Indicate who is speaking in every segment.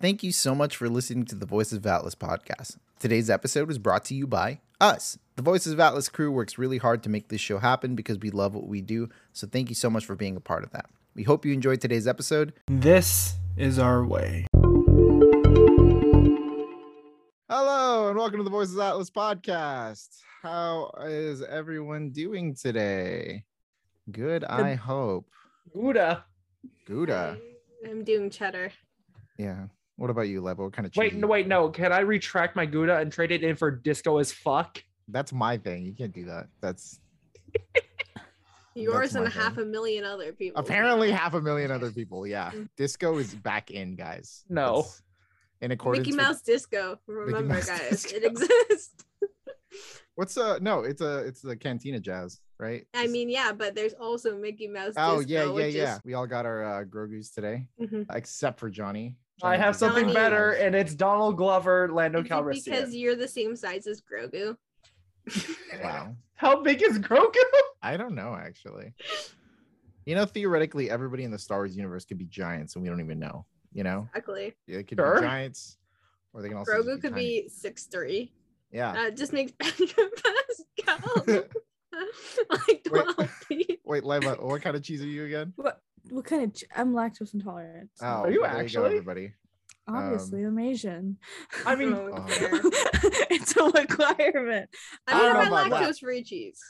Speaker 1: Thank you so much for listening to the Voices of Atlas podcast. Today's episode was brought to you by us. The Voices of Atlas crew works really hard to make this show happen because we love what we do. So thank you so much for being a part of that. We hope you enjoyed today's episode.
Speaker 2: This is our way.
Speaker 1: Hello and welcome to the Voices of Atlas podcast. How is everyone doing today? Good, I hope.
Speaker 3: Gouda.
Speaker 1: Gouda.
Speaker 4: I'm doing cheddar.
Speaker 1: Yeah. What about you, Lebo? What kind of
Speaker 3: Wait,
Speaker 1: cheese
Speaker 3: no,
Speaker 1: you
Speaker 3: wait,
Speaker 1: got?
Speaker 3: no. Can I retract my Gouda and trade it in for disco as fuck?
Speaker 1: That's my thing. You can't do that. That's
Speaker 4: Yours and
Speaker 1: my
Speaker 4: a half
Speaker 1: thing.
Speaker 4: a million other people.
Speaker 1: apparently half a million other people. Yeah. Disco is back in, guys.
Speaker 3: No.
Speaker 1: It's in accordance
Speaker 4: Mickey
Speaker 1: with-
Speaker 4: Mouse Disco. Remember,
Speaker 1: Mouse
Speaker 4: guys,
Speaker 1: Disco.
Speaker 4: it exists.
Speaker 1: what's uh no, it's a it's the cantina jazz, right?
Speaker 4: I mean, yeah, but there's also Mickey Mouse
Speaker 1: Oh
Speaker 4: Disco.
Speaker 1: yeah, yeah,
Speaker 4: which
Speaker 1: yeah. We all got our uh Grogu's today,
Speaker 4: Is, Mhm.
Speaker 1: except for Johnny.
Speaker 3: I
Speaker 1: Johnny
Speaker 3: have
Speaker 1: doesn't
Speaker 3: something
Speaker 1: have
Speaker 4: Johnny.
Speaker 3: better,
Speaker 1: Grogu's.
Speaker 3: and it's Donald Glover, Lando
Speaker 4: Is it because
Speaker 3: Calrissian.
Speaker 4: you're the same size as Grogu.
Speaker 1: wow.
Speaker 3: How big is Grogu?
Speaker 1: I don't know actually. You know, theoretically, everybody in the Star Wars universe could be giants, and we don't even know. You know,
Speaker 4: Exactly.
Speaker 1: it could
Speaker 3: Sure.
Speaker 1: be giants, or they can also just
Speaker 4: Grogu could
Speaker 1: tiny. Ah.
Speaker 4: be six three.
Speaker 1: yeah.
Speaker 4: That just makes Pascal like twelve feet.
Speaker 1: Wait, Leva, what kind of cheese are you again?
Speaker 5: What what kind of ch- I'm lactose intolerant. so
Speaker 1: Oh, um,
Speaker 3: Are you
Speaker 1: there go,
Speaker 3: actually?
Speaker 1: everybody?
Speaker 5: obviously I'm Asian.
Speaker 3: I mean,
Speaker 4: Oh,
Speaker 1: Oh.
Speaker 4: fair.
Speaker 5: it's a requirement.
Speaker 4: I
Speaker 1: don't
Speaker 4: don't
Speaker 1: know
Speaker 4: buy
Speaker 1: about that.
Speaker 4: lactose free cheese.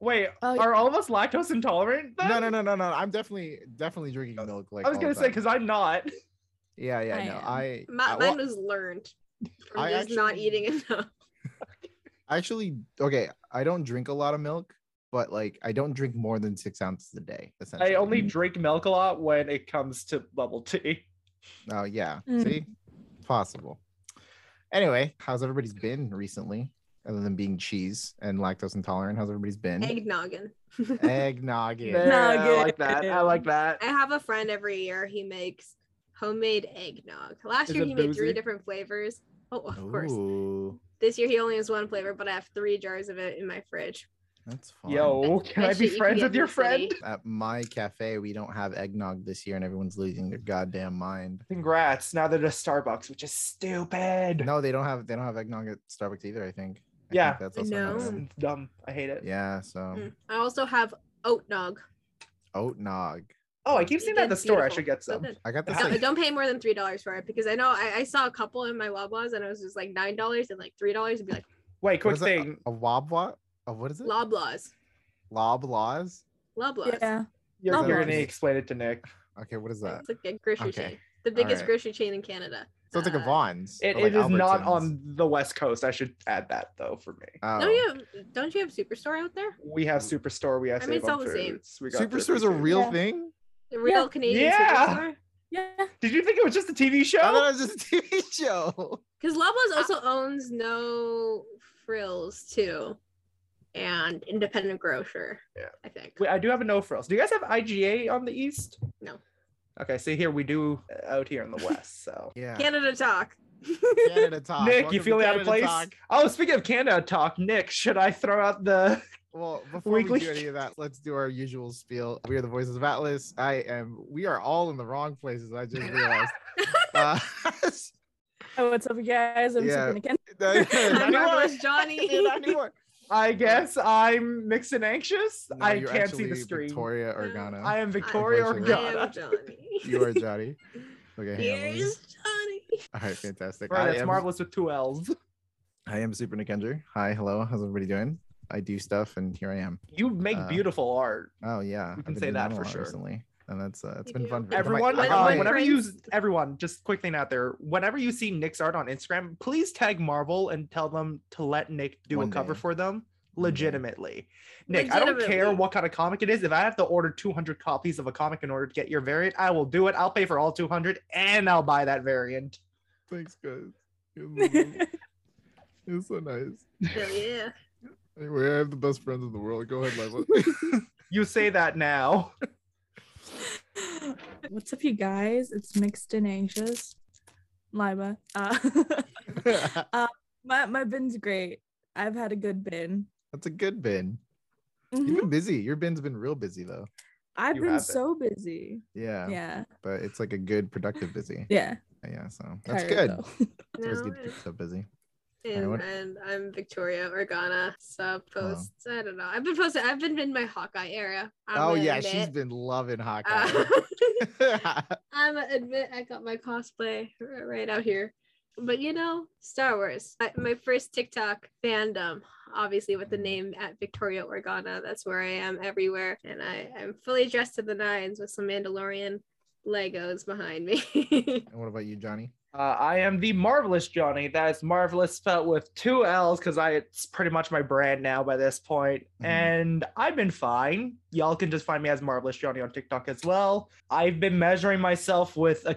Speaker 3: Wait,
Speaker 5: Oh, yeah.
Speaker 3: are all of us lactose intolerant? then?
Speaker 1: No, no, no, no, no. I'm definitely, definitely drinking milk. Like
Speaker 3: Uh, I was
Speaker 1: all
Speaker 3: gonna
Speaker 1: the
Speaker 3: say
Speaker 1: time.
Speaker 3: because I'm not.
Speaker 1: Yeah, yeah,
Speaker 5: I
Speaker 1: no.
Speaker 5: am.
Speaker 1: I,
Speaker 4: My,
Speaker 1: I, Uh, well,
Speaker 4: mine was learned. from
Speaker 1: I
Speaker 4: just not
Speaker 1: actually-
Speaker 4: eating enough.
Speaker 1: actually okay. I don't drink a lot of milk, but like I don't drink more than six ounces a day.
Speaker 3: I
Speaker 1: essentially.
Speaker 3: only drink milk a lot when it comes to bubble tea.
Speaker 1: Oh yeah.
Speaker 5: Mm.
Speaker 1: See, It's possible. Anyway, how's everybody's been recently? Other than being cheese and lactose intolerant, how's everybody's been?
Speaker 4: Egg noggin.
Speaker 1: Eggnog.
Speaker 3: Yeah,
Speaker 1: yeah.
Speaker 5: No,
Speaker 3: I
Speaker 5: good.
Speaker 3: like that. I like that.
Speaker 4: I have a friend every year. He makes homemade eggnog. Last
Speaker 3: Is
Speaker 4: year
Speaker 3: it
Speaker 4: he made
Speaker 3: boozy?
Speaker 4: three different flavors. Oh, of course.
Speaker 1: Ooh,
Speaker 4: This year he only has one flavor, but I have three jars of it in my fridge.
Speaker 1: that's fun.
Speaker 3: Yo, can I be
Speaker 4: Actually, you can
Speaker 3: friends
Speaker 4: get
Speaker 3: with your
Speaker 4: New City.
Speaker 3: friend?
Speaker 1: At my cafe, we don't have eggnog this year, and everyone's losing their goddamn mind.
Speaker 3: Congrats. Now they're just Starbucks, which is stupid.
Speaker 1: No, they don't have they don't have eggnog at Starbucks either. I think. I
Speaker 3: Yeah.
Speaker 1: think that's
Speaker 4: I
Speaker 1: also not
Speaker 4: know.
Speaker 1: them.
Speaker 3: It's dumb. I hate it.
Speaker 1: Yeah. So
Speaker 4: Mm. I also have oat nog.
Speaker 1: oat nog.
Speaker 3: Oh, I keep seeing that at the
Speaker 4: It's
Speaker 3: store. I
Speaker 4: beautiful.
Speaker 3: should get
Speaker 4: So
Speaker 3: some.
Speaker 4: good.
Speaker 1: I got this.
Speaker 3: Nice.
Speaker 4: Don't,
Speaker 1: Like,
Speaker 4: don't pay more than three dollars for it because I know I, I saw a couple in my Loblaws and it was just like nine dollars and like three dollars and be like
Speaker 3: Wait,
Speaker 1: what
Speaker 3: quick
Speaker 1: is it?
Speaker 3: thing.
Speaker 1: A, a wobwa. A, what is it?
Speaker 4: Loblaws,
Speaker 1: Loblaws.
Speaker 4: Loblaws.
Speaker 5: Yeah.
Speaker 3: You're,
Speaker 5: Loblaws.
Speaker 3: you're gonna explain it to Nick.
Speaker 1: Okay, what is that?
Speaker 4: It's like a grocery
Speaker 1: Okay.
Speaker 4: chain, the biggest
Speaker 1: right.
Speaker 4: grocery chain in Canada.
Speaker 1: So it's like a
Speaker 4: Uh,
Speaker 1: Vaughn's.
Speaker 3: It,
Speaker 1: or like
Speaker 3: it is not
Speaker 1: Albertsons.
Speaker 3: on the West Coast. I should add that though for me.
Speaker 1: Oh.
Speaker 4: Don't you have, don't you have Superstore out there?
Speaker 3: We have Superstore. We have
Speaker 4: I mean,
Speaker 3: Save
Speaker 4: it's
Speaker 3: on
Speaker 4: all the same.
Speaker 3: Foods. We got
Speaker 1: Superstore's a
Speaker 3: Thrifty Foods.
Speaker 1: real
Speaker 5: Yeah.
Speaker 1: thing?
Speaker 4: The real
Speaker 5: Yeah.
Speaker 4: Canadian
Speaker 3: Yeah.
Speaker 4: Superstore.
Speaker 5: Yeah.
Speaker 3: Did you think it was just a TV show?
Speaker 1: I thought it was just a TV show.
Speaker 4: Because Loblaws also owns No Frills too, and Independent Grocer.
Speaker 3: Yeah.
Speaker 4: I think.
Speaker 3: Wait, I do have a no frills. Do you guys have IGA on the East?
Speaker 4: No.
Speaker 3: Okay, see here we do uh, out here in the West. So
Speaker 1: Yeah.
Speaker 4: Canada Talk.
Speaker 1: Canada Talk. Ah,
Speaker 3: Nick,
Speaker 1: Welcome
Speaker 3: you
Speaker 1: to
Speaker 3: feeling out of
Speaker 1: Canada
Speaker 3: place?
Speaker 1: Talk.
Speaker 3: Oh, speaking of Canada talk, Nick, should I throw out the?
Speaker 1: Well, before we
Speaker 3: Weekly-
Speaker 1: do any of that, let's do our usual spiel. We are the voices of Atlas. I am. We are all in the wrong places. I just realized. uh,
Speaker 5: Oh, what's up, you guys? I'm
Speaker 1: Yeah.
Speaker 5: sleeping again.
Speaker 4: I'm
Speaker 1: not anymore.
Speaker 4: Marvelous Johnny.
Speaker 1: Not anymore.
Speaker 3: I guess I'm mixed and anxious.
Speaker 1: No,
Speaker 3: I
Speaker 1: you're
Speaker 3: can't see the
Speaker 1: actually
Speaker 3: screen.
Speaker 1: Victoria
Speaker 4: No.
Speaker 1: Organa.
Speaker 3: I am Victoria oh
Speaker 1: I am
Speaker 4: I am
Speaker 3: Organa.
Speaker 4: Johnny.
Speaker 1: You are Johnny. Okay, hang on. let me-
Speaker 4: Here's Johnny.
Speaker 1: All right, fantastic.
Speaker 3: Right,
Speaker 1: I
Speaker 3: that's
Speaker 1: am
Speaker 3: marvelous with two L's.
Speaker 1: I am Super Nikender. Hi, hello. How's everybody doing? I do stuff, and here I am.
Speaker 3: You make
Speaker 1: Uh,
Speaker 3: beautiful art.
Speaker 1: Oh yeah,
Speaker 3: We
Speaker 1: I've
Speaker 3: can
Speaker 1: been
Speaker 3: say
Speaker 1: doing
Speaker 3: that
Speaker 1: a
Speaker 3: for
Speaker 1: lot
Speaker 3: sure.
Speaker 1: Recently, and that's uh, it's
Speaker 4: You
Speaker 1: been
Speaker 4: do.
Speaker 1: fun. for-
Speaker 3: Everyone,
Speaker 1: I
Speaker 4: When-
Speaker 1: got
Speaker 3: uh,
Speaker 1: my-
Speaker 4: when-
Speaker 3: whenever you
Speaker 4: friends-
Speaker 3: everyone, just quick thing out there. Whenever you see Nick's art on Instagram, please tag Marvel and tell them to let Nick do
Speaker 1: One
Speaker 3: a cover
Speaker 1: day.
Speaker 3: for them
Speaker 1: One day.
Speaker 3: legitimately. Nick, I don't care
Speaker 4: Legitimately.
Speaker 3: what kind of comic it is. If I have to order 200 copies of a comic in order to get your variant, I will do it. I'll pay for all 200 and I'll buy that variant.
Speaker 1: Thanks, guys. It was lovely. It was so nice.
Speaker 4: Hell yeah.
Speaker 1: Anyway, I have the best friends in the world. Go ahead, Lila.
Speaker 3: You say that now.
Speaker 5: what's up, you guys? It's mixed and anxious. Liba. Uh, my my bin's great. I've had a good bin.
Speaker 1: That's a good bin.
Speaker 5: Mhm.
Speaker 1: You've been busy. Your bin's been real busy though.
Speaker 5: I've
Speaker 3: You
Speaker 5: been
Speaker 3: have it.
Speaker 5: so busy.
Speaker 1: Yeah,
Speaker 5: Yeah.
Speaker 1: but it's like a good productive busy.
Speaker 5: Yeah.
Speaker 1: Yeah, so that's
Speaker 5: Tired,
Speaker 1: good.
Speaker 5: though.
Speaker 1: It's always good to
Speaker 4: No,
Speaker 1: keep so busy.
Speaker 4: and,
Speaker 1: Alright, what-
Speaker 4: and I'm Victoria Organa. So post, I don't know. I've been posting. I've been in my Hawkeye era. I'm
Speaker 1: oh
Speaker 4: gonna
Speaker 1: yeah,
Speaker 4: admit.
Speaker 1: she's been loving Hawkeye.
Speaker 4: Uh, I'm gonna admit I got my cosplay r- right out here. But you know, Star Wars. I, my first TikTok fandom, obviously with the
Speaker 3: Mm-hmm.
Speaker 4: name at Victoria Organa. That's where I am everywhere, and I I'm fully dressed to the nines with some Mandalorian Legos behind me.
Speaker 1: and what about you, Johnny?
Speaker 3: Uh, I am the marvelous Johnny. That's marvelous spelled with two L's because I it's pretty much my brand now by this point.
Speaker 6: Mm-hmm.
Speaker 1: Mhm.
Speaker 3: And I've been fine. Y'all can just find me as marvelous Johnny on TikTok as well. I've been measuring myself with a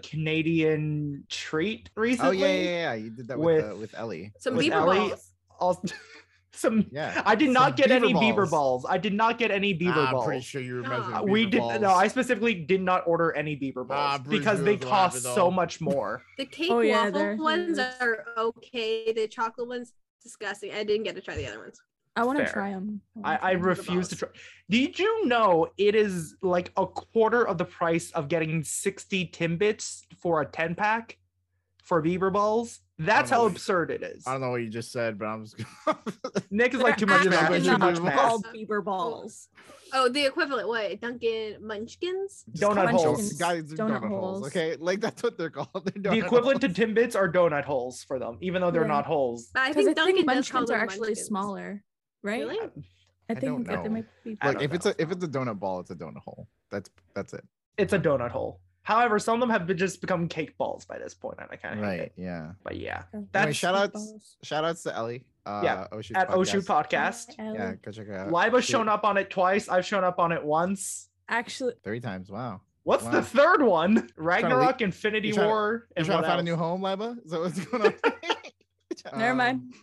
Speaker 3: Canadian treat
Speaker 1: Oh
Speaker 3: recently.
Speaker 1: yeah, yeah, yeah. You did that with with, uh,
Speaker 3: With-
Speaker 1: with Ellie.
Speaker 4: some
Speaker 3: Was
Speaker 4: beaver
Speaker 3: Ellie-
Speaker 4: balls.
Speaker 3: Also, some.
Speaker 1: Yeah.
Speaker 3: I did
Speaker 1: Some
Speaker 3: not get
Speaker 1: beaver
Speaker 3: any beaver
Speaker 1: balls.
Speaker 3: balls. I did not get any beaver
Speaker 6: I'm
Speaker 3: balls.
Speaker 6: pretty sure you were
Speaker 4: No.
Speaker 6: measuring
Speaker 4: Uh,
Speaker 3: we
Speaker 6: beaver
Speaker 3: did
Speaker 6: balls.
Speaker 3: no. I specifically did not order any beaver
Speaker 6: Ah,
Speaker 3: balls
Speaker 6: I'm pretty
Speaker 3: because
Speaker 6: sure
Speaker 3: they
Speaker 6: that's what happened,
Speaker 3: cost
Speaker 6: though.
Speaker 3: so much more.
Speaker 4: The cake
Speaker 5: Oh, yeah, they're
Speaker 4: waffle ones
Speaker 5: huge.
Speaker 4: are okay. The chocolate ones disgusting. I didn't get to try the other ones.
Speaker 5: I want to
Speaker 3: Fair.
Speaker 5: try them.
Speaker 3: I, I
Speaker 5: refuse.
Speaker 3: refuse to try. Did you know it is like a quarter of the price of getting 60 Timbits for a 10 pack for Beaver Balls? That's how
Speaker 6: Unbelievable.
Speaker 3: absurd it is.
Speaker 6: I don't know what you just said, but I'm just. gonna-
Speaker 3: Nick is like too much.
Speaker 6: They're
Speaker 3: Too much,
Speaker 6: actually
Speaker 3: too much
Speaker 6: not
Speaker 3: pass.
Speaker 4: called-
Speaker 5: beaver
Speaker 4: balls. Oh, the equivalent. What Dunkin' Munchkins?
Speaker 1: Just
Speaker 3: Donut
Speaker 1: call them
Speaker 3: holes.
Speaker 1: donuts. Guys, they're donut,
Speaker 5: Donut
Speaker 1: holes.
Speaker 5: holes.
Speaker 1: Okay, like that's what they're called. They're
Speaker 3: The
Speaker 1: donut
Speaker 3: equivalent to
Speaker 1: holes.
Speaker 3: Timbits are donut holes for them, even though they're
Speaker 5: Yeah.
Speaker 3: not holes.
Speaker 4: But I
Speaker 5: Because
Speaker 4: think
Speaker 5: I
Speaker 4: Dunkin'
Speaker 5: think
Speaker 4: does call
Speaker 5: munchkins are
Speaker 4: them
Speaker 5: actually
Speaker 4: munchkins.
Speaker 5: smaller, right?
Speaker 4: Really?
Speaker 5: I
Speaker 1: I don't
Speaker 5: think that they
Speaker 1: know.
Speaker 5: might be.
Speaker 3: I
Speaker 1: Look,
Speaker 3: don't
Speaker 1: if
Speaker 3: know.
Speaker 1: it's a if it's a donut ball, it's a donut hole. That's that's it.
Speaker 3: It's a donut hole. However, some of them have been- just become cake balls by this point, and I kind of hate
Speaker 1: Right.
Speaker 3: it.
Speaker 1: Yeah.
Speaker 3: But yeah,
Speaker 5: Okay.
Speaker 3: that's
Speaker 1: Anyway, shout outs shout outs to Ellie. Uh
Speaker 3: Yeah,
Speaker 1: Oshoot
Speaker 3: at Oshu
Speaker 1: Podcast.
Speaker 3: Podcast.
Speaker 1: Yeah, go check her out.
Speaker 3: Liba's
Speaker 1: She-
Speaker 3: shown up on it twice. I've shown up on it once.
Speaker 5: Actually,
Speaker 1: three times. Wow.
Speaker 3: What's
Speaker 1: Wow.
Speaker 3: the third one? Ragnarok,
Speaker 1: leak-
Speaker 3: Infinity
Speaker 1: you're trying to-
Speaker 3: War,
Speaker 1: You
Speaker 3: and
Speaker 1: trying
Speaker 3: what
Speaker 1: to find a new
Speaker 3: else?
Speaker 1: home, Liba? Is that what's going on?
Speaker 5: never
Speaker 1: Um,
Speaker 5: mind.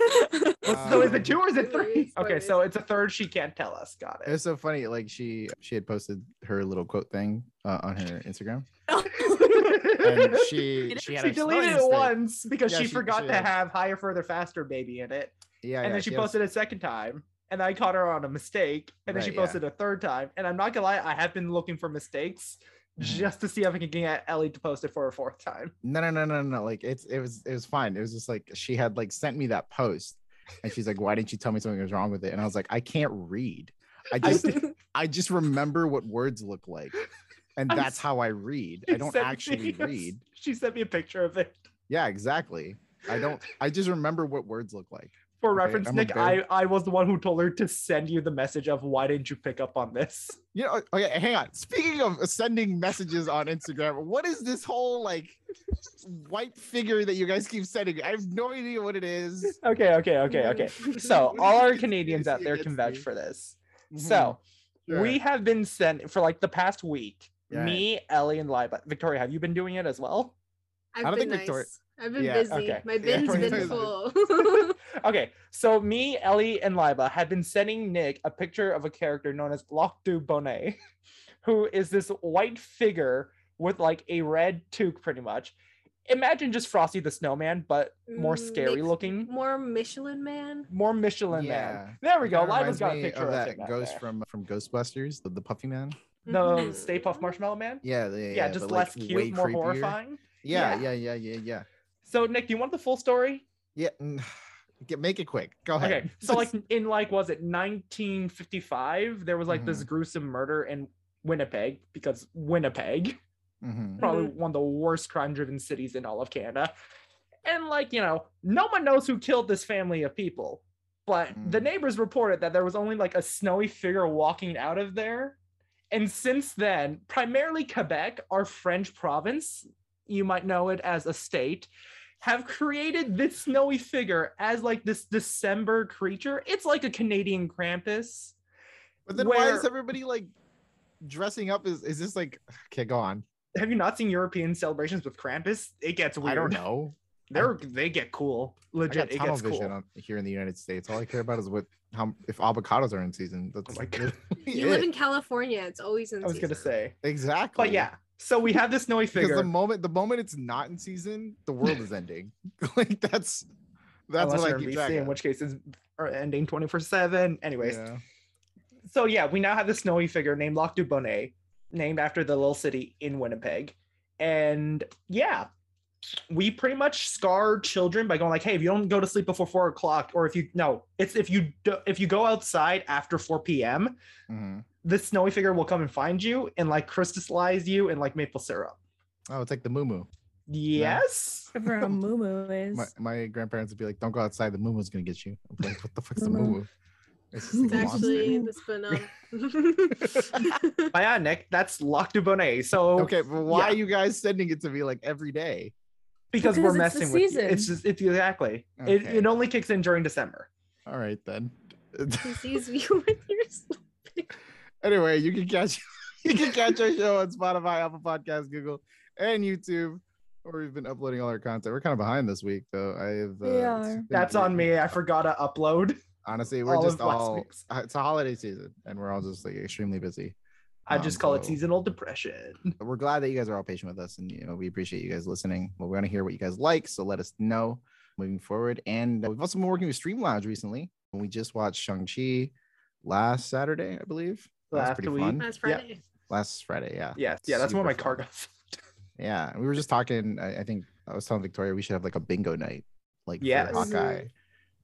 Speaker 3: What's- so is it two or is it
Speaker 4: Spoilers,
Speaker 3: three? Okay, so it's a third. She can't tell us. Got
Speaker 1: It
Speaker 3: it.
Speaker 1: was so funny. Like she she had posted her little quote thing uh, on her Instagram, and she she
Speaker 3: she,
Speaker 1: had a spelling
Speaker 3: deleted it
Speaker 1: mistake.
Speaker 3: once because
Speaker 1: Yeah,
Speaker 3: she,
Speaker 1: she-
Speaker 3: forgot
Speaker 1: she
Speaker 3: to
Speaker 1: had-
Speaker 3: have higher, further, faster, baby in it,
Speaker 1: Yeah,
Speaker 3: and
Speaker 1: yeah,
Speaker 3: then she,
Speaker 1: had a-
Speaker 3: posted it a second time. And I caught her on a mistake, and then she
Speaker 1: Right, yeah.
Speaker 3: posted a third time. And I'm not gonna lie, I have been looking for mistakes
Speaker 1: Mhm.
Speaker 3: just to see if I can get Ellie to post it for a fourth time.
Speaker 1: No, no, no, no, no. Like it's it was it was fine. It was just like she had like sent me that post, and she's like, "Why didn't you tell me something was wrong with it?" And I was like, "I can't read. I
Speaker 3: I
Speaker 1: just I just remember what words look like, and
Speaker 3: I'm
Speaker 1: that's
Speaker 3: s-
Speaker 1: how I read.
Speaker 3: She
Speaker 1: I don't
Speaker 3: sent me
Speaker 1: actually
Speaker 3: a-
Speaker 1: read.
Speaker 3: She sent me a picture of it.
Speaker 1: Yeah, exactly. I don't. I just remember what words look like.
Speaker 3: For
Speaker 1: Okay,
Speaker 3: reference,
Speaker 1: I'm a
Speaker 3: Nick,
Speaker 1: bear.
Speaker 3: I, I was the one who told her to send you the message of why didn't you pick up on this?
Speaker 1: You know, okay, hang on. Speaking of sending messages on Instagram, what is this whole like white figure that you guys keep sending? I have no idea what it is.
Speaker 3: Okay, okay, okay, okay. So
Speaker 1: What
Speaker 3: all
Speaker 1: is
Speaker 3: our
Speaker 1: this
Speaker 3: Canadians out there
Speaker 1: conspiracy
Speaker 3: can
Speaker 1: against
Speaker 3: vouch
Speaker 1: me?
Speaker 3: for this.
Speaker 1: Mhm,
Speaker 3: So
Speaker 1: sure.
Speaker 3: we have been sent for like the past week.
Speaker 1: Right.
Speaker 3: Me, Ellie, and Liba. Victoria, have you been doing it as well?
Speaker 4: I've
Speaker 1: I don't
Speaker 4: been
Speaker 1: think
Speaker 4: nice.
Speaker 1: Victoria-
Speaker 4: I've been
Speaker 1: Yeah,
Speaker 4: busy.
Speaker 3: okay.
Speaker 4: My bin's
Speaker 1: Victoria's
Speaker 4: been
Speaker 1: busy.
Speaker 4: full.
Speaker 3: Okay, so me, Ellie, and Liba have been sending Nick a picture of a character known as Loch du Bonnet, who is this white figure with like a red toque, pretty much. Imagine just Frosty the Snowman, but more
Speaker 4: Mm,
Speaker 3: scary
Speaker 4: mix-
Speaker 3: looking.
Speaker 4: More Michelin Man.
Speaker 3: more Michelin
Speaker 1: Yeah.
Speaker 3: Man. There we go.
Speaker 1: That
Speaker 3: Live
Speaker 1: reminds
Speaker 3: got a
Speaker 1: me
Speaker 3: picture
Speaker 1: of
Speaker 3: of
Speaker 1: that
Speaker 3: out
Speaker 1: ghost
Speaker 3: there.
Speaker 1: from from Ghostbusters, the, the Puffy Man.
Speaker 3: the
Speaker 4: Mhm.
Speaker 3: Stay Puff Marshmallow Man.
Speaker 1: Yeah, yeah, yeah.
Speaker 3: Yeah, just
Speaker 1: but, like,
Speaker 3: less
Speaker 1: way
Speaker 3: cute, more
Speaker 1: creepier.
Speaker 3: horrifying.
Speaker 1: Yeah, yeah, yeah,
Speaker 3: Yeah.
Speaker 1: yeah, yeah,
Speaker 3: So Nick, do you want the full story?
Speaker 1: yeah. mm, Get, make it quick. Go ahead.
Speaker 3: Okay. So like in like was it 1955? There was like
Speaker 1: Mm-hmm.
Speaker 3: this gruesome murder in Winnipeg because Winnipeg
Speaker 1: Mhm.
Speaker 3: probably one of the worst crime-driven cities in all of Canada. And like, you know, no one knows who killed this family of people. But the
Speaker 1: Mhm.
Speaker 3: neighbors reported that there was only like a snowy figure walking out of there. And since then, primarily Quebec, our French province, you might know it as a state, have created this snowy figure as like this December creature. It's like a Canadian Krampus.
Speaker 1: but then why is
Speaker 3: where-
Speaker 1: everybody like dressing up? Is is this like? Okay, go on.
Speaker 3: Have you not seen European celebrations with Krampus? It gets weird.
Speaker 1: I don't know.
Speaker 3: They're they get cool.
Speaker 1: I
Speaker 3: Legit,
Speaker 1: got
Speaker 3: it
Speaker 1: tunnel
Speaker 3: gets
Speaker 1: vision on,
Speaker 3: cool.
Speaker 1: here in the United States. All I care about is what how if avocados are in season. That's
Speaker 3: my God.
Speaker 1: literally
Speaker 4: You live
Speaker 1: it.
Speaker 4: in California. It's always in.
Speaker 3: I was gonna
Speaker 4: season.
Speaker 3: say,
Speaker 1: exactly.
Speaker 3: but yeah. So we have this snowy
Speaker 1: because
Speaker 3: figure.
Speaker 1: the moment the moment it's not in season, the world is ending. like that's that's
Speaker 3: unless
Speaker 1: what I
Speaker 3: you're in
Speaker 1: keep
Speaker 3: BC,
Speaker 1: track
Speaker 3: in
Speaker 1: of.
Speaker 3: which case it's are ending twenty four seven. Anyways,
Speaker 1: Yeah.
Speaker 3: so yeah, we now have this snowy figure named Loch du Bonnet, named after the little city in Winnipeg. And yeah, we pretty much scar children by going like, hey, if you don't go to sleep before four o'clock, or if you no, it's if you do, if you go outside after four p.m.,
Speaker 1: Mm-hmm.
Speaker 7: hmm
Speaker 3: this snowy figure will come and find you and like crystallize you in like maple syrup.
Speaker 1: Oh, it's like the moo moo.
Speaker 3: Yes.
Speaker 5: Whatever a moo moo is.
Speaker 1: My, my grandparents would be like, "Don't go outside. The moo moo's gonna get you." I'm like, "What the fuck's the
Speaker 5: Moo
Speaker 1: moo
Speaker 5: moo.
Speaker 1: moo?" It's just
Speaker 5: It's
Speaker 4: It's
Speaker 1: like a monster.
Speaker 4: actually the spin off.
Speaker 3: Bionic, that's Loch de Bonnet. So
Speaker 1: Okay, but why
Speaker 3: Yeah.
Speaker 1: are you guys sending it to me like every day?
Speaker 3: because,
Speaker 5: Because
Speaker 3: we're
Speaker 5: it's the
Speaker 3: messing with you.
Speaker 5: season.
Speaker 3: It's just it's exactly. It,
Speaker 1: Okay.
Speaker 3: it only kicks in during December.
Speaker 1: All right then.
Speaker 4: he sees you when you're sleeping.
Speaker 1: anyway, you can catch you can catch our show on Spotify, Apple Podcasts, Google, and YouTube. Where we've been uploading all our content. We're kind of behind this week, though. I have.
Speaker 5: We
Speaker 1: Uh, it's
Speaker 5: are.
Speaker 1: been
Speaker 3: That's on
Speaker 1: great.
Speaker 3: me. I forgot to upload.
Speaker 1: Honestly, we're
Speaker 3: all
Speaker 1: just
Speaker 3: of last
Speaker 1: all.
Speaker 3: week's.
Speaker 1: uh, It's a holiday season, and we're all just like extremely busy.
Speaker 3: I
Speaker 1: Um,
Speaker 3: just call it
Speaker 1: so-
Speaker 3: seasonal depression.
Speaker 1: But we're glad that you guys are all patient with us and you know we appreciate you guys listening we want to hear what you guys like so let us know moving forward and uh, we've also been working with stream lounge recently and we just watched shang-chi last saturday i believe That was
Speaker 3: Last
Speaker 1: pretty
Speaker 3: week.
Speaker 1: fun.
Speaker 4: That's Friday.
Speaker 1: last friday yeah
Speaker 3: Yes. Yeah, that's one of my
Speaker 1: Super fun.
Speaker 3: cargos.
Speaker 1: yeah and we were just talking i, I think i was telling victoria we should have like a bingo night like for
Speaker 3: Yes.
Speaker 1: hawkeye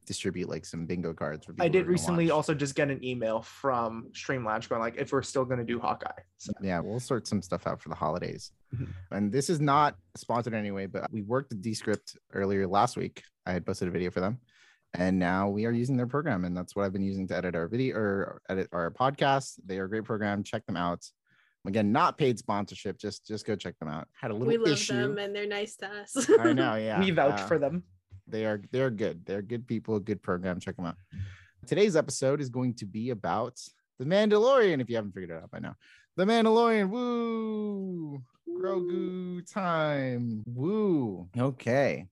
Speaker 1: distribute like some bingo cards for people
Speaker 3: I
Speaker 1: who are
Speaker 3: did
Speaker 1: gonna
Speaker 3: recently
Speaker 1: watch.
Speaker 3: also just get an email from Stream Lounge going like if we're still going to do Hawkeye. So
Speaker 1: yeah we'll sort some stuff out for the holidays
Speaker 3: Mhm.
Speaker 1: and this is not sponsored anyway but we worked with descript earlier last week i had posted a video for them and now we are using their program and that's what i've been using to edit our video or edit our podcast they are a great program check them out again not paid sponsorship just just go check them out had a little
Speaker 4: We love
Speaker 1: issue
Speaker 4: them and they're nice to us.
Speaker 1: i know yeah
Speaker 3: we vouch
Speaker 1: uh,
Speaker 3: for them.
Speaker 1: they are they're good they're good people good program check them out today's episode is going to be about the mandalorian if you haven't figured it out by now the mandalorian woo grogu time woo okay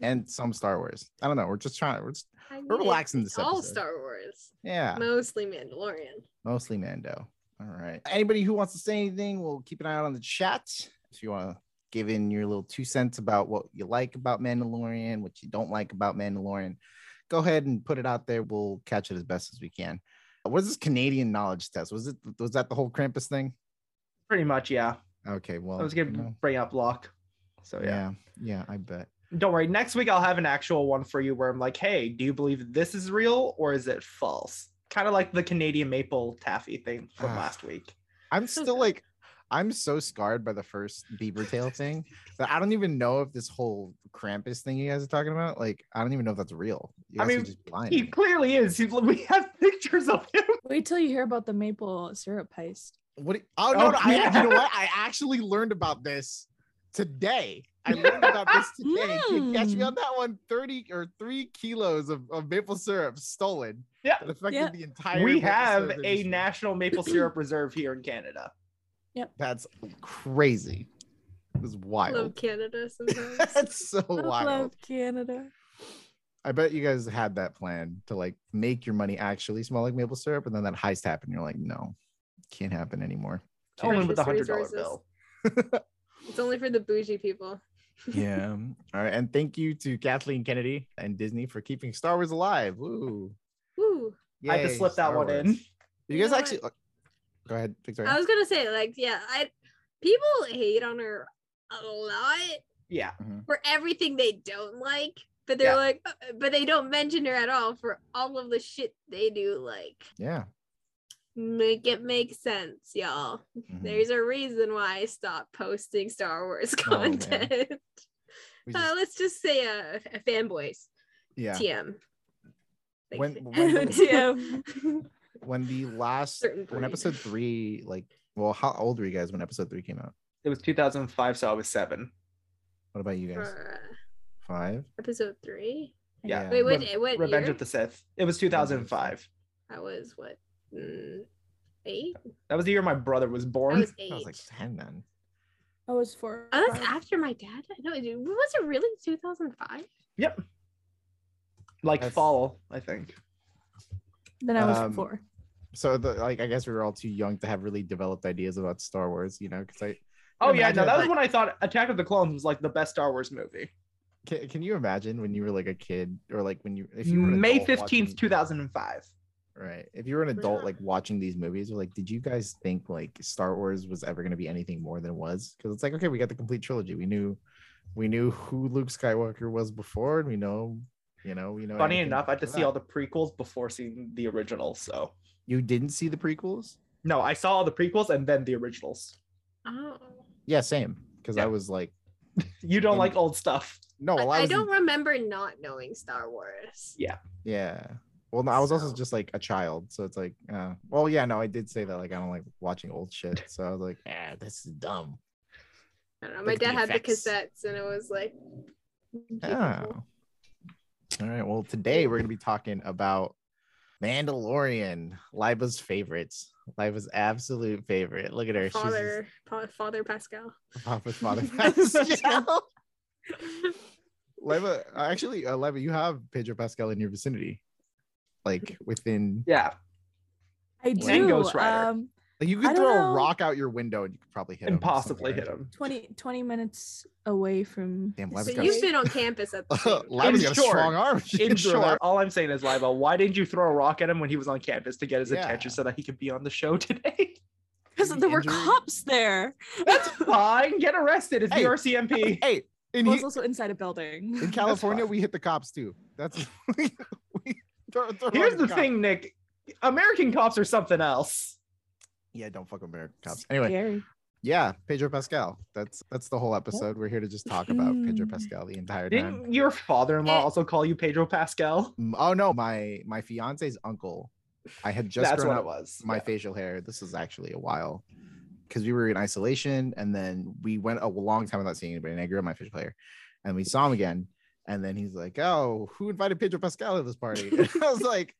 Speaker 1: and some star wars i don't know we're just trying we're just
Speaker 4: I mean,
Speaker 1: we're relaxing this
Speaker 4: All
Speaker 1: episode.
Speaker 4: Star Wars,
Speaker 1: yeah
Speaker 4: mostly Mandalorian.
Speaker 1: mostly mando all right anybody who wants to say anything we'll keep an eye out on the chat if you want to give in your little two cents about what you like about mandalorian what you don't like about mandalorian go ahead and put it out there we'll catch it as best as we can Uh, what is this canadian knowledge test was it was that the whole krampus thing
Speaker 3: Pretty much, yeah.
Speaker 1: okay well
Speaker 3: I was
Speaker 1: you
Speaker 3: going to
Speaker 1: know,
Speaker 3: bring up Locke. So yeah.
Speaker 1: yeah yeah i bet
Speaker 3: Don't worry. Next week I'll have an actual one for you where I'm like, "Hey, do you believe this is real or is it false?" Kind of like the Canadian maple taffy thing from
Speaker 1: Ah.
Speaker 3: last week.
Speaker 1: I'm still like, I'm so scarred by the first beaver tail thing that I don't even know if this whole Krampus thing you guys are talking about, like, I don't even know if that's real. You
Speaker 3: I
Speaker 1: guys are
Speaker 3: mean,
Speaker 1: just blind.
Speaker 3: He clearly is. He's, we have pictures of him.
Speaker 5: Wait till you hear about the maple syrup heist.
Speaker 1: What? do- Oh no!
Speaker 3: Oh,
Speaker 1: no, I,
Speaker 3: yeah.
Speaker 1: You know what? I actually learned about this today. I learned about this today. Kid, Catch me
Speaker 3: Hmm.
Speaker 5: Mm.
Speaker 1: on that one. Thirty or three kilos of, of maple syrup stolen.
Speaker 3: Yeah.
Speaker 1: That affected
Speaker 5: Yeah.
Speaker 1: the entire.
Speaker 3: we
Speaker 1: maple
Speaker 3: have
Speaker 1: syrup
Speaker 3: a
Speaker 1: industry.
Speaker 3: national maple syrup reserve here in Canada.
Speaker 1: That's crazy. It was
Speaker 4: Love
Speaker 1: wild.
Speaker 4: Canada sometimes.
Speaker 1: That's so
Speaker 5: Love,
Speaker 1: Oh, wild.
Speaker 5: love Canada.
Speaker 1: I bet you guys had that plan to like make your money actually smell like maple syrup, and then that heist happened. You're like, no, can't happen anymore.
Speaker 3: Only with the hundred
Speaker 4: Precious
Speaker 3: dollar
Speaker 4: resources.
Speaker 3: bill.
Speaker 4: it's only for the bougie people.
Speaker 1: yeah. All right, and thank you to Kathleen Kennedy and Disney for keeping Star Wars alive. Woo!
Speaker 4: Woo.
Speaker 3: I had to
Speaker 1: Yay,
Speaker 3: slip that
Speaker 1: Star
Speaker 3: one
Speaker 1: Wars.
Speaker 3: in.
Speaker 1: You
Speaker 4: You
Speaker 1: guys
Speaker 4: know
Speaker 1: actually oh, go ahead, Victoria.
Speaker 4: I was gonna say, like, yeah, I people hate on her a lot
Speaker 3: Yeah.
Speaker 4: for everything they don't like, but they're
Speaker 3: Yeah.
Speaker 4: like, uh, but they don't mention her at all for all of the shit they do. Like,
Speaker 1: yeah.
Speaker 4: make it make sense, y'all.
Speaker 1: Mhm.
Speaker 4: There's a reason why I stopped posting Star Wars
Speaker 1: Oh, man.
Speaker 4: content.
Speaker 1: We
Speaker 4: Uh,
Speaker 1: just-
Speaker 4: let's just say uh, f- fanboys.
Speaker 1: yeah.
Speaker 4: TM. Like,
Speaker 1: When-
Speaker 4: fa-
Speaker 1: when the-
Speaker 4: TM.
Speaker 1: When the last
Speaker 4: Certain
Speaker 1: when
Speaker 4: breed.
Speaker 1: episode three, like, well, how old were you guys when episode three came out?
Speaker 3: It was 2005, so I was seven.
Speaker 1: What about you guys?
Speaker 4: For, uh,
Speaker 1: Five.
Speaker 4: episode three.
Speaker 3: Yeah.
Speaker 4: Wait, what?
Speaker 3: Re-
Speaker 4: what
Speaker 3: Revenge
Speaker 4: year?
Speaker 3: of the Sith. It was 2005.
Speaker 4: I was what mm, eight?
Speaker 3: That was the year my brother was
Speaker 4: I
Speaker 3: born.
Speaker 4: was eight.
Speaker 1: I was like ten then.
Speaker 5: I was four.
Speaker 4: Oh, that's
Speaker 5: five.
Speaker 4: after my dad. No, it- was it really 2005?
Speaker 3: like
Speaker 1: That's-
Speaker 3: fall, I think.
Speaker 5: then I was
Speaker 1: um,
Speaker 5: four.
Speaker 1: so the, like i guess we were all too young to have really developed ideas about star wars you know because i
Speaker 3: Oh yeah,
Speaker 1: Imagine
Speaker 3: no, that
Speaker 1: if,
Speaker 3: was
Speaker 1: like-
Speaker 3: when I thought Attack of the Clones was like the best Star Wars movie.
Speaker 1: can, can you imagine when you were like a kid or like when you if you were an
Speaker 3: May
Speaker 1: adult
Speaker 3: 15th,
Speaker 1: watching-
Speaker 3: 2005.
Speaker 1: right if you were an adult
Speaker 4: Yeah.
Speaker 1: like watching these movies you're like did you guys think like star wars was ever going to be anything more than it was because it's like okay we got the complete trilogy we knew we knew who Luke Skywalker was before, and we know, you know, we know.
Speaker 3: Funny
Speaker 1: everything
Speaker 3: enough, I had
Speaker 1: after
Speaker 3: to see
Speaker 1: that.
Speaker 3: all the prequels before seeing the original. So
Speaker 1: You didn't see the prequels?
Speaker 3: no, I saw all the prequels and then the originals.
Speaker 4: Oh.
Speaker 1: Yeah, same. Because
Speaker 3: Yeah.
Speaker 1: I was like,
Speaker 3: You don't
Speaker 1: Um,
Speaker 3: like old stuff.
Speaker 1: no, well, Oh, I,
Speaker 4: I, I
Speaker 1: was,
Speaker 4: don't remember not knowing Star Wars.
Speaker 1: Yeah. Well, no, I was also
Speaker 4: So-
Speaker 1: just like a child, so it's like, uh, well, yeah, no, I did say that. Like, I don't like watching old shit, so I was like, ah, this is dumb.
Speaker 4: I don't know. My
Speaker 1: Look at
Speaker 4: dad
Speaker 1: the
Speaker 4: had the
Speaker 1: effects.
Speaker 4: cassettes, and it was like,
Speaker 1: Oh. All right. Well, today we're going to be talking about Mandalorian, Liba's favorites. Liba's absolute favorite. Look at her.
Speaker 4: father, Pa- father Pascal.
Speaker 1: She's Papa's father. Pascal. Liba, actually, uh, Liba, you have Pedro Pascal in your vicinity, like within.
Speaker 3: Yeah,
Speaker 5: I do.
Speaker 3: And Ghost Rider.
Speaker 5: Um,
Speaker 1: Like you
Speaker 5: I
Speaker 1: could
Speaker 5: don't
Speaker 1: throw
Speaker 5: know.
Speaker 1: a rock out your window and you could probably hit him.
Speaker 3: and
Speaker 1: or
Speaker 3: possibly
Speaker 1: something,
Speaker 3: hit
Speaker 1: right?
Speaker 3: him.
Speaker 5: 20, 20 minutes away from.
Speaker 1: Damn,
Speaker 5: his
Speaker 1: Liba's
Speaker 4: But
Speaker 1: got
Speaker 4: you've been on campus at the same
Speaker 1: Liba's
Speaker 3: In
Speaker 1: got a
Speaker 3: short-
Speaker 1: strong arm. She
Speaker 3: In
Speaker 1: can throw
Speaker 3: short,
Speaker 1: that-
Speaker 3: all I'm saying is, Liva, why didn't you throw a rock at him when he was on campus to get his
Speaker 1: Yeah.
Speaker 3: attention so that he could be on the show today?
Speaker 5: Because
Speaker 1: Maybe
Speaker 5: there were
Speaker 1: injury.
Speaker 5: cops there.
Speaker 3: That's fine. Get arrested. It's E
Speaker 1: Hey.
Speaker 3: the RCMP.
Speaker 1: Hey,
Speaker 5: It
Speaker 1: in,
Speaker 5: was
Speaker 1: he-
Speaker 5: also inside a building.
Speaker 1: in California,
Speaker 3: fine.
Speaker 1: we hit the cops too. That's we, throw, throw
Speaker 3: Here's
Speaker 1: out
Speaker 3: the
Speaker 1: cops.
Speaker 3: thing, Nick. American cops are something else.
Speaker 1: Yeah, don't fuck with American cops. Anyway,
Speaker 5: Scary.
Speaker 1: yeah, Pedro Pascal. That's that's the whole episode. We're here to just talk about Pedro
Speaker 5: Mm.
Speaker 1: Pascal the entire time.
Speaker 3: Didn't your father-in-law
Speaker 4: Eh.
Speaker 3: also call you Pedro Pascal?
Speaker 1: Mm, Oh no, my my fiance's uncle. I had just
Speaker 3: That's
Speaker 1: grown
Speaker 3: what
Speaker 1: out
Speaker 3: it was.
Speaker 1: my facial hair. This is actually a while because we were in isolation and then we went a long time without seeing anybody. And I grew up my facial hair and we saw him again. And then he's like, Oh, who invited Pedro Pascal to this party? And I was like,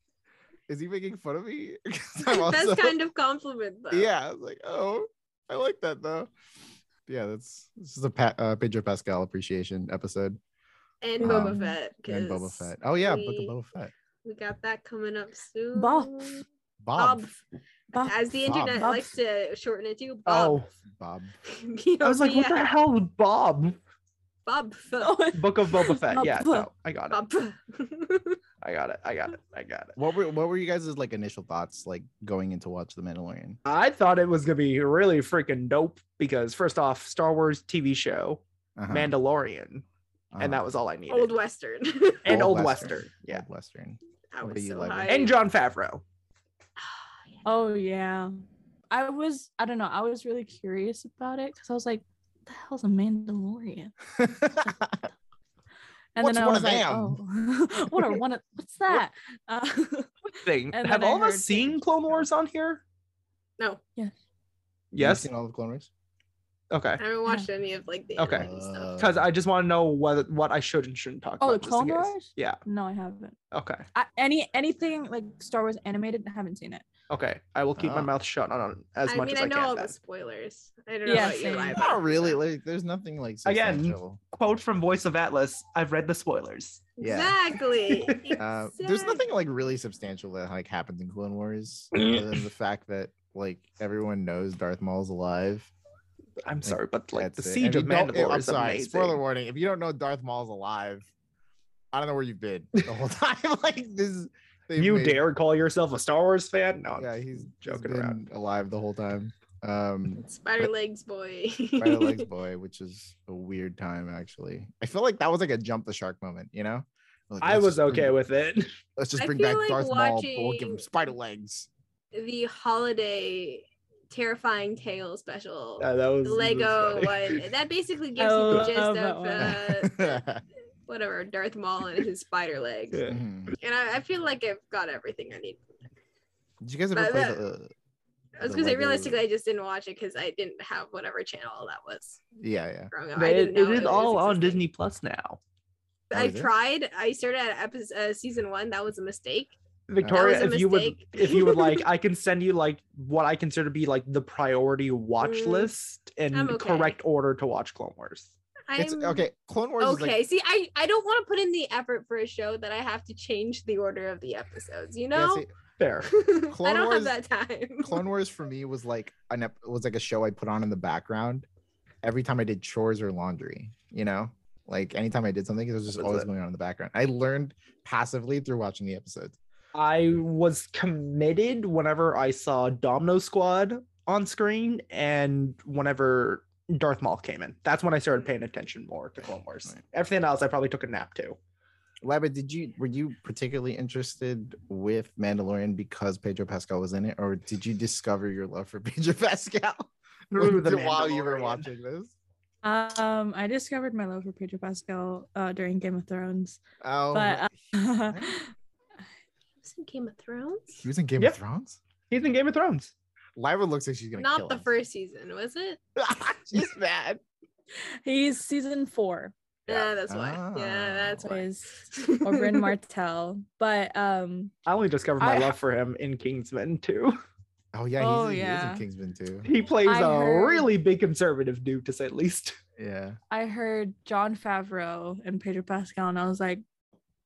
Speaker 1: Is he making fun of me? 'Cause I'm
Speaker 4: That's
Speaker 1: also-
Speaker 4: kind of compliment, though.
Speaker 1: yeah, I was like, Oh, I like that though. Yeah, that's this is a pa- uh, Pedro Pascal appreciation episode
Speaker 4: And
Speaker 1: Um,
Speaker 4: Boba Fett.
Speaker 1: and Boba
Speaker 4: 'cause
Speaker 1: Fett. Oh, yeah, Book
Speaker 4: we-
Speaker 1: of Boba Fett.
Speaker 4: We got that coming up soon.
Speaker 5: Bob.
Speaker 1: Bob,
Speaker 4: Bob.
Speaker 5: Bob.
Speaker 4: As the
Speaker 1: Bob.
Speaker 4: internet
Speaker 5: Bob.
Speaker 4: likes to shorten it to,
Speaker 3: Oh,
Speaker 4: Bob.
Speaker 1: Bob,
Speaker 3: I was like, what the hell, Bob?
Speaker 4: Bob. Fett.
Speaker 5: Oh,
Speaker 3: Book of Boba Fett.
Speaker 5: Bob.
Speaker 3: Yeah, no, I got it.
Speaker 4: Bob. Fett.
Speaker 3: I got it. I got it. I got it.
Speaker 1: what were what were you guys' like initial thoughts like going into watch The Mandalorian?
Speaker 3: I thought it was gonna be really freaking dope because first off, Star Wars TV show,
Speaker 1: Uh-huh.
Speaker 3: Mandalorian, and
Speaker 1: Uh-huh.
Speaker 3: that was all I needed.
Speaker 4: Old Western.
Speaker 3: and
Speaker 1: Old
Speaker 3: Old Western.
Speaker 1: Western.
Speaker 3: Yeah.
Speaker 1: Old Western.
Speaker 4: I
Speaker 1: What do
Speaker 4: was
Speaker 1: you
Speaker 4: so
Speaker 1: like?
Speaker 4: high.
Speaker 3: And John Favreau.
Speaker 5: oh, yeah. I was, I don't know, I was really curious about it because I was like, what the hell's a Mandalorian? And
Speaker 1: What's
Speaker 5: then I
Speaker 1: one
Speaker 5: was
Speaker 1: of
Speaker 5: like,
Speaker 1: them?
Speaker 5: oh, what are one of, what's that? Uh,
Speaker 3: Thing.
Speaker 5: And
Speaker 3: Have
Speaker 5: then I
Speaker 3: all of
Speaker 5: heard
Speaker 3: us seen
Speaker 5: things.
Speaker 3: Clone Wars on here?
Speaker 4: No,
Speaker 1: You've
Speaker 3: Yes.
Speaker 1: seen all the Clone Wars?
Speaker 3: Okay.
Speaker 4: I haven't watched any of like the
Speaker 3: Okay.
Speaker 4: animated
Speaker 1: Uh,
Speaker 4: stuff.
Speaker 3: Because I just want to know what what I should and shouldn't talk
Speaker 5: Oh,
Speaker 3: about.
Speaker 5: the
Speaker 3: just in
Speaker 5: Clone
Speaker 3: case.
Speaker 5: Wars?
Speaker 3: Yeah.
Speaker 5: no, I haven't.
Speaker 3: Okay.
Speaker 5: I, any anything like Star Wars animated, I haven't seen it.
Speaker 3: Okay. I will keep
Speaker 1: Oh.
Speaker 3: my mouth shut on, on as
Speaker 4: I
Speaker 3: much
Speaker 4: mean,
Speaker 3: as
Speaker 4: I
Speaker 3: I,
Speaker 4: know
Speaker 3: can.
Speaker 4: all
Speaker 3: then.
Speaker 4: the spoilers. I don't know
Speaker 5: Yeah,
Speaker 4: about you,
Speaker 5: same.
Speaker 4: Liva,
Speaker 1: Not really.
Speaker 4: so-
Speaker 1: Like, there's nothing like
Speaker 3: Again,
Speaker 1: substantial.
Speaker 3: Quote from Voice of Atlas: "I've read the spoilers."
Speaker 1: Yeah.
Speaker 4: Exactly.
Speaker 1: Uh, there's nothing
Speaker 4: Exact-
Speaker 1: like really substantial that like happens in Clone Wars. other than the fact that like everyone knows Darth Maul's alive.
Speaker 3: I'm sorry, but like the
Speaker 1: That's it.
Speaker 3: siege
Speaker 1: If
Speaker 3: of
Speaker 1: you don't-
Speaker 3: Mandalore
Speaker 1: I'm
Speaker 3: is
Speaker 1: sorry.
Speaker 3: amazing.
Speaker 1: Spoiler warning: If you don't know Darth Maul's alive, I don't know where you've been the whole time. like this, is- they've
Speaker 3: You
Speaker 1: made-
Speaker 3: dare call yourself a Star Wars fan? No.
Speaker 1: Yeah, he's
Speaker 3: joking
Speaker 1: he's been
Speaker 3: around.
Speaker 1: alive the whole time. Um,
Speaker 4: Spider legs, boy.
Speaker 1: Spider Legs Boy, which is a weird time actually. I feel like that was like a jump the shark moment, you know? Like,
Speaker 3: I
Speaker 1: let's
Speaker 3: was
Speaker 1: just bring-
Speaker 3: okay with it.
Speaker 1: Let's just
Speaker 4: I
Speaker 1: bring
Speaker 4: feel
Speaker 1: back
Speaker 4: like
Speaker 1: Darth Maul, but we'll give him
Speaker 4: watching-
Speaker 1: spider legs.
Speaker 4: the holiday terrifying tale special.
Speaker 3: Yeah, that was it
Speaker 4: the
Speaker 3: was
Speaker 4: Lego
Speaker 3: funny.
Speaker 4: one. That basically gives
Speaker 5: Oh,
Speaker 4: you the gist
Speaker 5: love that
Speaker 4: of uh,
Speaker 1: Mhm.
Speaker 4: whatever Darth Maul and his spider legs.
Speaker 3: Yeah.
Speaker 1: Mm-hmm.
Speaker 4: And I, I feel like I've got everything I need.
Speaker 1: Did you guys ever
Speaker 4: But
Speaker 1: play
Speaker 4: that-
Speaker 1: the?
Speaker 4: I was
Speaker 1: The
Speaker 4: gonna say
Speaker 1: Lego-
Speaker 4: realistically, I just didn't watch it because I didn't have whatever channel that was
Speaker 1: Yeah, yeah.
Speaker 4: growing up.
Speaker 3: But
Speaker 4: I didn't
Speaker 3: it,
Speaker 4: know
Speaker 3: it is
Speaker 4: was
Speaker 3: all on
Speaker 4: existing.
Speaker 3: Disney Plus now.
Speaker 1: Oh,
Speaker 4: I
Speaker 1: is it?
Speaker 4: tried. I started at episode uh, season one. That was a mistake.
Speaker 3: Victoria,
Speaker 4: That was a
Speaker 3: if you would
Speaker 4: mistake.
Speaker 3: if you would like, I can send you like what I consider to be like the priority watch
Speaker 4: Mm,
Speaker 3: list and
Speaker 4: I'm okay.
Speaker 3: correct order to watch Clone Wars.
Speaker 1: It's
Speaker 4: I'm
Speaker 1: okay. Clone Wars
Speaker 4: Okay.
Speaker 1: is like
Speaker 4: See, I I don't want to put in the effort for a show that I have to change the order of the episodes. You
Speaker 1: yeah,
Speaker 4: know,
Speaker 1: see,
Speaker 3: Fair.
Speaker 4: I
Speaker 1: Clone
Speaker 4: don't
Speaker 1: Wars-
Speaker 4: have that time.
Speaker 1: Clone Wars for me was like an ep- was like a show I put on in the background every time I did chores or laundry, you know? Like anytime I did something, it was just
Speaker 3: That's
Speaker 1: always
Speaker 3: it.
Speaker 1: going on in the background. I learned passively through watching the episodes.
Speaker 3: I was committed whenever I saw Domino Squad on screen and whenever Darth Maul came in. That's when I started paying attention more to Clone Wars. Everything else, I probably took a nap to.
Speaker 1: Labba, did you were you particularly interested with Mandalorian because Pedro Pascal was in it, or did you discover your love for Pedro Pascal
Speaker 3: Through the
Speaker 1: while you were
Speaker 3: Mandalorian.
Speaker 1: watching this?
Speaker 5: Um, I discovered my love for Pedro Pascal uh, during Game of Thrones,
Speaker 1: Oh,
Speaker 5: but uh,
Speaker 4: was in Game of Thrones?
Speaker 1: he was in Game
Speaker 3: Yep.
Speaker 1: of Thrones.
Speaker 3: He's in Game of Thrones.
Speaker 1: Lyra looks like she's gonna
Speaker 4: Not
Speaker 1: kill
Speaker 4: the
Speaker 1: him.
Speaker 4: first season, was it?
Speaker 1: she's mad.
Speaker 5: he's season four.
Speaker 4: Yeah, that's why. Yeah,
Speaker 1: Ah,
Speaker 4: that's
Speaker 5: so
Speaker 4: why.
Speaker 5: Is or Bryn Martell, but um,
Speaker 3: I only discovered my
Speaker 5: I-
Speaker 3: love for him in Kingsman too.
Speaker 1: Oh yeah, he's,
Speaker 5: Oh,
Speaker 1: in-
Speaker 5: yeah.
Speaker 1: he is in Kingsman too.
Speaker 3: He plays
Speaker 5: I
Speaker 3: a
Speaker 5: heard-
Speaker 3: really big conservative dude, to say the least.
Speaker 1: Yeah,
Speaker 5: I heard John Favreau and Pedro Pascal, and I was like,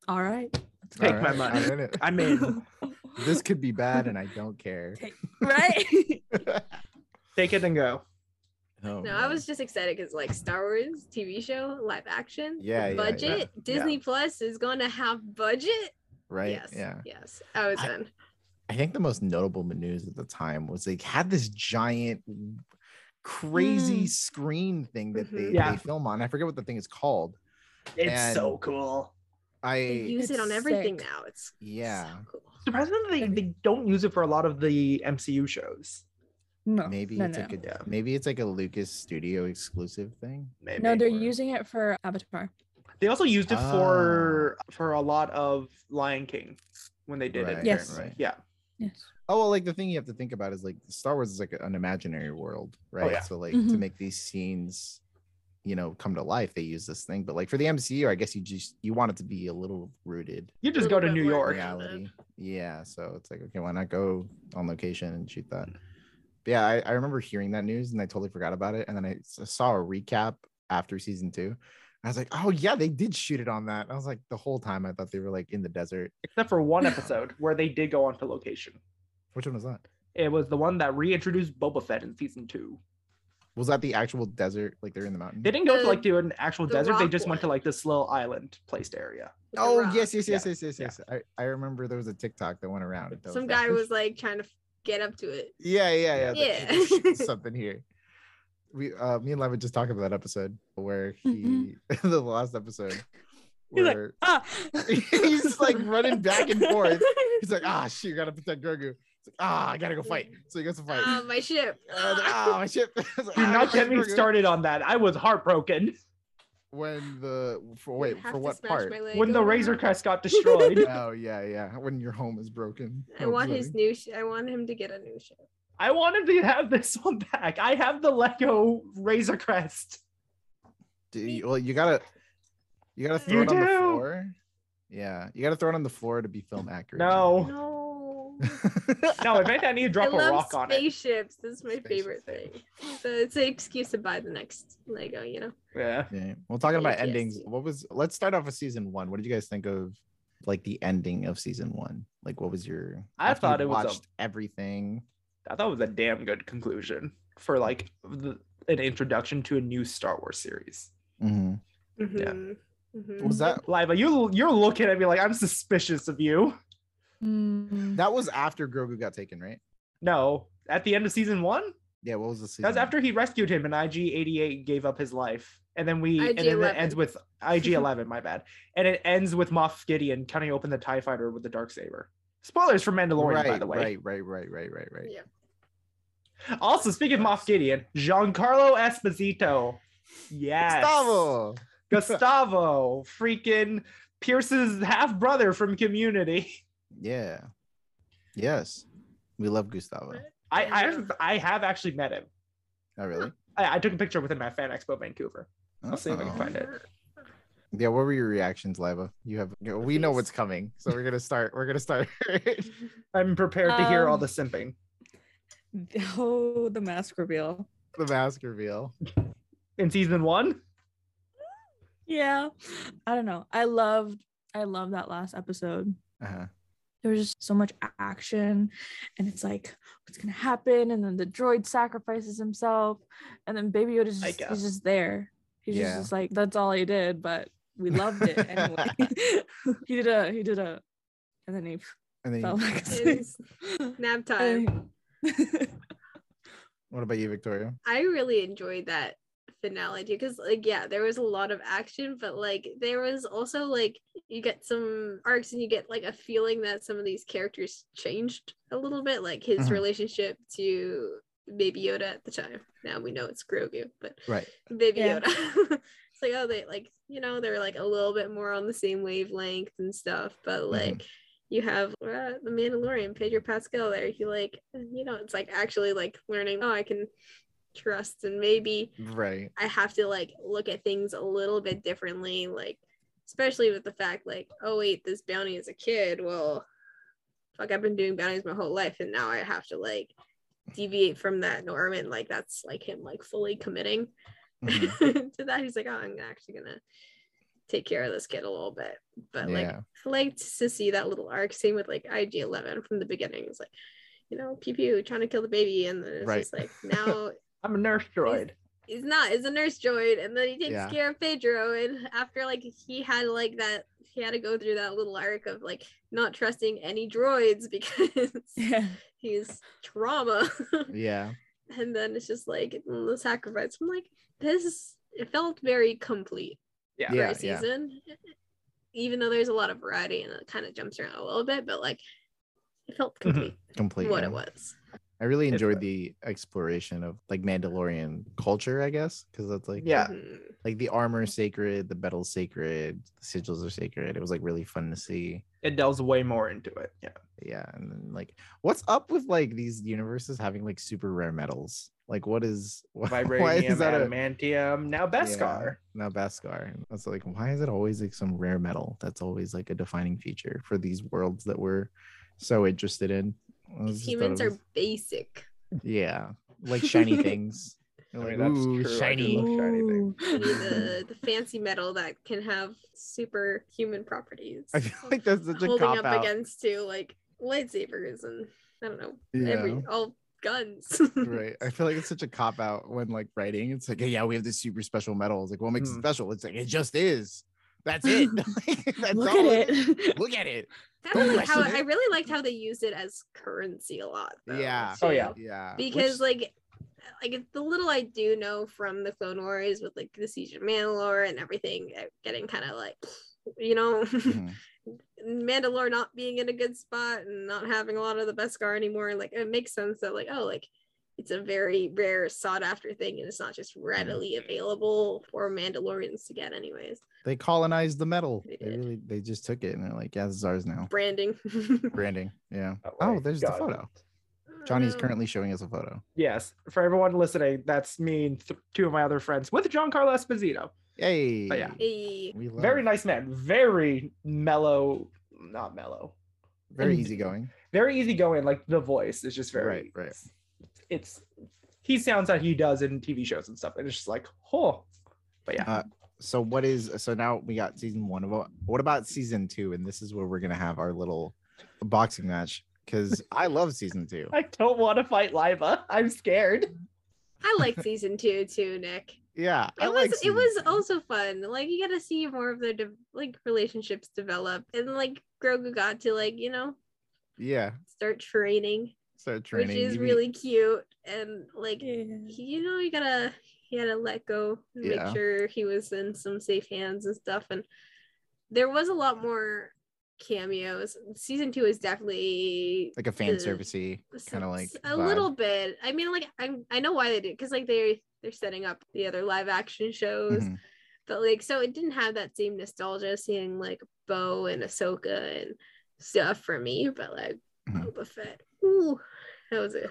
Speaker 5: all right, let's
Speaker 3: Take
Speaker 5: go."
Speaker 3: my
Speaker 1: Alright,
Speaker 3: money.
Speaker 1: I'm in it.
Speaker 3: I'm in.
Speaker 1: This could be bad, and I don't care.
Speaker 5: Take- right.
Speaker 3: Take it and go.
Speaker 1: Oh,
Speaker 4: No, I
Speaker 1: man.
Speaker 4: was just excited because like Star Wars TV show, live action,
Speaker 1: Yeah, yeah,
Speaker 4: budget. Disney Plus is going to have budget.
Speaker 1: right.
Speaker 4: Yes,
Speaker 1: Yeah.
Speaker 4: yes, I was
Speaker 1: I-
Speaker 4: in.
Speaker 1: I think the most notable news at the time was they had this giant crazy
Speaker 5: Mm.
Speaker 1: screen thing that they,
Speaker 5: Mm-hmm.
Speaker 4: Mhm.
Speaker 3: Yeah.
Speaker 1: they film on. I forget what the thing is called.
Speaker 3: It's
Speaker 1: And-
Speaker 3: so cool.
Speaker 4: They
Speaker 1: I
Speaker 4: use it
Speaker 5: It's
Speaker 4: on everything
Speaker 5: sick.
Speaker 4: now. It's
Speaker 1: yeah,
Speaker 4: so cool.
Speaker 3: Surprisingly, they, they don't use it for a lot of the MCU shows.
Speaker 5: No,
Speaker 1: maybe
Speaker 5: Oh, no,
Speaker 1: it's
Speaker 5: no.
Speaker 1: like a
Speaker 3: Yeah.
Speaker 1: maybe it's like a Lucas Studio exclusive thing.
Speaker 3: Maybe.
Speaker 5: no. They're
Speaker 1: or-
Speaker 5: using it for Avatar.
Speaker 3: They also used it for for a lot of Lion King when they did
Speaker 1: Oh. Right,
Speaker 3: it.
Speaker 5: Yes.
Speaker 1: right.
Speaker 3: Yeah.
Speaker 5: Yes.
Speaker 1: Oh well, like the thing you have to think about is like Star Wars is like an imaginary world, right?
Speaker 3: Oh, yeah.
Speaker 1: So like to
Speaker 5: Mhm.
Speaker 1: make these scenes, you know, come to life, they use this thing. But like for the MCU, I guess you just you want it to be a little rooted
Speaker 3: You just go
Speaker 4: Little
Speaker 3: to
Speaker 4: bit
Speaker 3: New
Speaker 4: more
Speaker 3: York.
Speaker 4: real. that.
Speaker 1: reality. Yeah. So it's like, okay, why not go on location and shoot that? But yeah, I, I remember hearing that news and I totally forgot about it. And then I s- saw a recap after season two. I was like, oh yeah, they did shoot it on that. I was like, the whole time I thought they were like in the desert.
Speaker 3: Except for one episode where they did go onto location.
Speaker 1: Which one was that?
Speaker 3: It was the one that reintroduced Boba Fett in season two.
Speaker 1: Was that the actual desert? Like they're in the mountain?
Speaker 3: They didn't go to
Speaker 4: The-
Speaker 3: like to an actual
Speaker 4: the
Speaker 3: desert. They
Speaker 4: rock
Speaker 3: just went to
Speaker 4: one.
Speaker 3: like this little island placed area.
Speaker 4: With The
Speaker 1: Oh
Speaker 4: Rock.
Speaker 1: yes, yes,
Speaker 3: Yeah.
Speaker 1: yes, yes, yes,
Speaker 3: Yeah.
Speaker 1: yes. I, I remember there was a TikTok that went around. that
Speaker 4: Some
Speaker 1: that.
Speaker 4: guy was like trying to f- get up to it.
Speaker 1: Yeah, yeah, yeah.
Speaker 4: Yeah.
Speaker 1: that- there's something here. We uh me and Levin just talked about that episode where
Speaker 4: Mm-hmm.
Speaker 1: he the last episode
Speaker 5: He's like,
Speaker 1: where
Speaker 5: Ah.
Speaker 1: he's like running back and forth. He's like, ah shoot, gotta protect Grogu. It's like, ah, I gotta go fight. So he goes to fight.
Speaker 4: Ah, my ship.
Speaker 1: Uh, like, ah, my ship. It's like,
Speaker 3: Do
Speaker 1: "Ah,
Speaker 3: not
Speaker 1: gotta
Speaker 3: get me
Speaker 1: protect Grogu."
Speaker 3: started on that. I was heartbroken
Speaker 1: When the for
Speaker 4: You
Speaker 1: wait for
Speaker 4: have to
Speaker 1: what
Speaker 4: smash
Speaker 1: part?
Speaker 4: my leg
Speaker 3: when the
Speaker 4: over.
Speaker 3: Razor Crest got destroyed.
Speaker 1: Oh yeah, yeah. When your home is broken. Oh,
Speaker 4: I
Speaker 3: Oh,
Speaker 4: want
Speaker 1: Hopefully.
Speaker 4: his new. Sh- I want him to get a new ship.
Speaker 3: I wanted to have this one back. I have the Lego Razor Crest.
Speaker 1: Do you, well, you gotta you gotta throw
Speaker 3: You
Speaker 1: it on the
Speaker 3: do.
Speaker 1: floor. Yeah, you gotta throw it on the floor to be film accurate.
Speaker 3: No,
Speaker 4: No.
Speaker 3: no. If anything, I need to drop
Speaker 4: I
Speaker 3: a
Speaker 4: love
Speaker 3: rock on it.
Speaker 4: spaceships. This is my
Speaker 1: Spaceships,
Speaker 4: favorite
Speaker 1: yeah.
Speaker 4: thing. So it's an excuse to buy the next Lego. You know.
Speaker 3: Yeah.
Speaker 1: Yeah. Well, talking about
Speaker 4: Yes, yes,
Speaker 1: endings,
Speaker 4: yes.
Speaker 1: what was? Let's start off with season one. What did you guys think of, like the ending of season one? Like, what was your?
Speaker 3: I
Speaker 1: after you
Speaker 3: thought it was a-
Speaker 1: watched everything.
Speaker 3: I thought it was a damn good conclusion for like the, an introduction to a new Star Wars series.
Speaker 1: Mhm.
Speaker 4: Yeah.
Speaker 1: Was that
Speaker 3: Liva, you you're looking at me like I'm suspicious of you.
Speaker 5: Mm.
Speaker 1: that was after Grogu got taken, right?
Speaker 3: No, at the end of season one,
Speaker 1: Yeah. What was the season?
Speaker 3: that was after he rescued him and IG88 gave up his life, and then we and then it
Speaker 4: IG-11.
Speaker 3: ends with IG11. my bad, and it ends with Moff Gideon cutting open the Tie Fighter with the dark saber. Spoilers for Mandalorian,
Speaker 1: Right,
Speaker 3: by the way.
Speaker 1: right, right, right, right, right, right.
Speaker 4: Yeah.
Speaker 3: Also, speaking of Moff Gideon, Giancarlo Esposito. Yes.
Speaker 1: Gustavo.
Speaker 3: Gustavo, freaking Pierce's half brother from Community.
Speaker 1: Yeah. Yes. We love Gustavo.
Speaker 3: I I have, I have actually met him.
Speaker 1: Oh, really?
Speaker 3: I, I took a picture with him at Fan Expo Vancouver. I'll see if I can
Speaker 1: Oh.
Speaker 3: find it.
Speaker 1: Yeah, what were your reactions, Liva? You have you know, we know what's coming, so we're gonna start. We're gonna start.
Speaker 3: I'm prepared to hear all
Speaker 5: Um,
Speaker 3: the simping.
Speaker 5: Oh, the mask reveal.
Speaker 1: the mask reveal.
Speaker 3: In season one,
Speaker 5: Yeah. I don't know. I loved I loved that last episode.
Speaker 1: Uh-huh.
Speaker 5: There was just so much a- action and it's like what's gonna happen? And then the droid sacrifices himself and then Baby Yoda is
Speaker 3: I
Speaker 5: just,
Speaker 3: guess.
Speaker 5: he's just there. He's
Speaker 1: Yeah.
Speaker 5: just, just like that's all he did, but we loved it anyway. he did a he did a and then he
Speaker 1: And then,
Speaker 5: fell
Speaker 1: you-
Speaker 5: back asleep.
Speaker 4: It's nap time.
Speaker 5: And-
Speaker 1: what about you, Victoria?
Speaker 4: I really enjoyed that finale too because like yeah there was a lot of action but like there was also like you get some arcs and you get like a feeling that some of these characters changed a little bit like his
Speaker 1: Mhm.
Speaker 4: relationship to baby yoda at the time now we know it's grogu but
Speaker 1: Right.
Speaker 4: baby
Speaker 5: Yeah.
Speaker 4: yoda it's like oh they like you know they were like a little bit more on the same wavelength and stuff but like you have uh, the mandalorian pedro pascal there he like you know it's like actually like learning oh i can trust and maybe
Speaker 1: Right.
Speaker 4: I have to like look at things a little bit differently, like especially with the fact like, oh wait, this bounty is a kid. Well, fuck, I've been doing bounties my whole life, and now I have to like deviate from that norm, and like that's like him like fully committing
Speaker 1: Mhm.
Speaker 4: to that. He's like, oh, I'm actually gonna take care of this kid a little bit, but like
Speaker 1: Yeah.
Speaker 4: I liked to see that little arc. Same with like IG Eleven from the beginning. It's like, you know, pew pew trying to kill the baby, and then it's
Speaker 1: Right.
Speaker 4: just like now
Speaker 3: I'm a nurse droid.
Speaker 4: he's not is a nurse droid and then he takes
Speaker 1: Yeah.
Speaker 4: care of pedro and after like he had like that he had to go through that little arc of like not trusting any droids because
Speaker 5: Yeah.
Speaker 4: he's trauma
Speaker 1: Yeah.
Speaker 4: and then it's just like mm, the sacrifice i'm like this it felt very complete
Speaker 3: Yeah.
Speaker 4: for
Speaker 1: Yeah,
Speaker 4: a season even though there's a lot of variety and it kind of jumps around a little bit but like it felt
Speaker 1: Mm-hmm.
Speaker 4: complete
Speaker 1: Completely.
Speaker 4: what it was
Speaker 1: I really
Speaker 3: It's
Speaker 1: enjoyed
Speaker 3: good.
Speaker 1: the exploration of like Mandalorian culture, I guess, because that's like
Speaker 3: Yeah.
Speaker 4: Mhm.
Speaker 1: like the armor is sacred, the battle's sacred, the sigils are sacred. It was like really fun to see.
Speaker 3: It delves way more into it. Yeah.
Speaker 1: Yeah, and then like, what's up with like these universes having like super rare metals? Like, what is why, why
Speaker 3: Vibranium,
Speaker 1: is that a
Speaker 3: adamantium, now Beskar.
Speaker 1: now Beskar? And That's like, why is it always like some rare metal? That's always like a defining feature for these worlds that we're so interested in. I was just thought it
Speaker 4: humans
Speaker 1: was-
Speaker 4: are basic
Speaker 1: yeah, like shiny things. They're
Speaker 3: I mean,
Speaker 1: like,
Speaker 3: that's
Speaker 1: "Ooh,
Speaker 3: true. I do
Speaker 1: shiny.
Speaker 3: love shiny things.
Speaker 4: We need the, the fancy metal that can have superhuman properties.
Speaker 1: I feel like that's such a
Speaker 4: holding
Speaker 1: cop
Speaker 4: up
Speaker 1: out.
Speaker 4: against to like lightsabers and I don't know
Speaker 1: Yeah.
Speaker 4: every all guns.
Speaker 1: right. I feel like it's such a cop out when like writing. It's like, yeah, we have this super special metal. It's like, what makes it
Speaker 3: Hmm.
Speaker 1: special? It's like it just is. That's it. Like, that's
Speaker 5: Look
Speaker 1: all
Speaker 5: at
Speaker 1: is.
Speaker 5: it.
Speaker 1: Look at it.
Speaker 4: Kind of
Speaker 1: Don't
Speaker 4: like how
Speaker 1: question it.
Speaker 4: I really liked how they used it as currency a lot. Though,
Speaker 1: Yeah.
Speaker 3: Oh, yeah.
Speaker 4: too.
Speaker 1: Yeah.
Speaker 4: Because like like the little I do know from the Clone Wars with like the Siege of Mandalore and everything uh, getting kind of like you know
Speaker 1: Mhm.
Speaker 4: Mandalore not being in a good spot and not having a lot of the Beskar anymore, like it makes sense that like oh like it's a very rare sought after thing and it's not just readily available for Mandalorians to get anyways.
Speaker 1: they colonized the metal.
Speaker 4: They
Speaker 1: They
Speaker 4: did.
Speaker 1: really they just took it and they're like, yeah, this is ours now.
Speaker 4: Branding.
Speaker 1: Branding. Yeah.
Speaker 3: my
Speaker 1: Oh, there's the
Speaker 3: God.
Speaker 1: photo. Johnny's
Speaker 4: Um,
Speaker 1: currently showing us a photo.
Speaker 3: Yes. For everyone listening, that's me and th- two of my other friends with John Carlo Esposito.
Speaker 4: Oh,
Speaker 1: Hey.
Speaker 3: yeah.
Speaker 4: eh,
Speaker 1: We love
Speaker 3: Very nice man. Very mellow, not mellow.
Speaker 1: Very
Speaker 3: and-
Speaker 1: easygoing.
Speaker 3: Very easygoing. Like the voice is just very
Speaker 1: Right, right.
Speaker 3: It's he sounds like he does in TV shows and stuff, and it's just like, oh. But yeah,
Speaker 1: Uh, so what is so now we got season one of what about season two and this is where we're gonna have our little boxing match because i love season two
Speaker 3: I don't want to fight Liva. I'm scared.
Speaker 4: I like season two too, Nick.
Speaker 1: yeah
Speaker 4: It
Speaker 1: I
Speaker 4: was
Speaker 1: like
Speaker 4: it
Speaker 1: season
Speaker 4: was
Speaker 1: two.
Speaker 4: also fun. Like you gotta see more of their de- like relationships develop and like Grogu got to like, you know,
Speaker 1: yeah
Speaker 4: start training.
Speaker 1: start training
Speaker 4: which is
Speaker 1: You be-
Speaker 4: really cute and like
Speaker 5: Yeah.
Speaker 4: he- you know you gotta you gotta let go and
Speaker 1: Yeah.
Speaker 4: make sure he was in some safe hands and stuff and there was a lot more cameos season two is definitely
Speaker 1: like a fan servicey
Speaker 4: some-
Speaker 1: kind of like
Speaker 4: a
Speaker 1: vibe.
Speaker 4: little bit i mean like i i know why they did because like they they're setting up the other live action shows
Speaker 1: Mhm.
Speaker 4: but like so it didn't have that same nostalgia seeing like Bo and Ahsoka and stuff for me, but like
Speaker 1: Mhm.
Speaker 4: Boba Fett. Ooh, that was a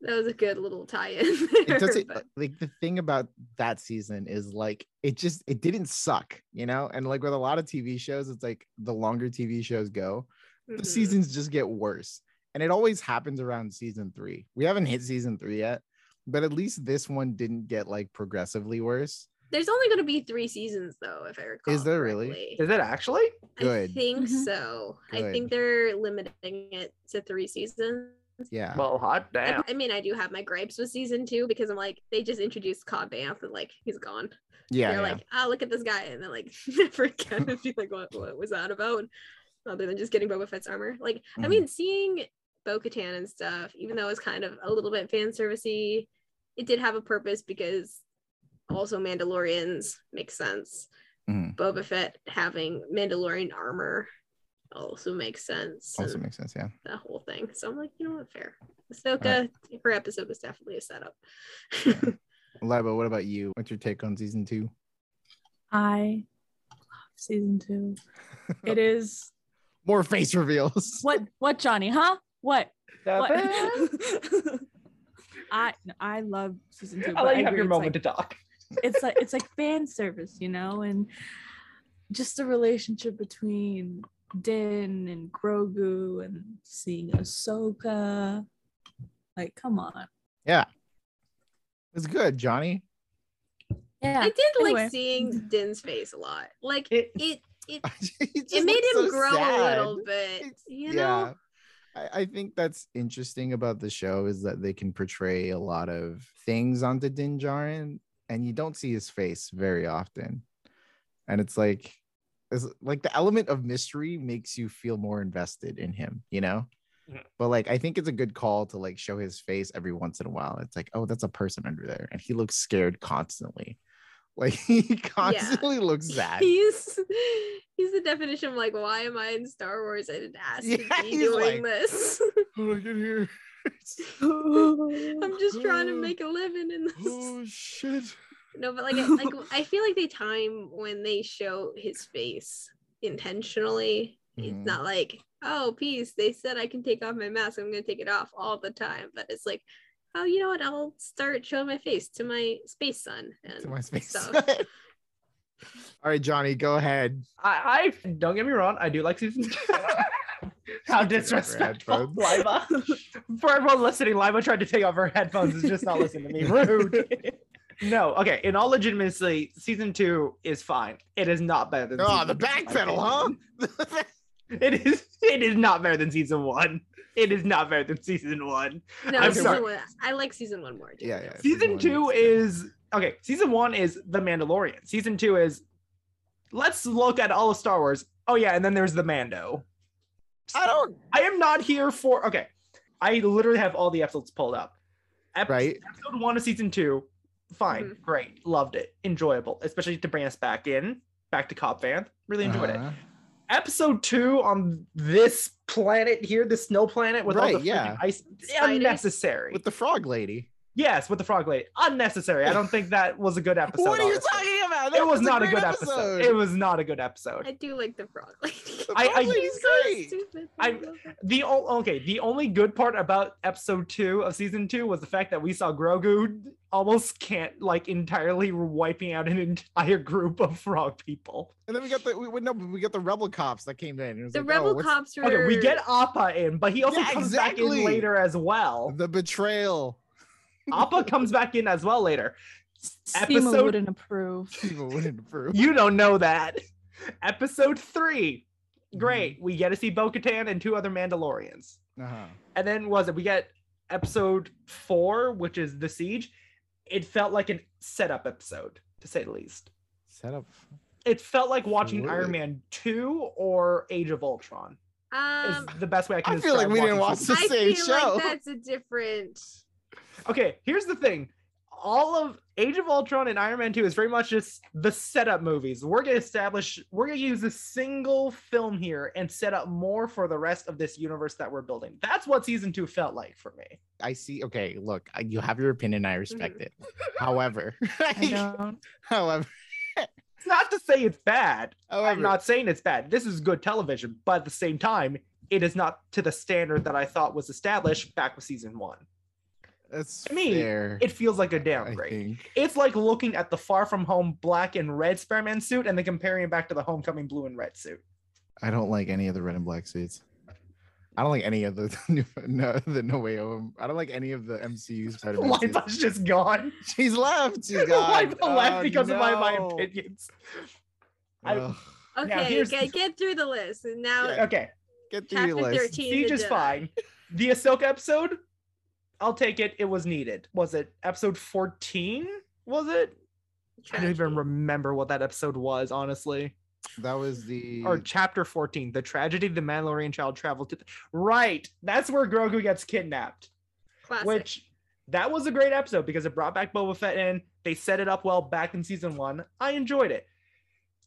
Speaker 4: that was a good little tie-in. There,
Speaker 1: it uh, doesn't
Speaker 4: but
Speaker 1: like the thing about that season is like it just it didn't suck you know and like with a lot of tv shows it's like the longer tv shows go the
Speaker 4: mhm.
Speaker 1: seasons just get worse and it always happens around season three we haven't hit season three yet but at least this one didn't get like progressively worse
Speaker 4: There's only gonna be three seasons though, if I recall.
Speaker 1: there really?
Speaker 4: correctly.
Speaker 3: Is it actually?
Speaker 1: Good.
Speaker 4: I think
Speaker 5: Mhm.
Speaker 4: so. I
Speaker 1: Good.
Speaker 4: think they're limiting it to three seasons.
Speaker 1: yeah
Speaker 3: Well, hot damn.
Speaker 4: I mean, I do have my gripes with season two because I'm like, they just introduced Cobb Banff and like he's gone.
Speaker 1: yeah,
Speaker 4: they're
Speaker 1: yeah.
Speaker 4: like, ah, look at this guy, and then like never again. It'd be like, what, what was that about? Other than just getting Boba Fett's armor. Like, I
Speaker 1: Mhm.
Speaker 4: mean, seeing Bo Katan and stuff, even though it's kind of a little bit fan servicey, it did have a purpose because also Mandalorians makes sense.
Speaker 1: Mhm.
Speaker 4: Boba Fett having Mandalorian armor also makes sense.
Speaker 1: Also
Speaker 4: and
Speaker 1: makes sense. Yeah.
Speaker 4: the whole thing. So I'm like, you know what, fair. Ahsoka, her episode was definitely a setup.
Speaker 1: Libo, what about you? What's your take on season two?
Speaker 5: I love season two. It is
Speaker 1: More face reveals.
Speaker 5: what what Johnny, huh? What?
Speaker 3: That
Speaker 5: What?
Speaker 3: bad.
Speaker 5: I no, I love season two.
Speaker 3: I'll
Speaker 5: but
Speaker 3: let you
Speaker 5: I
Speaker 3: have
Speaker 5: agree,
Speaker 3: your
Speaker 5: it's
Speaker 3: moment
Speaker 5: like-
Speaker 3: to talk.
Speaker 5: it's like it's like fan service, you know, and just the relationship between Din and Grogu and seeing Ahsoka. Like, come on.
Speaker 1: It's good, Johnny.
Speaker 5: Yeah.
Speaker 4: I did like
Speaker 5: Anyway.
Speaker 4: seeing Din's face a lot. Like it
Speaker 3: It,
Speaker 4: it it,
Speaker 1: He just
Speaker 4: made
Speaker 1: looks so
Speaker 4: him grow
Speaker 1: sad.
Speaker 4: a little bit.
Speaker 1: It's-
Speaker 4: You know?
Speaker 1: I, I think that's interesting about the show is that they can portray a lot of things onto Din Djarin, and you don't see his face very often. And it's like, it's like the element of mystery makes you feel more invested in him, you know.
Speaker 3: Mhm.
Speaker 1: But like, I think it's a good call to like show his face every once in a while. It's like, oh, that's a person under there, and he looks scared constantly. Like he constantly looks sad.
Speaker 4: He's he's the definition of like, why am I in Star Wars? I didn't ask
Speaker 1: Yeah,
Speaker 4: to be
Speaker 1: he's
Speaker 4: doing
Speaker 1: like-
Speaker 4: this.
Speaker 1: oh, get here.
Speaker 4: I'm just trying to make a living in this.
Speaker 1: oh shit.
Speaker 4: No, but like, I, like I feel like they time when they show his face intentionally.
Speaker 1: Mhm.
Speaker 4: It's not like, oh, peace. They said I can take off my mask. I'm gonna take it off all the time. But it's like, oh, you know what? I'll start showing my face to my space son. And
Speaker 1: to my space.
Speaker 4: So,
Speaker 1: All right, Johnny, go ahead.
Speaker 3: I, I don't get me wrong. I do like season two. How disrespectful,
Speaker 1: headphones.
Speaker 3: Lima. For everyone listening, Lima tried to take off her headphones. Is just not listening to me. Rude. No, okay. In all legitimacy, season two is fine. It is not better than.
Speaker 1: Oh,
Speaker 3: season
Speaker 1: the
Speaker 3: one, in my
Speaker 1: backpedal, huh?
Speaker 3: opinion. It is. It is not better than season one. It is not better than season one.
Speaker 4: no,
Speaker 3: I'm
Speaker 4: season
Speaker 3: sorry.
Speaker 4: one. I like season one more.
Speaker 1: yeah, yeah.
Speaker 3: Season two
Speaker 1: one
Speaker 3: is okay. Season one is The Mandalorian. Season two is. Let's look at all of Star Wars. Oh yeah, and then there's the Mando.
Speaker 1: I don't.
Speaker 3: I am not here for okay. I literally have all the episodes pulled up. Ep-
Speaker 1: Right.
Speaker 3: Episode one of season two, fine, great, loved it, enjoyable, especially to bring us back in, back to Cobb Van. Really enjoyed it.
Speaker 1: Uh-huh.
Speaker 3: Episode two on this planet here, this snow planet with all
Speaker 1: Right,
Speaker 3: the
Speaker 1: yeah.
Speaker 3: yeah. ice,
Speaker 4: Spiders.
Speaker 3: unnecessary.
Speaker 1: With the frog lady.
Speaker 3: yes, with the frog lady, unnecessary. I don't think that was a good episode.
Speaker 1: what are you
Speaker 3: honestly.
Speaker 1: talking about? That
Speaker 3: It was not a
Speaker 1: great
Speaker 3: good episode. It was not a good episode.
Speaker 4: I do like the frog lady.
Speaker 1: The
Speaker 3: I-
Speaker 1: frog
Speaker 3: I-
Speaker 1: lady's
Speaker 4: She's so
Speaker 1: great.
Speaker 4: stupid.
Speaker 3: I-
Speaker 4: love her.
Speaker 3: The o- okay, the only good part about episode two of season two was the fact that we saw Grogu almost can't like entirely wiping out an entire group of frog people.
Speaker 1: And then we got the we, we- no, but we got the rebel cops that came in. It was
Speaker 4: The
Speaker 1: like, oh,
Speaker 4: rebel
Speaker 1: what's-
Speaker 4: cops were.
Speaker 3: Okay, we get Appa in, but he also
Speaker 1: Yeah,
Speaker 3: comes back
Speaker 1: exactly.
Speaker 3: in later as well.
Speaker 1: The betrayal.
Speaker 3: Appa comes back in as well later.
Speaker 5: Sema
Speaker 3: episode-
Speaker 5: wouldn't approve.
Speaker 1: People wouldn't approve.
Speaker 3: You don't know that. Episode three, great.
Speaker 1: Mm-hmm.
Speaker 3: We get to see Bo-Katan and two other Mandalorians.
Speaker 1: Uh-huh.
Speaker 3: and then was it we get episode four which is the siege it felt like an setup episode to say the least
Speaker 1: Set up.
Speaker 3: it felt like watching iron
Speaker 1: Absolutely.
Speaker 3: man 2 or age of ultron is
Speaker 4: Um,
Speaker 3: the best way i can
Speaker 1: I feel like
Speaker 3: describe
Speaker 1: we didn't
Speaker 3: watching
Speaker 1: watch
Speaker 3: season-
Speaker 1: the
Speaker 4: I
Speaker 1: same
Speaker 4: feel
Speaker 1: show.
Speaker 4: like that's a different.
Speaker 3: okay here's the thing all of age of ultron and iron man 2 is very much just the setup movies we're going to establish we're going to use a single film here and set up more for the rest of this universe that we're building that's what season 2 felt like for me
Speaker 1: I see. Okay, look, I- you have your opinion. I respect
Speaker 4: Mm-hmm.
Speaker 1: it. However,
Speaker 5: I don't.
Speaker 1: however,
Speaker 3: it's not to say it's bad
Speaker 1: however,
Speaker 3: I'm not saying it's bad. This is good television, but at the same time, it is not to the standard that I thought was established back with season one.
Speaker 1: that's
Speaker 3: to me,
Speaker 1: fair,
Speaker 3: It feels like a
Speaker 1: I
Speaker 3: downgrade.
Speaker 1: think.
Speaker 3: It's like looking at the Far From Home black and red Spider-Man suit and then comparing it back to the Homecoming blue and red suit.
Speaker 1: I don't like any of the red and black suits. I don't like any of the new, no, the No Way Home. I don't like any of the MCU Spider-Man. suits.
Speaker 3: Lipa's just gone.
Speaker 1: She's left. She's gone.
Speaker 3: Lipa left
Speaker 1: Oh,
Speaker 3: because of my, my
Speaker 1: no.
Speaker 3: opinions. I-
Speaker 1: Ugh.
Speaker 3: Now,
Speaker 4: Okay,
Speaker 3: here's-
Speaker 4: get, get through the list. And now
Speaker 1: Yeah.
Speaker 3: Okay,
Speaker 1: Get through
Speaker 4: chapter
Speaker 1: your list.
Speaker 4: 13.
Speaker 3: Siege
Speaker 4: the
Speaker 3: is
Speaker 4: Jedi.
Speaker 3: fine. The Ahsoka episode, I'll take it. It was needed. Was it episode 14? Was it? I don't even
Speaker 4: Tragedy.
Speaker 3: remember what that episode was, honestly.
Speaker 1: That was the
Speaker 3: or chapter 14 the tragedy of the mandalorian child traveled to right that's where grogu gets kidnapped
Speaker 4: Classic.
Speaker 3: which that was a great episode because it brought back boba fett in They set it up well back in season one. I enjoyed it.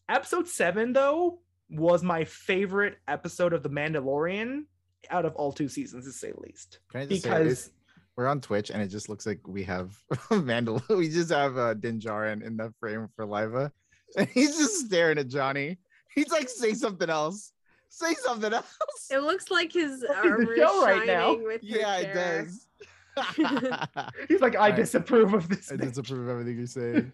Speaker 3: Episode seven, though, was my favorite episode of The Mandalorian out of all two seasons, to say the least.
Speaker 1: Can I just say
Speaker 3: Because
Speaker 1: this? We're on Twitch and it just looks like we have Mandal. We just have uh, Dinjarin in the frame for Liva. And he's just staring at Johnny. He's like, say something else. Say something else.
Speaker 4: It looks like his
Speaker 3: Look at the
Speaker 4: armor is
Speaker 3: show
Speaker 4: shining
Speaker 3: right now.
Speaker 4: with her
Speaker 1: yeah, it
Speaker 4: terror.
Speaker 1: does. I
Speaker 3: he's like, I
Speaker 1: I-
Speaker 3: disapprove of this. man."
Speaker 1: disapprove of everything you say.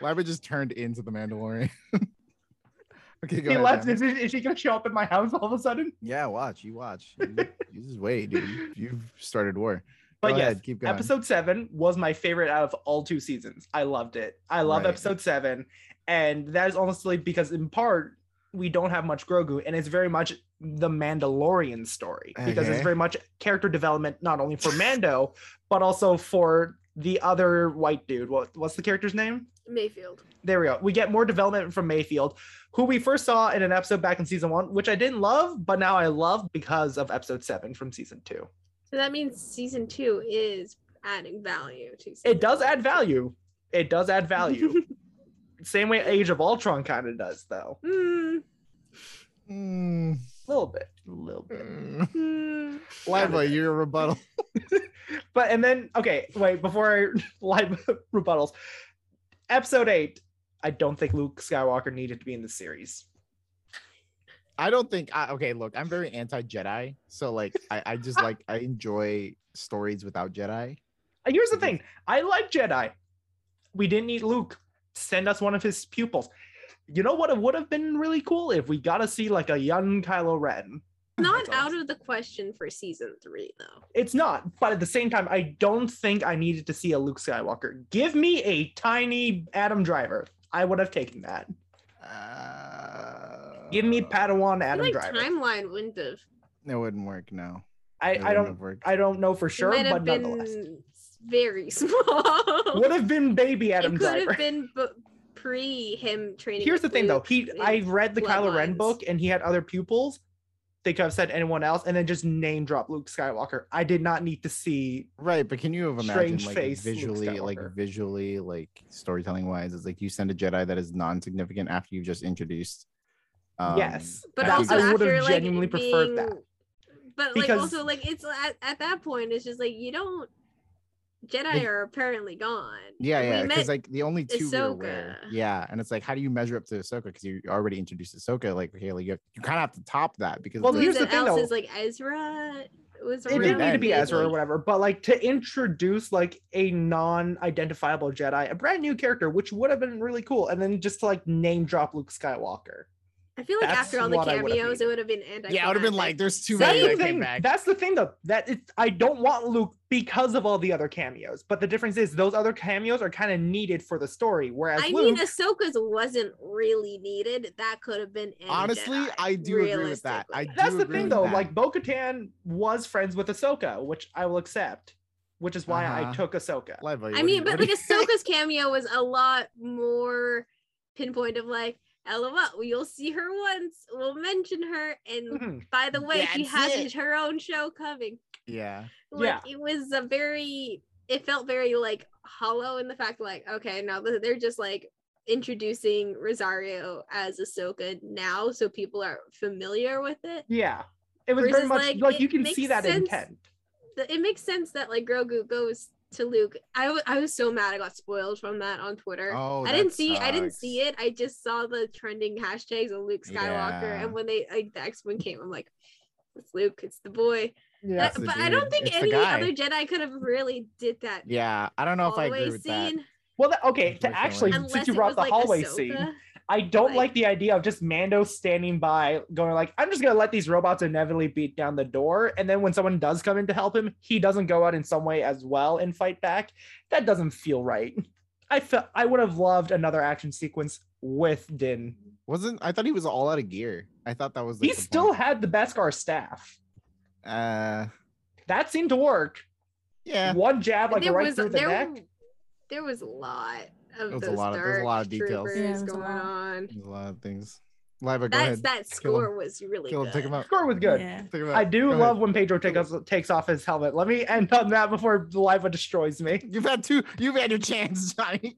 Speaker 1: Liva just turned into the Mandalorian. okay, go
Speaker 3: He
Speaker 1: ahead.
Speaker 3: left.
Speaker 1: Johnny.
Speaker 3: Is, is she gonna show up at my house all of a sudden?
Speaker 1: Yeah, watch. You watch. You, you just wait, dude. You've started war.
Speaker 3: But
Speaker 1: go
Speaker 3: yes,
Speaker 1: ahead, keep going.
Speaker 3: episode seven was my favorite out of all two seasons. I loved it. I love
Speaker 1: Right.
Speaker 3: episode seven, and that is honestly because in part we don't have much Grogu, and it's very much the Mandalorian story because it's
Speaker 1: Okay.
Speaker 3: very much character development not only for Mando but also for the other white dude. What what's the character's name?
Speaker 4: Mayfield.
Speaker 3: There we go. We get more development from Mayfield, who we first saw in an episode back in season one, which I didn't love, but now I love because of episode seven from season two.
Speaker 4: So that means season two is adding value to. season
Speaker 3: it does
Speaker 4: one.
Speaker 3: add value. It does add value. Same way Age of Ultron kind of does, though.
Speaker 4: Mm,
Speaker 1: Mm,
Speaker 3: A little bit. A little bit.
Speaker 1: mm.
Speaker 4: mm.
Speaker 1: Liva, your rebuttal.
Speaker 3: But, and then, okay, wait, before I live rebuttals, episode eight, I don't think Luke Skywalker needed to be in the series.
Speaker 1: I don't think I okay, look, I'm very anti Jedi. So like I, I just like I enjoy stories without Jedi.
Speaker 3: Uh, Here's the thing I like Jedi. We didn't need Luke. Send us one of his pupils. You know what? It would have been really cool if we got to see like a young Kylo Ren.
Speaker 4: Not
Speaker 3: That's
Speaker 4: out
Speaker 3: awesome.
Speaker 4: of the question for season three, though.
Speaker 3: It's not, but at the same time, I don't think I needed to see a Luke Skywalker. Give me a tiny Adam Driver. I would have taken that.
Speaker 1: Uh,
Speaker 3: Give me Padawan
Speaker 4: I
Speaker 3: Adam
Speaker 4: feel like
Speaker 3: Driver.
Speaker 4: timeline wouldn't have.
Speaker 1: It wouldn't work, no.
Speaker 3: I,
Speaker 1: It
Speaker 3: I
Speaker 1: wouldn't
Speaker 3: don't
Speaker 1: have worked.
Speaker 3: I don't know for sure,
Speaker 4: it might
Speaker 3: but
Speaker 4: have
Speaker 3: nonetheless,
Speaker 4: been very small.
Speaker 3: would have been baby Adam
Speaker 4: it could have
Speaker 3: Driver.
Speaker 4: been b- pre him training.
Speaker 3: Here's the
Speaker 4: with
Speaker 3: thing, though.
Speaker 4: Luke
Speaker 3: He
Speaker 4: in-
Speaker 3: I read the Kylo Ren
Speaker 4: Bloodlines.
Speaker 3: book, and he had other pupils. They could have said anyone else, and then just name drop Luke Skywalker. I did not need to see.
Speaker 1: Right, but can you have imagined
Speaker 3: Strange
Speaker 1: like
Speaker 3: face Luke
Speaker 1: visually, like
Speaker 3: Skywalker.
Speaker 1: visually, like storytelling wise, it's like you send a Jedi that is non-significant after you've just introduced. um,
Speaker 3: yes,
Speaker 4: but
Speaker 1: I
Speaker 4: also
Speaker 1: would
Speaker 3: have
Speaker 4: after like
Speaker 3: genuinely preferred
Speaker 4: being,
Speaker 3: that.
Speaker 4: But like
Speaker 3: Because-
Speaker 4: also like it's at, at that point it's just like you don't Jedi
Speaker 1: Like-
Speaker 4: are apparently gone.
Speaker 1: Yeah,
Speaker 4: We
Speaker 1: yeah, because
Speaker 4: met-
Speaker 1: like the only two we were aware.
Speaker 4: Ahsoka.
Speaker 1: Yeah, and it's like, how do you measure up to Ahsoka? Because you already introduced Ahsoka. Like, okay, like you, have, you kind of have to top that because
Speaker 3: Well,
Speaker 4: who
Speaker 1: the-
Speaker 3: here's
Speaker 4: is
Speaker 3: the
Speaker 4: it
Speaker 3: thing,
Speaker 4: else
Speaker 3: though.
Speaker 4: is like Ezra was
Speaker 3: it
Speaker 1: Even
Speaker 3: didn't need to
Speaker 1: then,
Speaker 3: be
Speaker 1: it's
Speaker 3: Ezra or
Speaker 1: like-
Speaker 3: whatever, but like to introduce like a non-identifiable Jedi, a brand new character, which would have been really cool, and then just to like name drop Luke Skywalker.
Speaker 4: I feel like
Speaker 3: That's
Speaker 4: after all the
Speaker 3: what I would've
Speaker 4: cameos, it
Speaker 3: needed.
Speaker 4: would have been anti.
Speaker 1: yeah, I would have been like, there's too
Speaker 3: That's
Speaker 1: many
Speaker 3: the
Speaker 1: that came
Speaker 3: thing.
Speaker 1: back.
Speaker 3: That's the thing, though. That it, I don't want Luke because of all the other cameos. But the difference is those other cameos are kind of needed for the story, whereas
Speaker 4: I
Speaker 3: Luke.
Speaker 4: mean, Ahsoka's wasn't really needed. That could have been. Any
Speaker 1: Honestly,
Speaker 4: Jedi,
Speaker 1: I do agree with that. I
Speaker 4: realistically.
Speaker 1: do
Speaker 3: that's the
Speaker 1: agree
Speaker 3: thing,
Speaker 1: with
Speaker 3: though.
Speaker 1: that.
Speaker 3: Like Bo-Katan was friends with Ahsoka, which I will accept, which is why I
Speaker 1: Uh-huh.
Speaker 3: took Ahsoka.
Speaker 1: Live, like,
Speaker 4: I
Speaker 1: what do
Speaker 4: mean,
Speaker 1: you-
Speaker 4: but
Speaker 1: what do
Speaker 4: like Ahsoka's cameo was a lot more pinpoint of like, LOL, you'll see her once, we'll mention her,
Speaker 1: Mm-hmm.
Speaker 4: and
Speaker 3: Mhm.
Speaker 4: by the way, she
Speaker 1: That's
Speaker 4: has
Speaker 1: it.
Speaker 4: her own show coming.
Speaker 1: you- yeah,
Speaker 4: Like it was a very, it felt very like hollow in the fact like, okay, now th- they're just like introducing Rosario as Ahsoka now, so people are familiar with it.
Speaker 3: Yeah, it was very
Speaker 4: Versus,
Speaker 3: much
Speaker 4: like,
Speaker 3: like,
Speaker 4: it
Speaker 3: you can
Speaker 4: makes
Speaker 3: see that
Speaker 4: sense-
Speaker 3: intent.
Speaker 4: the- it makes sense that like Grogu goes to Luke. I wa- I was so mad I got spoiled from that on Twitter.
Speaker 1: Oh,
Speaker 4: I
Speaker 1: that
Speaker 4: didn't see I didn't see
Speaker 1: sucks.
Speaker 4: it. I just saw the trending hashtags of Luke Skywalker,
Speaker 1: Yeah.
Speaker 4: and when they like the X one came, I'm like, it's Luke, it's the boy.
Speaker 3: Yeah,
Speaker 1: It's the
Speaker 4: but I don't
Speaker 1: dude,
Speaker 4: think
Speaker 1: it's the
Speaker 4: any
Speaker 1: guy.
Speaker 4: other Jedi could have really did that.
Speaker 1: yeah. I don't know if I agree
Speaker 4: hallway
Speaker 1: with that.
Speaker 3: Well, that, okay. To
Speaker 1: Unfortunately.
Speaker 3: actually, since
Speaker 4: Unless
Speaker 3: you
Speaker 4: it
Speaker 3: brought
Speaker 4: was
Speaker 3: the
Speaker 4: like
Speaker 3: hallway
Speaker 4: Ahsoka.
Speaker 3: scene, I don't
Speaker 4: Like-
Speaker 3: like the idea of just Mando standing by, going like, "I'm just gonna let these robots inevitably beat down the door," and then when someone does come in to help him, he doesn't go out in some way as well and fight back. That doesn't feel right. I felt I would have loved another action sequence with Din.
Speaker 1: Wasn't I thought he was all out of gear? I thought that was like,
Speaker 3: He
Speaker 1: the
Speaker 3: still
Speaker 1: point.
Speaker 3: had the Beskar staff.
Speaker 1: uh,
Speaker 3: That seemed to work.
Speaker 1: yeah.
Speaker 3: One jab, like
Speaker 4: there
Speaker 3: right
Speaker 4: was
Speaker 3: through the
Speaker 4: there,
Speaker 3: neck.
Speaker 4: w- there was a lot of
Speaker 1: It was a
Speaker 4: those
Speaker 1: lot of- there was a
Speaker 4: dark
Speaker 1: lot of details.
Speaker 4: troopers
Speaker 5: Yeah, it was a
Speaker 4: going
Speaker 5: lot.
Speaker 4: on.
Speaker 1: There's a lot of things. Liva, go
Speaker 4: That's,
Speaker 1: ahead.
Speaker 4: that
Speaker 1: Kill him.
Speaker 4: score was really
Speaker 1: Kill him.
Speaker 4: good.
Speaker 1: Take him out.
Speaker 3: Score was good.
Speaker 5: Yeah.
Speaker 1: Take him out.
Speaker 3: I do
Speaker 1: Go ahead.
Speaker 3: love when Pedro take us- takes off his helmet. Let me end on that before Liva destroys me.
Speaker 1: You've had two. You've had your chance, Johnny.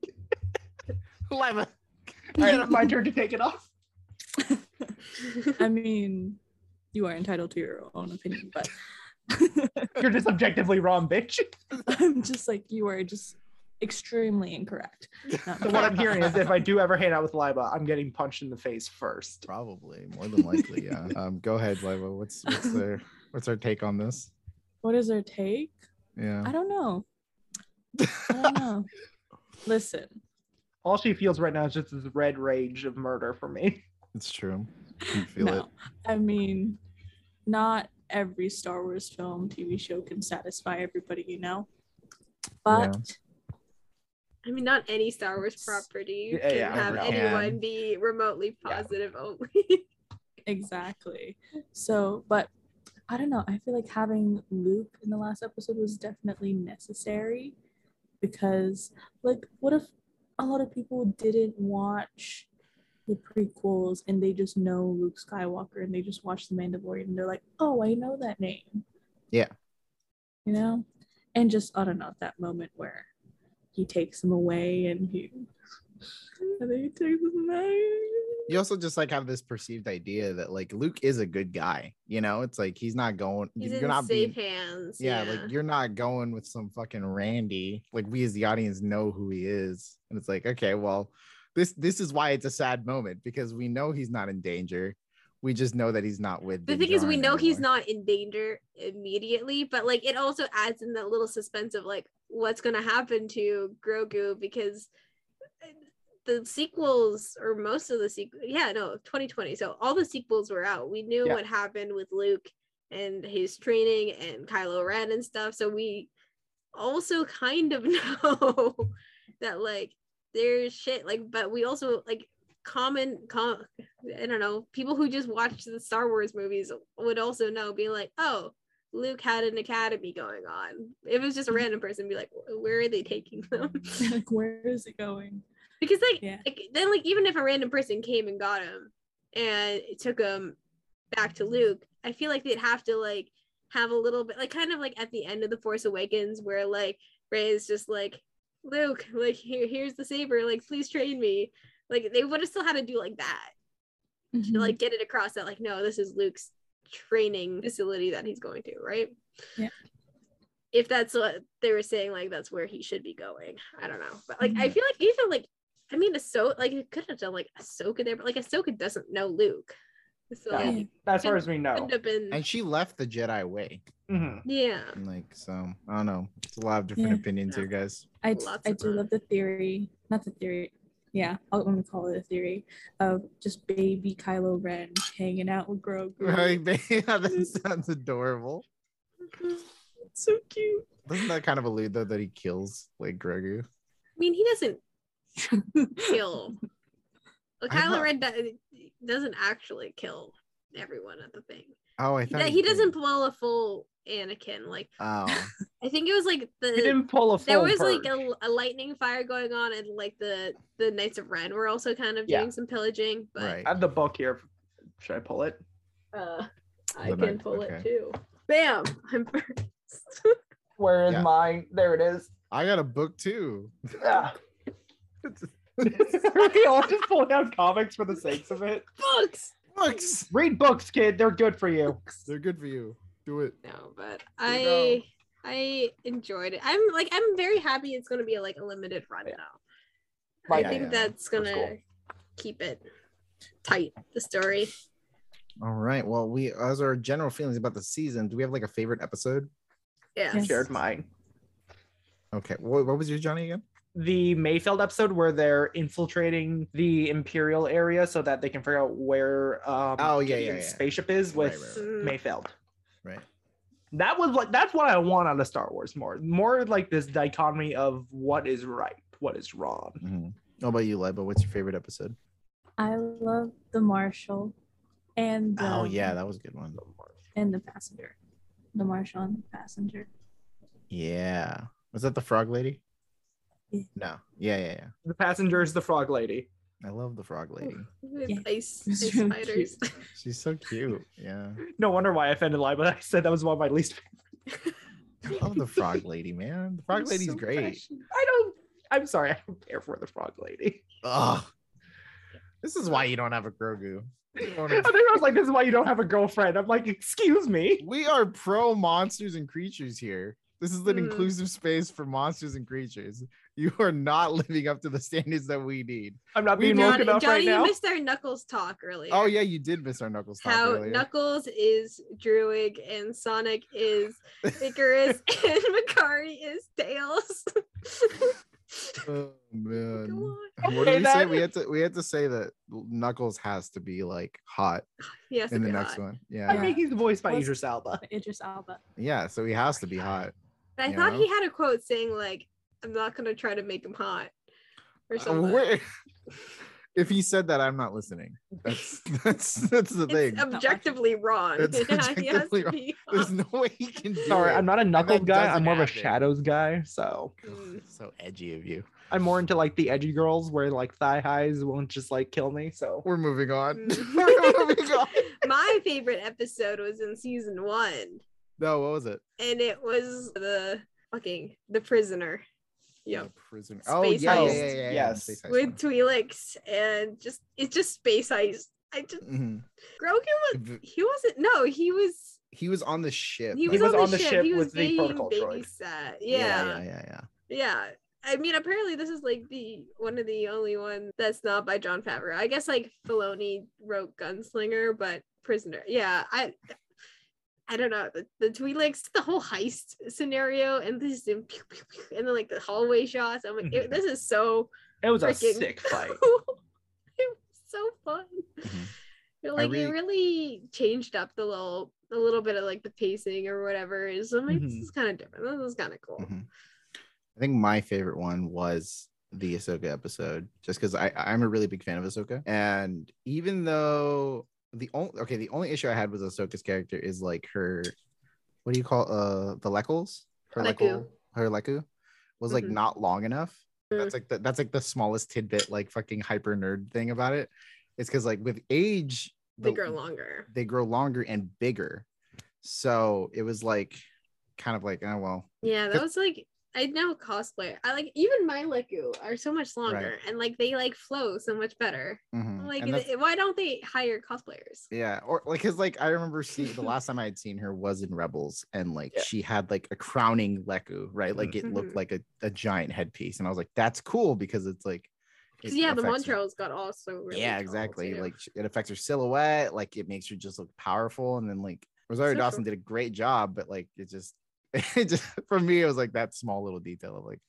Speaker 1: Liva.
Speaker 3: All right, my turn to take it off.
Speaker 5: I mean, you are entitled to your own opinion, but
Speaker 3: You're just objectively wrong, bitch.
Speaker 5: I'm just like, you are just extremely incorrect. Not
Speaker 3: So
Speaker 5: me.
Speaker 3: what I'm hearing is if I do ever hang out with Liba, I'm getting punched in the face first.
Speaker 1: Probably more than likely. Yeah. um, go ahead, Liva. What's what's their what's our take on this?
Speaker 5: what is their take?
Speaker 1: Yeah.
Speaker 5: I don't know. I don't know. Listen,
Speaker 3: All she feels right now is just this red rage of murder for me.
Speaker 1: It's true. You feel
Speaker 5: no.
Speaker 1: it.
Speaker 5: I mean, not every Star Wars film, TV show can satisfy everybody, you know?
Speaker 1: Yeah.
Speaker 5: But
Speaker 4: I mean, not any Star Wars property
Speaker 3: Yeah,
Speaker 4: can
Speaker 3: yeah,
Speaker 4: have
Speaker 3: no.
Speaker 4: anyone be remotely
Speaker 3: Yeah.
Speaker 4: positive only.
Speaker 5: exactly. So, but I don't know. I feel like having Luke in the last episode was definitely necessary because, like, what if a lot of people didn't watch the prequels and they just know Luke Skywalker and they just watch The Mandalorian and they're like, oh, I know that name.
Speaker 1: Yeah.
Speaker 5: You know? And just, I don't know, that moment where he takes him away and he. And then he takes him away.
Speaker 1: You also just like have this perceived idea that like Luke is a good guy. You know, it's like he's not going.
Speaker 4: He's
Speaker 1: you're
Speaker 4: in
Speaker 1: not being.
Speaker 4: safe hands.
Speaker 1: Yeah, like you're not going with some fucking Randy. Like we as the audience know who he is, and it's like, okay, well, this this is why it's a sad moment because we know he's not in danger. We just know that he's not with.
Speaker 4: the
Speaker 1: Din
Speaker 4: thing is, we
Speaker 1: Djarin
Speaker 4: know he's
Speaker 1: anymore.
Speaker 4: not in danger immediately, but like it also adds in that little suspense of like what's going to happen to Grogu because the sequels or most of the sequel, yeah, no, 2020. So all the sequels were out. We knew
Speaker 3: Yeah.
Speaker 4: what happened with Luke and his training and Kylo Ren and stuff. So we also kind of know that like there's shit like, but we also like common com- I don't know, people who just watched the Star Wars movies would also know, be like, oh, Luke had an academy going on. If it was just a random person, be like, where are they taking them?
Speaker 5: like where is it going
Speaker 4: because like,
Speaker 5: Yeah.
Speaker 4: like then like even if a random person came and got him and it took him back to Luke, I feel like they'd have to like have a little bit like kind of like at the end of the Force Awakens where like Ray is just like Luke, like here here's the saber, like please train me. Like they would have still had to do like that to
Speaker 5: Mm-hmm.
Speaker 4: like get it across that like no this is luke's training facility that he's going to right
Speaker 5: Yeah.
Speaker 4: if that's what they were saying like that's where he should be going i don't know but like i
Speaker 5: Mm-hmm.
Speaker 1: Mhm.
Speaker 4: feel like even like i mean so like it could have done like ahsoka there but like ahsoka doesn't know luke so
Speaker 3: No.
Speaker 4: like,
Speaker 5: Yeah.
Speaker 4: it
Speaker 3: As far as we know.
Speaker 4: could have been
Speaker 1: And she left the Jedi way.
Speaker 3: Mhm.
Speaker 4: yeah
Speaker 1: And, Like so, I don't know. It's a lot of different
Speaker 5: Yeah.
Speaker 1: opinions here, guys.
Speaker 5: i,
Speaker 4: lots
Speaker 5: I
Speaker 4: of
Speaker 5: do love the theory not the theory yeah i'm gonna call it a theory of just baby kylo ren hanging out with grogu
Speaker 1: Like, yeah, that sounds adorable.
Speaker 5: It's so cute
Speaker 1: Doesn't that kind of allude though that he kills like Grogu?
Speaker 4: i mean he doesn't kill well,
Speaker 1: I
Speaker 4: kylo
Speaker 1: thought-
Speaker 4: ren do- doesn't actually kill everyone at the thing
Speaker 1: Oh, I thought
Speaker 4: that he doesn't blow a full anakin like
Speaker 1: Oh,
Speaker 4: I think it was like
Speaker 3: He
Speaker 4: the
Speaker 3: didn't pull a full
Speaker 4: there was like
Speaker 3: purge.
Speaker 4: a, a lightning fire going on, and like the the Knights of Ren were also kind of
Speaker 3: Yeah.
Speaker 4: doing some pillaging. But
Speaker 1: right.
Speaker 3: I have the book here. Should I pull it?
Speaker 4: uh, I
Speaker 1: The
Speaker 4: can
Speaker 1: Knights,
Speaker 4: pull
Speaker 1: okay.
Speaker 4: it too. Bam! I'm first.
Speaker 3: Where is
Speaker 1: Yeah.
Speaker 3: mine? There it is.
Speaker 1: I got a book too.
Speaker 3: Ah. Are we all just pulling out comics for the sakes of it?
Speaker 4: Books.
Speaker 1: Books.
Speaker 3: Read books, kid. They're good for you.
Speaker 1: They're good for you. Do it.
Speaker 4: No, but
Speaker 3: Here we
Speaker 4: I I enjoyed it. I'm like I'm very happy it's gonna be like a limited run
Speaker 3: Yeah.
Speaker 4: now. I
Speaker 3: Right.
Speaker 4: think
Speaker 1: Yeah.
Speaker 4: that's gonna
Speaker 3: cool.
Speaker 4: keep it tight. The story.
Speaker 1: All right. Well, we as our general feelings about the season, do we have like a favorite episode?
Speaker 4: Yeah.
Speaker 5: Yes.
Speaker 3: Shared mine.
Speaker 1: Okay. What, what was your Johnny again?
Speaker 3: the Mayfield episode where they're infiltrating the Imperial area so that they can figure out where um
Speaker 1: Oh, yeah, yeah,
Speaker 3: Gideon's
Speaker 1: yeah.
Speaker 3: spaceship is
Speaker 1: Right,
Speaker 3: with
Speaker 1: right,
Speaker 4: Mm.
Speaker 3: Mayfield.
Speaker 1: Right.
Speaker 3: That was like that's what I want out of Star Wars more. More like this dichotomy of what is right, what is wrong.
Speaker 1: Mhm. How about you, Liba? What's your favorite episode?
Speaker 5: i love the marshal and the,
Speaker 1: Oh yeah, that was a good one.
Speaker 5: and the passenger the marshal and the passenger
Speaker 1: Yeah. Was that the frog lady?
Speaker 5: Yeah.
Speaker 1: No. Yeah, yeah, yeah.
Speaker 3: The passenger is the frog lady.
Speaker 1: I love the frog lady.
Speaker 4: With
Speaker 5: Yeah.
Speaker 4: ice,
Speaker 5: It's
Speaker 4: ice
Speaker 5: really
Speaker 4: spiders.
Speaker 1: She's so cute. Yeah.
Speaker 3: No wonder why I offended Lyle, but I said that was one of my least.
Speaker 1: I love the frog lady, man. The frog
Speaker 4: They're
Speaker 1: lady's
Speaker 4: so
Speaker 1: great.
Speaker 4: fresh.
Speaker 3: I don't. I'm sorry. I don't care for the frog lady.
Speaker 1: Ugh. This is why you don't have a Grogu. You don't
Speaker 3: I think I was like, "This is why you don't have a girlfriend." I'm like, "Excuse me."
Speaker 1: we are pro monsters and creatures here. This is an
Speaker 4: Mm.
Speaker 1: inclusive space for monsters and creatures. You are not living up to the standards that we need.
Speaker 3: I'm not
Speaker 1: We
Speaker 3: being
Speaker 1: know-
Speaker 3: woken
Speaker 4: Johnny,
Speaker 3: up
Speaker 4: Johnny,
Speaker 3: right
Speaker 4: you
Speaker 3: now.
Speaker 4: missed our Knuckles talk earlier.
Speaker 1: Oh yeah, you did miss our Knuckles talk
Speaker 4: How
Speaker 1: earlier.
Speaker 4: Knuckles is Druid and Sonic is Icarus and Makari is Tails.
Speaker 1: Oh
Speaker 4: Come
Speaker 1: man.
Speaker 4: on.
Speaker 1: What did
Speaker 3: Okay,
Speaker 1: we say?
Speaker 3: that-
Speaker 1: We had to we had to say that Knuckles has to be like hot
Speaker 4: Yes,
Speaker 1: in the
Speaker 4: it'd be
Speaker 1: next
Speaker 4: hot.
Speaker 1: one. Yeah.
Speaker 3: I think he's voiced by
Speaker 5: What's-
Speaker 3: Idris Elba.
Speaker 5: Idris Alba.
Speaker 1: Yeah, so he has to be hot.
Speaker 4: But I
Speaker 1: You
Speaker 4: thought
Speaker 1: know?
Speaker 4: he had a quote saying like, "I'm not gonna try to make him hot," or
Speaker 1: Uh,
Speaker 4: something.
Speaker 1: where- if he said that, I'm not listening. That's that's that's the thing.
Speaker 4: it's objectively wrong.
Speaker 1: It's
Speaker 4: yeah, he has
Speaker 1: objectively
Speaker 4: to
Speaker 1: wrong.
Speaker 4: be
Speaker 1: There's
Speaker 4: hot.
Speaker 1: no way he can do
Speaker 3: Sorry,
Speaker 1: it.
Speaker 3: I'm not a knuckles
Speaker 1: that
Speaker 3: guy.
Speaker 1: doesn't
Speaker 3: I'm more of a
Speaker 1: happen.
Speaker 3: shadows guy. So
Speaker 1: Ugh, so edgy of you.
Speaker 3: I'm more into like the edgy girls where like thigh highs won't just like kill me. So
Speaker 1: We're moving on. We're moving on.
Speaker 4: Mm. My favorite episode was in season one,
Speaker 1: No, what was it?
Speaker 4: and it was the fucking the prisoner. Yep.
Speaker 1: The prison. Oh
Speaker 4: Space
Speaker 1: yeah, yeah,
Speaker 3: Heist.
Speaker 1: yeah, yeah, yeah,
Speaker 3: Yes.
Speaker 1: Space Heist
Speaker 4: with
Speaker 1: one.
Speaker 4: Twi'leks and just it's just space ice. I just
Speaker 1: Mhm.
Speaker 4: Grogu was
Speaker 1: V-
Speaker 4: he wasn't no he was
Speaker 1: He was on the ship.
Speaker 4: he
Speaker 1: like-
Speaker 4: was, on, the ship, he was
Speaker 3: with the
Speaker 4: being
Speaker 3: protocol droid.
Speaker 4: babysat. Yeah, yeah
Speaker 1: yeah, yeah, yeah.
Speaker 4: I mean apparently this is like the one of the only one that's not by John Favreau. I guess like Filoni wrote Gunslinger, but Prisoner. Yeah, I. I don't know the, the Twi'leks, the whole heist scenario, and this and, pew, pew, pew, and then like the hallway shots. I'm like,
Speaker 3: Mhm.
Speaker 4: this is so
Speaker 3: it was a
Speaker 4: freaking-
Speaker 3: sick fight.
Speaker 4: it was so fun.
Speaker 1: Mhm.
Speaker 4: They're
Speaker 1: I
Speaker 4: Like it
Speaker 1: really-
Speaker 4: really changed up the little a little bit of like the pacing or whatever. So I'm like,
Speaker 3: Mhm.
Speaker 1: Mm-hmm.
Speaker 4: this is kind of different. This is kind of cool.
Speaker 1: Mhm. I think my favorite one was the Ahsoka episode, just because I I'm a really big fan of Ahsoka, and even though the only okay the only issue I had with Ahsoka's character is like her, what do you call uh the Leckles her
Speaker 4: Leku.
Speaker 1: Leckle her Leku was like
Speaker 4: Mhm.
Speaker 1: not long enough.
Speaker 4: Mm.
Speaker 1: That's like the, that's like the smallest tidbit like fucking hyper nerd thing about it. It's because like with age
Speaker 4: They
Speaker 1: the-
Speaker 4: grow longer.
Speaker 1: they grow longer and bigger, so it was like kind of like oh well
Speaker 4: Yeah, that
Speaker 1: Cause-
Speaker 4: was like I know cosplay. I like even my Leku are so much longer and like they like flow so much better.
Speaker 1: mhm.
Speaker 4: Like
Speaker 1: And that's-
Speaker 4: th- why don't they hire cosplayers?
Speaker 1: Yeah, or like because like I remember seeing the last time I had seen her was in Rebels, and like
Speaker 3: Yeah.
Speaker 1: she had like a crowning Leku, right? Like it
Speaker 4: Mhm.
Speaker 1: looked like a, a giant headpiece, and I was like, that's cool because it's like, it
Speaker 4: Because yeah, the
Speaker 1: affects her-
Speaker 4: Montrose got also really
Speaker 1: yeah,
Speaker 4: tall,
Speaker 1: exactly.
Speaker 4: too.
Speaker 1: Like sh- it affects her silhouette, like it makes her just look powerful, and then like Rosario
Speaker 4: So
Speaker 1: Dawson
Speaker 4: true.
Speaker 1: did a great job, but like it just, it just for me it was like that small little detail of like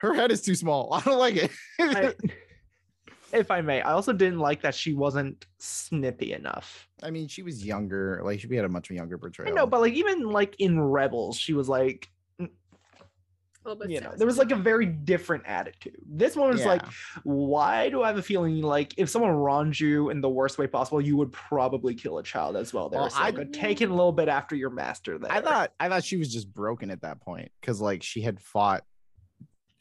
Speaker 1: her head is too small. I don't like it.
Speaker 3: I- if I may, I also didn't like that she wasn't snippy enough.
Speaker 1: I mean, she was younger, like she we had a much younger
Speaker 3: I
Speaker 1: portrayal.
Speaker 3: know, but like even like in Rebels, she was like,
Speaker 4: Well, but
Speaker 3: you
Speaker 4: so
Speaker 3: know,
Speaker 4: is
Speaker 3: there was
Speaker 4: it.
Speaker 3: like a very different attitude. This one was like,
Speaker 1: Yeah.
Speaker 3: why do I have a feeling like if someone wronged you in the worst way possible, you would probably kill a child as well? There,
Speaker 1: Well, I-
Speaker 3: Ahsoka. taking a little bit after your master. There,
Speaker 1: I thought I thought she was just broken at that point because like she had fought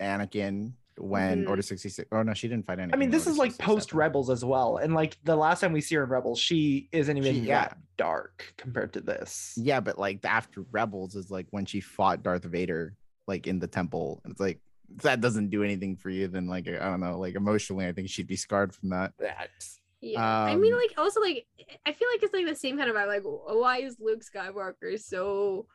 Speaker 1: Anakin when
Speaker 4: Mhm.
Speaker 1: Order sixty six. Oh no, she didn't fight Anakin.
Speaker 3: Mm-hmm. I mean,
Speaker 1: in
Speaker 3: this
Speaker 1: Order
Speaker 3: is like
Speaker 1: 66
Speaker 3: post
Speaker 1: happened.
Speaker 3: Rebels as well, and like the last time we see her in Rebels, she isn't even
Speaker 1: She- yeah.
Speaker 3: that dark compared to this.
Speaker 1: Yeah, but like after Rebels is like when she fought Darth Vader like in the temple. It's like if that doesn't do anything for you. Then like I don't know, like emotionally, I think she'd be scarred from that.
Speaker 3: That's-
Speaker 4: Yeah, I mean,
Speaker 1: Um,
Speaker 4: like also like I feel like it's like the same kind of vibe. Like, w- why is Luke Skywalker so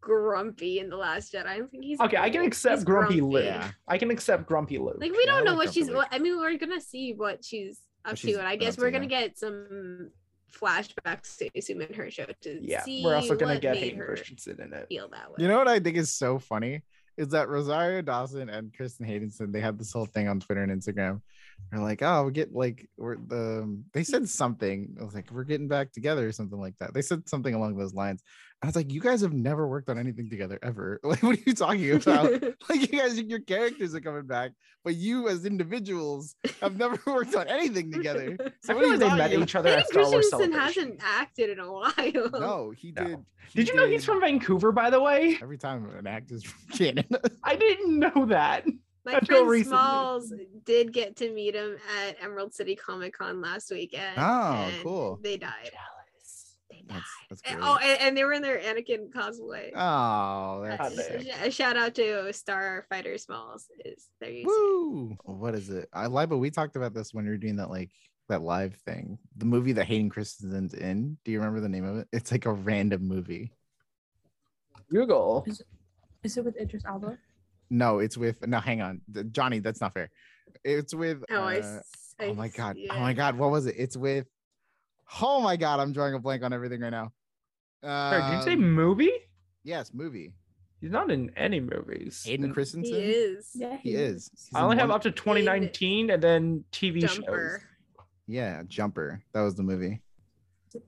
Speaker 4: grumpy in the Last Jedi? I think he's
Speaker 3: okay, I can
Speaker 4: old.
Speaker 3: accept
Speaker 4: He's
Speaker 3: grumpy, Luke.
Speaker 1: Yeah.
Speaker 3: I can accept grumpy Luke.
Speaker 4: Like, we
Speaker 1: Yeah, I
Speaker 4: don't know
Speaker 1: like
Speaker 4: what
Speaker 1: grumpy
Speaker 4: she's.
Speaker 1: Luke.
Speaker 4: What, I mean, we're gonna see what she's up
Speaker 1: she's
Speaker 4: to, and I
Speaker 1: up
Speaker 4: guess
Speaker 1: to,
Speaker 4: we're gonna
Speaker 1: yeah.
Speaker 4: get some flashbacks to Sum in her show to
Speaker 3: yeah,
Speaker 4: see
Speaker 3: we're also gonna
Speaker 4: what
Speaker 3: get
Speaker 4: made
Speaker 3: Hayden
Speaker 4: her
Speaker 3: Christensen in it.
Speaker 4: feel that way.
Speaker 1: You know what I think is so funny is that Rosario Dawson and Kristen Haydenson they had this whole thing on Twitter and Instagram. They're like, oh, we get like we're the they said something. I was like, we're getting back together or something like that. They said something along those lines. I was like, you guys have never worked on anything together ever. Like, what are you talking about? like, you guys, your characters are coming back, but you as individuals have never worked on anything together.
Speaker 3: I
Speaker 1: So what are
Speaker 3: feel like
Speaker 1: you
Speaker 3: they
Speaker 1: talking
Speaker 3: met
Speaker 1: about?
Speaker 3: each other
Speaker 4: Hayden
Speaker 3: at Star Wars
Speaker 4: Christensen
Speaker 3: Celebration.
Speaker 4: hasn't acted in a while.
Speaker 1: No, he
Speaker 3: No.
Speaker 1: did. he
Speaker 3: Did you know he's
Speaker 1: did-
Speaker 3: from Vancouver, by the way?
Speaker 1: Every time an actor's from Canada.
Speaker 3: I didn't know that.
Speaker 4: My
Speaker 3: Until
Speaker 4: friend
Speaker 3: recently.
Speaker 4: Smalls did get to meet him at Emerald City Comic Con last weekend.
Speaker 1: Oh,
Speaker 4: and
Speaker 1: cool.
Speaker 4: They died.
Speaker 3: Jealous.
Speaker 4: They died.
Speaker 1: That's that's
Speaker 4: And-
Speaker 1: great.
Speaker 4: oh, and, and they were in their Anakin cosplay.
Speaker 1: Oh,
Speaker 4: Uh,
Speaker 1: that's
Speaker 3: Hot damn.
Speaker 1: sick.
Speaker 4: sh- shout out to Starfighter Smalls. Is their YouTube.
Speaker 1: Woo! Uh, What is it? I lie, but we talked about this when we were doing that like that live thing. The movie that Hayden Christensen's in. Do you remember the name of it? It's like a random movie.
Speaker 3: Google.
Speaker 5: Is it with Idris Alba?
Speaker 1: No, it's with no. Hang on, Th- Johnny. That's not fair. It's with.
Speaker 4: Oh, I,
Speaker 1: uh,
Speaker 4: s- I
Speaker 1: oh my god.
Speaker 4: see
Speaker 1: Oh my
Speaker 4: it.
Speaker 1: god. What was it? It's with. Oh my god. I'm drawing a blank on everything right now.
Speaker 3: Sorry, did you say
Speaker 1: Um,
Speaker 3: movie?
Speaker 1: yes? Movie.
Speaker 3: He's not in any movies.
Speaker 1: Hayden
Speaker 3: And
Speaker 1: Christensen.
Speaker 4: He is.
Speaker 1: He is. He's
Speaker 3: I
Speaker 1: in
Speaker 3: only have
Speaker 1: one-
Speaker 3: up to 2019 and then TV
Speaker 4: Jumper.
Speaker 3: shows.
Speaker 1: Yeah, Jumper. That was the movie.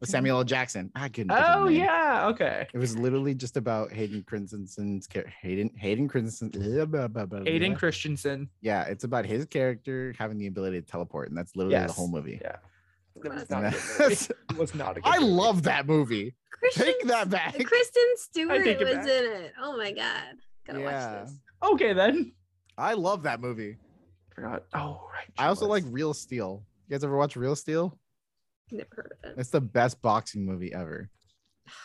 Speaker 1: With Samuel L. Jackson. Ah, I couldn't. think of the
Speaker 3: Oh
Speaker 1: name.
Speaker 3: yeah, okay.
Speaker 1: It was literally just about Hayden Christensen's char- Hayden Hayden Christensen. blah, blah, blah, blah,
Speaker 3: Aiden
Speaker 1: blah.
Speaker 3: Christensen.
Speaker 1: Yeah, it's about his character having the ability to teleport, and that's literally the
Speaker 3: Yes.
Speaker 1: whole movie.
Speaker 3: Yeah. That was
Speaker 4: That's
Speaker 3: not a good
Speaker 1: nice.
Speaker 3: movie. It was not a good
Speaker 1: I
Speaker 3: movie.
Speaker 1: love that movie.
Speaker 4: Christian,
Speaker 1: Take that back.
Speaker 4: Kristen Stewart was
Speaker 3: take it back.
Speaker 4: in it. Oh my god. Gotta
Speaker 1: Yeah.
Speaker 4: watch this.
Speaker 3: Okay then.
Speaker 1: I love that movie.
Speaker 3: Forgot. Oh right.
Speaker 1: I also like
Speaker 3: jealous.
Speaker 1: Real Steel. You guys ever watch Real Steel?
Speaker 4: Never heard of it.
Speaker 1: It's the best boxing movie ever.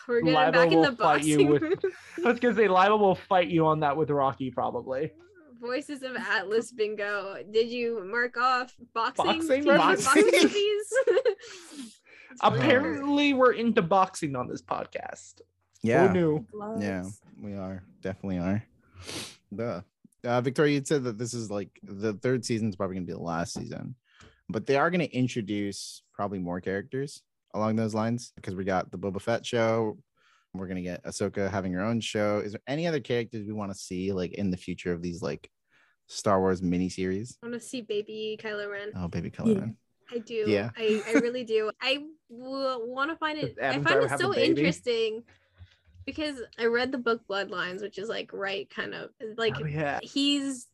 Speaker 4: We're getting
Speaker 3: Libo
Speaker 4: back in
Speaker 3: will
Speaker 4: the
Speaker 3: fight you
Speaker 4: boxing.
Speaker 3: with-
Speaker 4: room.
Speaker 3: I was gonna say Lila will fight you on that with Rocky probably.
Speaker 4: Voices of Atlas Bingo. Did you mark off boxing?
Speaker 3: Boxing
Speaker 4: Do you
Speaker 3: references?
Speaker 4: boxing movies? It's really hard.
Speaker 3: Apparently we're into boxing on this podcast. Who knew?
Speaker 1: Yeah, we are. Definitely are. Duh. Uh, Victoria, you said that this is like the third season is probably going to be the last season, but they are going to introduce probably more characters along those lines because we got the Boba Fett show. We're going to get Ahsoka having her own show. Is there any other characters we want to see like in the future of these like Star Wars miniseries?
Speaker 4: I want to see baby Kylo Ren.
Speaker 1: Oh, baby, color.
Speaker 5: Yeah.
Speaker 1: Man.
Speaker 4: I do.
Speaker 1: Yeah.
Speaker 4: I, I really do. I want to find it.
Speaker 3: Does Adam
Speaker 4: I
Speaker 3: Driver
Speaker 4: find it
Speaker 3: have a
Speaker 4: so
Speaker 3: baby?
Speaker 4: interesting because I read the book Bloodlines, which is like right kind of like
Speaker 3: oh, yeah.
Speaker 4: he's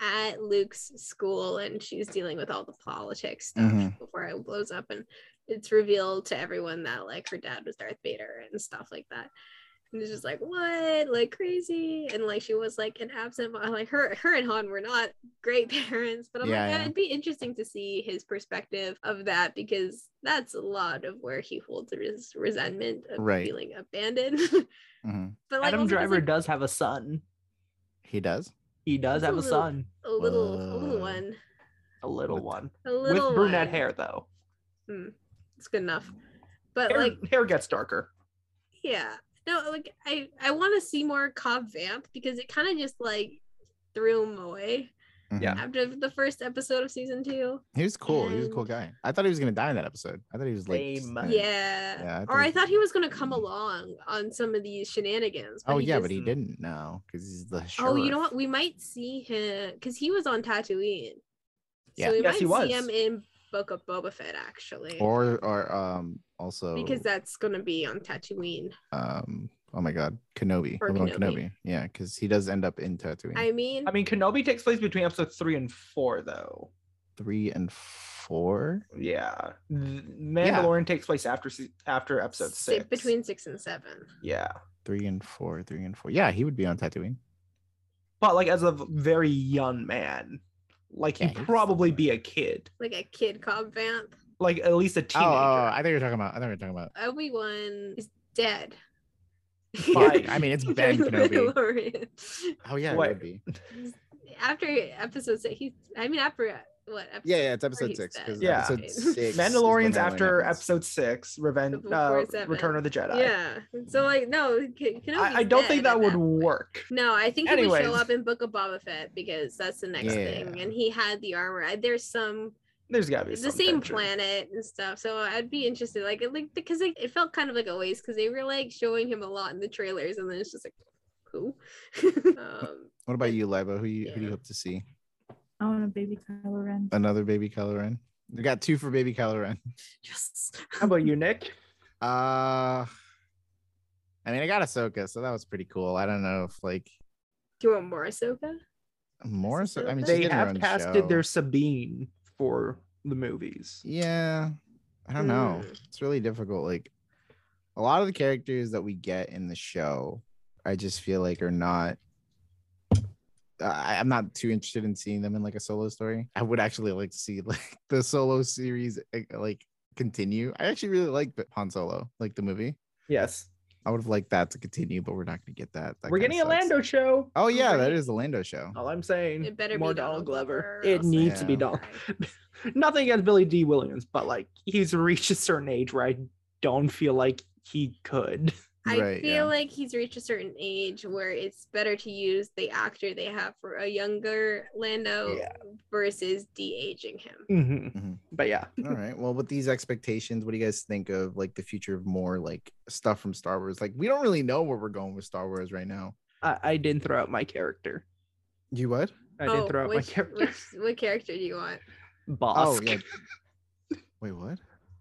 Speaker 4: at Luke's school and she's dealing with all the politics stuff
Speaker 3: Mm-hmm.
Speaker 1: Mhm.
Speaker 4: before it blows up and it's revealed to everyone that like her dad was Darth Vader and stuff like that. And it's just like what, like crazy, and like she was like an absent. mo- Like her, her and Han were not great parents, but I'm
Speaker 1: Yeah,
Speaker 4: like,
Speaker 1: yeah.
Speaker 4: it'd be interesting to see his perspective of that because that's a lot of where he holds his resentment of
Speaker 1: Right.
Speaker 4: feeling abandoned.
Speaker 1: Mhm.
Speaker 4: but like
Speaker 3: Adam
Speaker 4: also 'cause,
Speaker 3: Driver
Speaker 4: like,
Speaker 3: does have a son.
Speaker 1: He does.
Speaker 3: He does
Speaker 4: That's
Speaker 3: have
Speaker 4: a
Speaker 3: a
Speaker 4: little-
Speaker 3: son.
Speaker 4: a little, a
Speaker 1: Whoa.
Speaker 4: little one,
Speaker 3: A little
Speaker 1: With-
Speaker 3: one.
Speaker 4: a little
Speaker 3: with brunette
Speaker 4: one.
Speaker 3: hair though.
Speaker 4: it's good enough. But
Speaker 3: Hair,
Speaker 4: like,
Speaker 3: hair gets darker.
Speaker 4: yeah, no, like I I want to see more Cobb Vamp because it kind of just like threw him away
Speaker 3: Yeah.
Speaker 4: after the first episode of season two.
Speaker 1: Mm-hmm. He was cool. He was a cool guy. I thought he was going to die in that episode. I thought he was like, just
Speaker 3: Same.
Speaker 1: dying.
Speaker 4: Yeah.
Speaker 1: Yeah, I
Speaker 4: or I
Speaker 1: think-
Speaker 4: thought he was gonna come along on some of these shenanigans.
Speaker 1: Oh yeah, but
Speaker 4: just-
Speaker 1: he didn't know because he's the sheriff.
Speaker 4: Oh, you know what? We might see him because he was on Tatooine.
Speaker 1: Yeah.
Speaker 4: So we
Speaker 3: Yes,
Speaker 4: might
Speaker 3: he was.
Speaker 4: see him in Book of Boba Fett actually.
Speaker 1: Or or um also
Speaker 4: because uh, that's gonna be on Tatooine.
Speaker 1: um oh my god Kenobi
Speaker 4: Or
Speaker 1: Obi-Wan
Speaker 4: Kenobi.
Speaker 1: Kenobi. yeah because he does end up in Tatooine
Speaker 4: I mean,
Speaker 3: I mean, Kenobi takes place between episode three and four, though.
Speaker 1: three and four
Speaker 3: Yeah, Th- Mandalorian takes place after se- after episode
Speaker 4: si-
Speaker 3: six.
Speaker 4: between six and seven.
Speaker 3: yeah,
Speaker 1: three and four three and four yeah he would be on Tatooine
Speaker 3: but like as a very young man, like
Speaker 1: Yeah,
Speaker 3: he'd
Speaker 1: he's
Speaker 3: probably
Speaker 1: still-
Speaker 3: be a kid,
Speaker 4: like a kid Cobb Vamp.
Speaker 3: like at least a
Speaker 1: oh,
Speaker 3: teenager.
Speaker 1: oh, oh, I think you're talking about I think you're talking about
Speaker 4: Obi Wan is dead.
Speaker 3: Fine.
Speaker 1: I mean it's Ben
Speaker 4: During the
Speaker 1: Kenobi
Speaker 4: Mandalorian.
Speaker 1: oh yeah
Speaker 3: What?
Speaker 1: it would be
Speaker 4: after episode six, he. I mean, after what? Episode
Speaker 1: yeah yeah it's
Speaker 4: four,
Speaker 1: episode
Speaker 4: he's
Speaker 1: six
Speaker 4: dead.
Speaker 1: because
Speaker 3: Yeah.
Speaker 1: episode
Speaker 4: Right.
Speaker 1: six
Speaker 3: Mandalorians after
Speaker 1: episode.
Speaker 3: episode six, Revenge,
Speaker 4: Before
Speaker 3: uh,
Speaker 4: seven.
Speaker 3: Return of the Jedi.
Speaker 4: Yeah. So like, no, Ke- Kenobi's
Speaker 3: I, I don't think
Speaker 4: dead
Speaker 3: that
Speaker 4: at
Speaker 3: would
Speaker 4: point.
Speaker 3: work.
Speaker 4: No, I think he would show
Speaker 3: Anyways.
Speaker 4: up in Book of Boba Fett because that's the next
Speaker 1: Yeah.
Speaker 4: thing, and he had the armor. I- There's some
Speaker 3: There's gotta be
Speaker 4: it's the
Speaker 3: some
Speaker 4: same
Speaker 3: tension.
Speaker 4: planet and stuff. So I'd be interested, like, it- like because like, it felt kind of like a waste because they were like showing him a lot in the trailers, and then it's just like, who? um,
Speaker 1: what about you Libo who you who do you
Speaker 4: Yeah.
Speaker 1: hope to see
Speaker 5: I want a baby Kylo Ren.
Speaker 1: another baby Kylo Ren we got two for baby Kylo Ren
Speaker 5: Yes.
Speaker 3: How about you, Nick?
Speaker 1: Uh, I mean, I got Ahsoka, so that was pretty cool. I don't know if like
Speaker 4: do you want more Ahsoka?
Speaker 1: more. So I mean, she
Speaker 3: They
Speaker 1: did her
Speaker 3: have
Speaker 1: own
Speaker 3: casted
Speaker 1: show.
Speaker 3: their Sabine for the movies.
Speaker 1: Yeah, I don't know.
Speaker 3: Hmm.
Speaker 1: It's really difficult. Like a lot of the characters that we get in the show, I just feel like are not I, I'm not too interested in seeing them in like a solo story. I would actually like to see like the solo series eh, like continue. I actually really like Han Solo, like the movie.
Speaker 3: Yes.
Speaker 1: I would have liked that to continue, but we're not going to get that. That
Speaker 3: We're
Speaker 1: kinda
Speaker 3: getting a
Speaker 1: sucks.
Speaker 3: Lando show.
Speaker 1: Oh yeah, that
Speaker 4: Right. Oh.
Speaker 1: is the Lando show.
Speaker 3: All I'm saying.
Speaker 4: It better
Speaker 3: more
Speaker 4: be Donald Glover. or
Speaker 3: It
Speaker 4: else
Speaker 3: needs
Speaker 4: I'm
Speaker 3: to be
Speaker 4: gonna
Speaker 3: Donald.
Speaker 4: cry.
Speaker 3: Nothing against Billy D. Williams, but like he's reached a certain age where I don't feel like he could.
Speaker 4: I
Speaker 1: Right,
Speaker 4: feel
Speaker 1: yeah.
Speaker 4: like he's reached a certain age where it's better to use the actor they have for a younger Lando
Speaker 3: Yeah.
Speaker 4: versus de aging him.
Speaker 3: Mm-hmm.
Speaker 1: Mhm.
Speaker 3: But yeah,
Speaker 1: All right. Well, with these expectations, what do you guys think of like the future of more like stuff from Star Wars? Like we don't really know where we're going with Star Wars right now.
Speaker 3: I, I didn't throw out my character.
Speaker 1: You what?
Speaker 3: I didn't throw out
Speaker 4: Oh, which,
Speaker 3: my character.
Speaker 4: which, what character do you want?
Speaker 3: Boss.
Speaker 1: Oh yeah. Wait, what?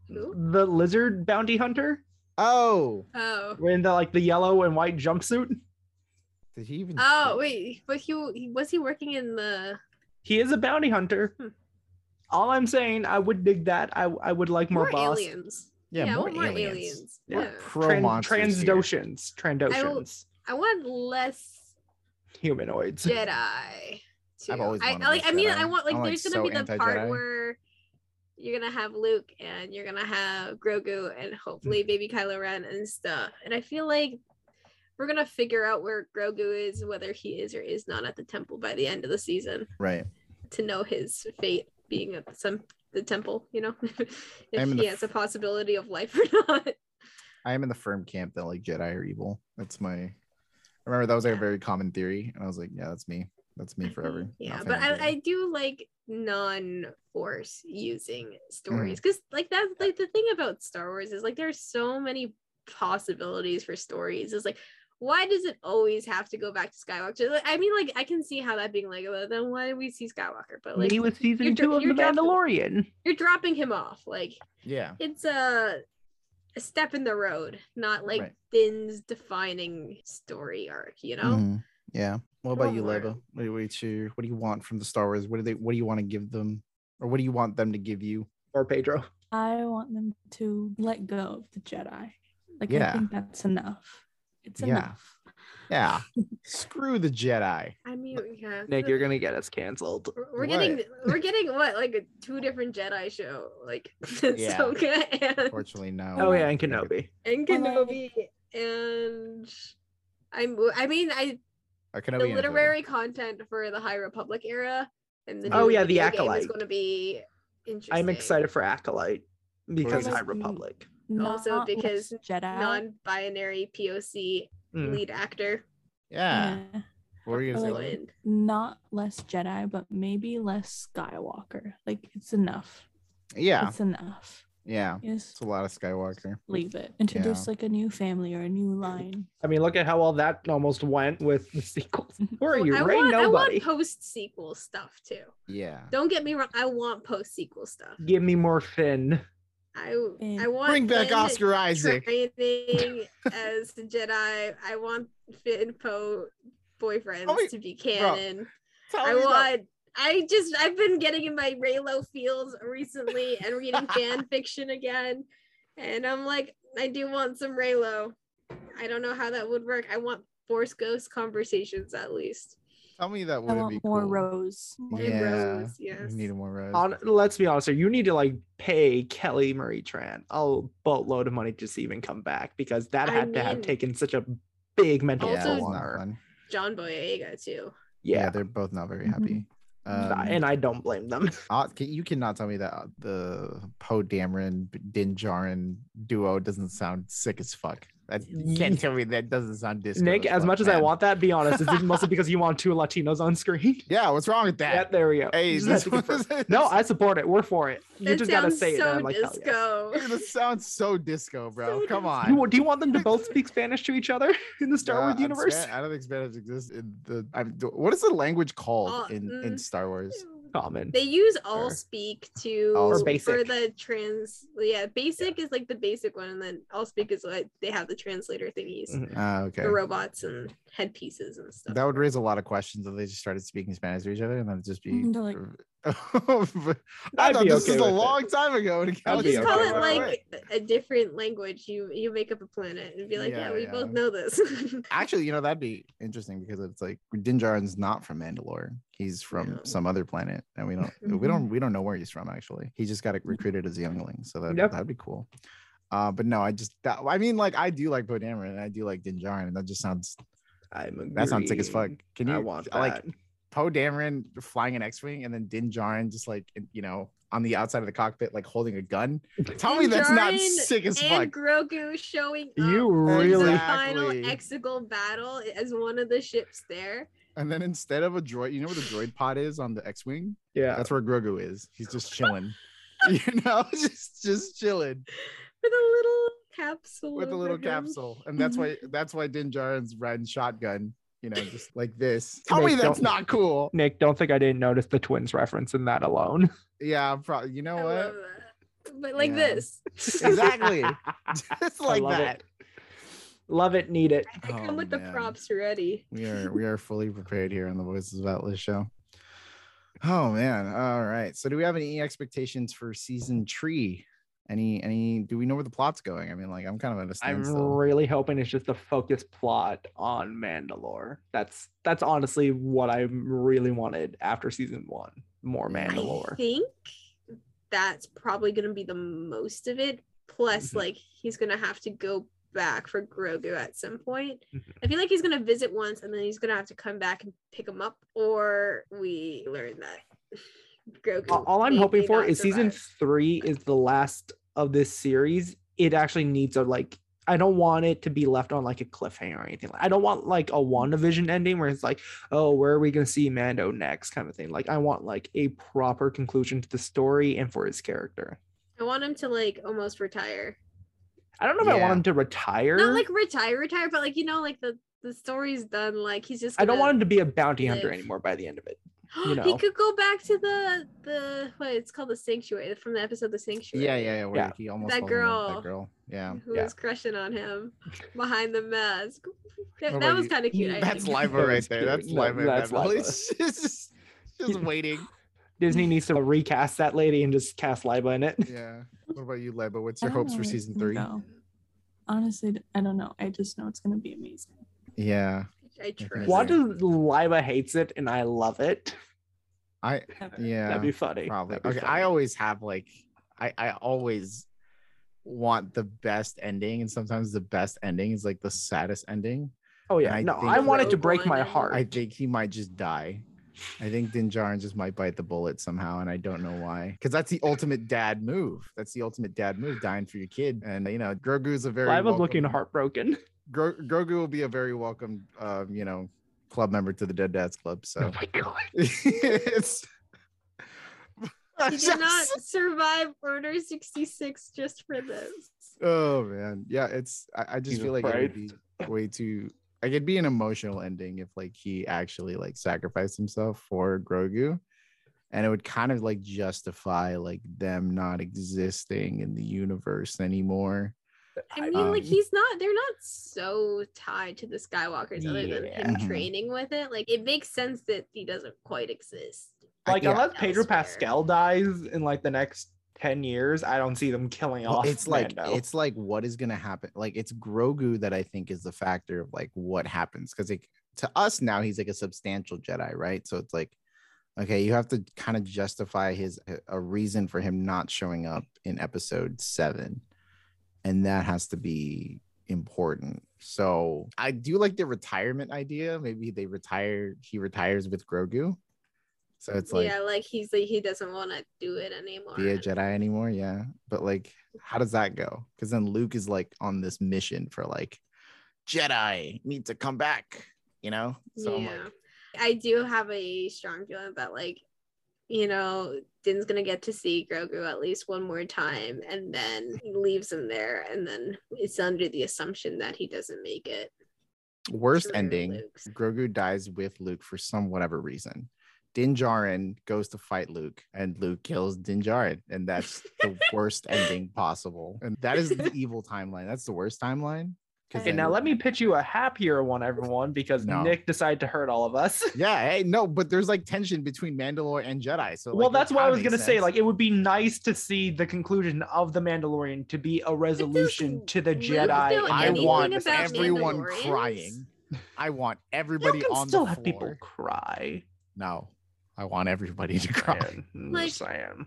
Speaker 4: Who?
Speaker 3: The lizard bounty hunter
Speaker 1: Oh,
Speaker 4: Oh.
Speaker 3: in the like the yellow and white jumpsuit.
Speaker 1: did he even?
Speaker 4: Oh wait, but he he- was he working in the
Speaker 3: He is a bounty hunter.
Speaker 4: Hmm.
Speaker 3: All I'm saying, I would dig that. I I would like more,
Speaker 4: more
Speaker 3: boss.
Speaker 4: aliens?
Speaker 1: Yeah,
Speaker 4: I
Speaker 1: more
Speaker 4: want
Speaker 1: aliens.
Speaker 3: Yeah.
Speaker 4: Yeah.
Speaker 1: Pro
Speaker 3: Tran-
Speaker 1: monsters here.
Speaker 3: transdotions, trandotions,
Speaker 4: I want less
Speaker 3: humanoids.
Speaker 4: Jedi. Too.
Speaker 1: always
Speaker 4: I,
Speaker 1: wanted
Speaker 4: I like.
Speaker 1: less
Speaker 4: I mean,
Speaker 1: Jedi.
Speaker 4: I want like.
Speaker 1: I'm, like,
Speaker 4: there's
Speaker 1: so
Speaker 4: gonna be the part
Speaker 1: anti-Jedi.
Speaker 4: where you're gonna have Luke and you're gonna have Grogu and hopefully
Speaker 1: Mm.
Speaker 4: baby Kylo Ren and stuff. And I feel like we're gonna figure out where Grogu is, whether he is or is not at the temple by the end of the season,
Speaker 1: Right.
Speaker 4: to know his fate being at some the temple. You know, if
Speaker 1: I'm in
Speaker 4: he
Speaker 1: the
Speaker 4: has a possibility of life or not.
Speaker 1: I am in the firm camp that like Jedi are evil. That's my. I remember that was like a
Speaker 4: Yeah.
Speaker 1: very common theory, and I was like, yeah, that's me. That's me forever.
Speaker 4: Yeah,
Speaker 1: Not
Speaker 4: but
Speaker 1: fan of
Speaker 4: I, I
Speaker 1: Jedi.
Speaker 4: do like non-force using
Speaker 1: Mm.
Speaker 4: stories because like that's like the thing about Star Wars is like there's so many possibilities for stories. It's like why does it always have to go back to Skywalker? Like, I mean, like I can see how that being like, well, then why do we see Skywalker? But like
Speaker 3: he was season
Speaker 4: you're
Speaker 3: two
Speaker 4: dro-
Speaker 3: of
Speaker 4: you're
Speaker 3: The
Speaker 4: dropping-
Speaker 3: Mandalorian.
Speaker 4: you're dropping him off. Like
Speaker 1: yeah.
Speaker 4: it's a a step in the road, not like
Speaker 1: Right.
Speaker 4: Din's defining story arc. You know.
Speaker 1: Mhm. Yeah. What about
Speaker 4: Don't
Speaker 1: you,
Speaker 4: worry.
Speaker 1: Leva? What, do- what's your- what do you want from the Star Wars? What do they? What do you want to give them, or what do you want them to give you?
Speaker 3: Or Pedro.
Speaker 5: I want them to let go of the Jedi. Like
Speaker 1: Yeah.
Speaker 5: I think that's enough. It's
Speaker 1: Yeah.
Speaker 5: enough.
Speaker 1: Yeah. Screw the Jedi.
Speaker 4: I mean, yeah.
Speaker 3: Nick, you're gonna get us canceled.
Speaker 4: We're we're getting
Speaker 1: What?
Speaker 4: we're getting what like a two different Jedi show like Ahsoka and,
Speaker 1: Fortunately, no.
Speaker 3: Oh yeah, and Kenobi.
Speaker 4: and
Speaker 5: Well, like-
Speaker 4: Kenobi and I'm I mean I
Speaker 1: Or
Speaker 4: the
Speaker 1: uh, Kenobi and Ahsoka.
Speaker 4: literary content for the High Republic era and the
Speaker 3: Oh,
Speaker 4: new
Speaker 3: yeah, the
Speaker 4: video game is
Speaker 3: Acolyte.
Speaker 4: going to be interesting.
Speaker 3: I'm excited for Acolyte because
Speaker 1: Or
Speaker 3: High
Speaker 5: like the-
Speaker 3: Republic.
Speaker 4: Also,
Speaker 5: Not
Speaker 4: because
Speaker 5: less Jedi.
Speaker 4: Non-binary POC
Speaker 3: Mm.
Speaker 4: lead actor.
Speaker 1: Yeah.
Speaker 5: yeah.
Speaker 1: What were you gonna say?
Speaker 5: Like-
Speaker 1: Leva?
Speaker 4: Owen.
Speaker 5: Not less Jedi, but maybe less Skywalker. Like it's enough.
Speaker 1: Yeah.
Speaker 5: It's enough.
Speaker 1: Yeah.
Speaker 5: Yes.
Speaker 1: It's a lot of Skywalker.
Speaker 5: Leave it. Introduce like a new family or a new line.
Speaker 3: I mean, look at how all that almost went with the sequels. Who are you,
Speaker 4: I
Speaker 3: Ray?
Speaker 4: want,
Speaker 3: Nobody.
Speaker 4: I want post sequel stuff too.
Speaker 1: Yeah.
Speaker 4: Don't get me wrong. I want post sequel stuff.
Speaker 3: Give me more Finn.
Speaker 4: I
Speaker 5: Finn.
Speaker 4: I want
Speaker 1: Bring back
Speaker 4: Finn
Speaker 1: Oscar Isaac.
Speaker 4: training as the Jedi. I want Finn Poe boyfriends
Speaker 1: Tell me-
Speaker 4: to be canon.
Speaker 1: Tell
Speaker 4: I
Speaker 1: me about-
Speaker 4: want. I just I've been getting in my Raylo feels recently and reading fan fiction again, and I'm like I do want some Raylo. I don't know how that would work. I want Force Ghost conversations at least.
Speaker 1: Tell me that
Speaker 5: I
Speaker 1: would be
Speaker 5: want more
Speaker 1: cool.
Speaker 5: Rose.
Speaker 4: And
Speaker 1: Yeah.
Speaker 4: Rose,
Speaker 1: We
Speaker 4: yes.
Speaker 1: need more Rose.
Speaker 3: On, let's be honest here. You need to like pay Kelly Marie Tran a boatload of money just to even come back because that
Speaker 4: I
Speaker 3: had to have
Speaker 4: mean-
Speaker 3: taken such a big mental
Speaker 1: yeah,
Speaker 4: Also-
Speaker 1: it's
Speaker 3: toll on
Speaker 1: not
Speaker 3: her.
Speaker 1: fun.
Speaker 4: John Boyega too.
Speaker 1: Yeah.
Speaker 3: Yeah.
Speaker 1: they're both not very
Speaker 5: Mhm.
Speaker 1: happy. Um,
Speaker 3: and I don't blame them.
Speaker 1: Uh, ca- you cannot tell me that uh, the Poe Dameron B- Din Djarin duo doesn't sound sick as fuck. That, you can't tell me that doesn't sound disco.
Speaker 3: Nick, as
Speaker 1: fuck,
Speaker 3: much as I
Speaker 1: man.
Speaker 3: want that, be honest, it's mostly because you want two Latinos on screen.
Speaker 1: Yeah, what's wrong with
Speaker 3: Yeah,
Speaker 1: that?
Speaker 3: there we go.
Speaker 1: hey,
Speaker 3: You just
Speaker 1: this
Speaker 3: had to confirm.
Speaker 1: was,
Speaker 3: no, I support it. We're for it. You
Speaker 4: That
Speaker 3: just gotta
Speaker 4: sounds
Speaker 3: say it. and
Speaker 4: so
Speaker 3: I'm like, hell yes.
Speaker 4: disco.
Speaker 1: this sounds so disco, bro.
Speaker 4: So
Speaker 1: Come
Speaker 4: disco.
Speaker 1: on.
Speaker 3: You- do you want them to both speak Spanish to each other in the Star
Speaker 1: Nah,
Speaker 3: Wars
Speaker 1: I'm
Speaker 3: universe?
Speaker 1: Span- I don't think Spanish exists in the. I'm, d- what is the language called
Speaker 3: Uh,
Speaker 4: Oh,
Speaker 1: in, in
Speaker 4: mm.
Speaker 1: Star Wars?
Speaker 3: Common.
Speaker 4: They use all
Speaker 1: Sure.
Speaker 4: speak to
Speaker 1: All
Speaker 3: Or Speak.
Speaker 4: for
Speaker 3: basic.
Speaker 4: the trans yeah, basic is like the basic one and then all speak is what they have the translator thingies.
Speaker 3: Mhm.
Speaker 1: Ah, okay.
Speaker 4: The robots and headpieces and stuff.
Speaker 1: That would raise a lot of questions if they just started speaking Spanish to each other and then it'd just be
Speaker 5: Mhm, they're like-
Speaker 1: r- I
Speaker 3: Mm, I'd
Speaker 1: thought
Speaker 3: be
Speaker 1: this was
Speaker 3: okay
Speaker 1: a
Speaker 3: with it.
Speaker 1: long time ago. and it
Speaker 4: You
Speaker 1: got
Speaker 3: be
Speaker 4: just
Speaker 1: us
Speaker 4: call
Speaker 1: right
Speaker 4: it
Speaker 1: away.
Speaker 4: like a different language. You you make up a planet and be like, yeah,
Speaker 1: Yeah,
Speaker 4: we
Speaker 1: yeah.
Speaker 4: both know this.
Speaker 1: actually, you know, that'd be interesting because it's like Dinjarin's not from Mandalore. He's from
Speaker 4: Yeah.
Speaker 1: some other planet, and we don't we don't we don't know where he's from actually. He just got recruited as a youngling, so that
Speaker 3: Yep.
Speaker 1: that'd be cool. Uh, but no, I just that, I mean, like I do like Podamrin and I do like Dinjarin, and that just sounds
Speaker 3: I'm
Speaker 1: that sounds sick as fuck.
Speaker 3: agreeing.
Speaker 1: Can you uh,
Speaker 3: I want that.
Speaker 1: like Poe Dameron flying an X-wing and then Dinjarin just like you know on the outside of the cockpit like holding a gun? Tell me that's not
Speaker 4: Dinjarin
Speaker 1: sick as fuck.
Speaker 4: and Grogu showing up
Speaker 3: you
Speaker 4: in
Speaker 3: really
Speaker 4: the final
Speaker 1: Exactly.
Speaker 4: Exegol battle as one of the ships there.
Speaker 1: And then instead of a droid, you know where the droid pod is on the X-wing?
Speaker 3: yeah.
Speaker 1: That's where Grogu is. He's just chilling. you know, just just chilling
Speaker 4: With a little capsule.
Speaker 1: with a
Speaker 4: over
Speaker 1: little
Speaker 4: him.
Speaker 1: capsule. And that's why that's why Din Djarin's riding shotgun, you know, just like this.
Speaker 3: Tell
Speaker 1: Tell me
Speaker 3: me Nick,
Speaker 1: that's
Speaker 3: that's don't-
Speaker 1: not cool.
Speaker 3: Nick, don't think I didn't notice the twins reference in that alone.
Speaker 1: Yeah, I'm probably you know
Speaker 4: I love
Speaker 1: what?
Speaker 4: that. But like
Speaker 1: Yeah.
Speaker 4: this.
Speaker 1: Exactly. Just like
Speaker 3: love
Speaker 1: that.
Speaker 3: it. Love it, need it.
Speaker 4: I come
Speaker 1: Oh,
Speaker 4: with the
Speaker 1: man.
Speaker 4: props ready.
Speaker 1: We are we are fully prepared here on the Voices of Atlas show. Oh man. All right. So do we have any expectations for season three? Any any do we know where the plot's going? I mean, like I'm kind of at a
Speaker 3: I'm
Speaker 1: standstill.
Speaker 3: really hoping it's just a focused plot on Mandalore. That's that's honestly what I really wanted after season one. More
Speaker 4: I
Speaker 3: Mandalore.
Speaker 4: think that's probably going to be the most of it. Plus,
Speaker 3: Mhm.
Speaker 4: like, he's going to have to go back for Grogu at some point.
Speaker 3: Mhm.
Speaker 4: I feel like he's going to visit once and then he's going to have to come back and pick him up, or we learn that Grogu.
Speaker 3: A- All I'm
Speaker 4: may-
Speaker 3: hoping
Speaker 4: may
Speaker 3: for
Speaker 4: not
Speaker 3: is season
Speaker 4: survive.
Speaker 3: three is the last of this series. It actually needs a like. I don't want it to be left on like a cliffhanger or anything. I don't want like a WandaVision ending where it's like, oh, where are we gonna see Mando next kind of thing. Like I want like a proper conclusion to the story and for his character.
Speaker 4: I want him to, like, almost retire.
Speaker 3: I don't know if I
Speaker 1: Yeah.
Speaker 3: want him to retire.
Speaker 4: Not like retire, retire, but like, you know, like the, the story's done. Like, he's just.
Speaker 3: I don't
Speaker 4: gonna-
Speaker 3: want him to be a bounty hunter
Speaker 4: live.
Speaker 3: anymore by the end of it. you
Speaker 4: he
Speaker 3: know.
Speaker 4: could go back to the the what it's called the sanctuary from the episode the sanctuary.
Speaker 1: Yeah, yeah, yeah. Where
Speaker 3: Yeah.
Speaker 1: he almost fell
Speaker 4: That
Speaker 1: in love with
Speaker 4: girl.
Speaker 1: That girl. Yeah.
Speaker 4: who
Speaker 3: Yeah.
Speaker 4: was crushing on him behind the mask. That,
Speaker 1: What
Speaker 4: that
Speaker 1: about
Speaker 4: was
Speaker 1: you?
Speaker 4: kind of cute. I
Speaker 1: Oh, That's
Speaker 4: think.
Speaker 1: Liva
Speaker 3: That
Speaker 1: right
Speaker 3: was
Speaker 1: there.
Speaker 3: cute.
Speaker 1: That's
Speaker 3: No,
Speaker 1: Liva.
Speaker 3: that's
Speaker 1: That's Liva.
Speaker 3: Liva.
Speaker 1: It's just, just waiting.
Speaker 3: Disney needs to recast that lady and just cast Liba in it.
Speaker 1: Yeah. What about you, Liva? What's
Speaker 5: I
Speaker 1: your
Speaker 5: don't
Speaker 1: hopes for
Speaker 3: Uh,
Speaker 5: know what it's
Speaker 1: season
Speaker 5: gonna
Speaker 1: three?
Speaker 5: go. Honestly, I don't know. I just know it's gonna be amazing.
Speaker 1: Yeah.
Speaker 4: I trust.
Speaker 1: What?
Speaker 3: Wanda Liba hates it and I love it.
Speaker 1: I
Speaker 5: Ever.
Speaker 1: yeah.
Speaker 3: Uh, That'd be funny.
Speaker 1: probably.
Speaker 3: That'd be
Speaker 1: Okay. I
Speaker 3: funny.
Speaker 1: always have like I I always want the best ending, and sometimes the best ending is like the saddest ending.
Speaker 3: Oh yeah,
Speaker 1: I
Speaker 3: no,
Speaker 1: think-
Speaker 3: I want it to
Speaker 4: Rogue
Speaker 3: break
Speaker 4: One
Speaker 3: my
Speaker 4: and-
Speaker 3: heart.
Speaker 1: I think he might just die. I think Dinjarin just might bite the bullet somehow, and I don't know why. Because that's the ultimate dad move. That's the ultimate dad move, dying for your kid. And you know, Grogu's a very.
Speaker 3: I was looking
Speaker 1: welcome-
Speaker 3: heartbroken.
Speaker 1: Gro- Grogu will be a very welcome, um, you know, club member to the Dead Dads Club. So
Speaker 3: Oh my god.
Speaker 1: it's.
Speaker 4: He did not survive Order 66 just for this.
Speaker 1: Oh man, yeah. It's I, I just
Speaker 3: Jesus
Speaker 1: feel like it would be
Speaker 3: Christ.
Speaker 1: way too. Like it'd be an emotional ending if like he actually like sacrificed himself for Grogu, and it would kind of like justify like them not existing in the universe anymore.
Speaker 4: I mean,
Speaker 1: Um,
Speaker 4: like he's not they're not so tied to the Skywalkers other than
Speaker 3: Yeah.
Speaker 4: him
Speaker 1: Mhm.
Speaker 4: training with it. Like it makes sense that he doesn't quite exist.
Speaker 1: I-
Speaker 3: Like
Speaker 1: yeah.
Speaker 3: unless
Speaker 4: That
Speaker 3: Pedro
Speaker 4: was fair.
Speaker 3: Pascal dies in like the next ten years, I don't see them killing
Speaker 1: Well,
Speaker 3: off.
Speaker 1: it's like
Speaker 3: Mando.
Speaker 1: it's like what is gonna happen like it's grogu that i think is the factor of like what happens because like to us now he's like a substantial jedi right so it's like okay you have to kind of justify his uh, a reason for him not showing up in episode seven and that has to be important so i do like the retirement idea maybe they retire he retires with grogu so it's like
Speaker 4: yeah, like he's like he doesn't want to do it anymore.
Speaker 1: be a Jedi anymore. Yeah. But like, how does that go? Because then Luke is like on this mission for like, Jedi need to come back, you know? So I'm
Speaker 4: yeah.
Speaker 1: like,
Speaker 4: I do have a strong feeling that like, you know, Din's gonna get to see Grogu at least one more time and then he leaves him there and then it's under the assumption that he doesn't make it.
Speaker 1: worst
Speaker 4: through
Speaker 1: ending.
Speaker 4: Luke's.
Speaker 1: Grogu dies with Luke for some whatever reason. Din Djarin goes to fight Luke, and Luke kills Din Djarin, and that's the worst ending possible. And that is the evil timeline. That's the worst timeline.
Speaker 3: Okay, now let me pitch you a happier one, everyone, because
Speaker 1: No.
Speaker 3: Nick decided to hurt all of us.
Speaker 1: Yeah, hey, no, but there's like tension between Mandalore and Jedi. So
Speaker 3: well,
Speaker 1: like, it
Speaker 3: that's what I
Speaker 1: kinda
Speaker 3: was
Speaker 1: makes
Speaker 3: gonna say.
Speaker 1: sense.
Speaker 3: Like, it would be nice to see the conclusion of the Mandalorian to be a resolution to the
Speaker 4: Luke
Speaker 3: Jedi.
Speaker 4: know
Speaker 3: and
Speaker 1: I
Speaker 4: anything
Speaker 1: want
Speaker 3: the
Speaker 4: about
Speaker 3: Sandwich.
Speaker 1: everyone
Speaker 4: Mandalorians?
Speaker 1: crying. I want
Speaker 3: You
Speaker 1: everybody
Speaker 3: can
Speaker 1: on
Speaker 3: still
Speaker 1: the
Speaker 3: have people
Speaker 1: floor.
Speaker 3: cry.
Speaker 1: No, I want everybody to cry.
Speaker 3: Man,
Speaker 4: Like-
Speaker 3: just saying.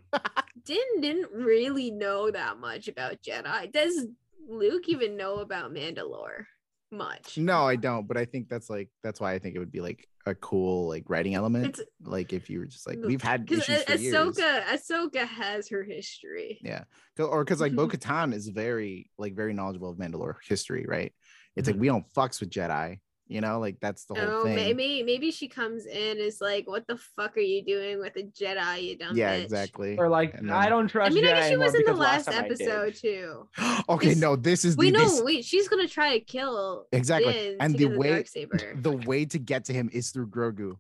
Speaker 4: Din didn't really know that much about Jedi. Does Luke even know about Mandalore much?
Speaker 1: No, I don't. But I think that's like that's why I think it would be like a cool like writing element.
Speaker 4: It's
Speaker 1: like if you were just like
Speaker 4: No,
Speaker 1: we've had
Speaker 4: because
Speaker 1: issues for years.
Speaker 4: Ahsoka, Ahsoka has her history.
Speaker 1: Yeah. 'Cause- Or because like Bo Katan is very like very knowledgeable of Mandalore history, right? It's like we don't fucks with Jedi, you know, like that's the whole
Speaker 4: Oh,
Speaker 1: thing.
Speaker 4: maybe maybe she comes in is like, "What the fuck are you doing with a Jedi? You dumb
Speaker 1: yeah,
Speaker 4: bitch."
Speaker 1: exactly.
Speaker 3: Or like,
Speaker 1: And
Speaker 3: I
Speaker 1: then-
Speaker 3: don't trust.
Speaker 4: I mean, I
Speaker 3: Jedi
Speaker 4: guess she was in
Speaker 3: anymore
Speaker 4: the
Speaker 3: because
Speaker 4: last,
Speaker 3: time I did.
Speaker 4: episode too.
Speaker 1: okay,
Speaker 4: It's-
Speaker 1: no, this is
Speaker 4: We
Speaker 1: the,
Speaker 4: know,
Speaker 1: this-
Speaker 4: wait, she's gonna try to kill
Speaker 1: exactly,
Speaker 4: Din
Speaker 1: and
Speaker 4: to
Speaker 1: the
Speaker 4: get
Speaker 1: way
Speaker 4: dark saber.
Speaker 1: the way to get to him is through Grogu,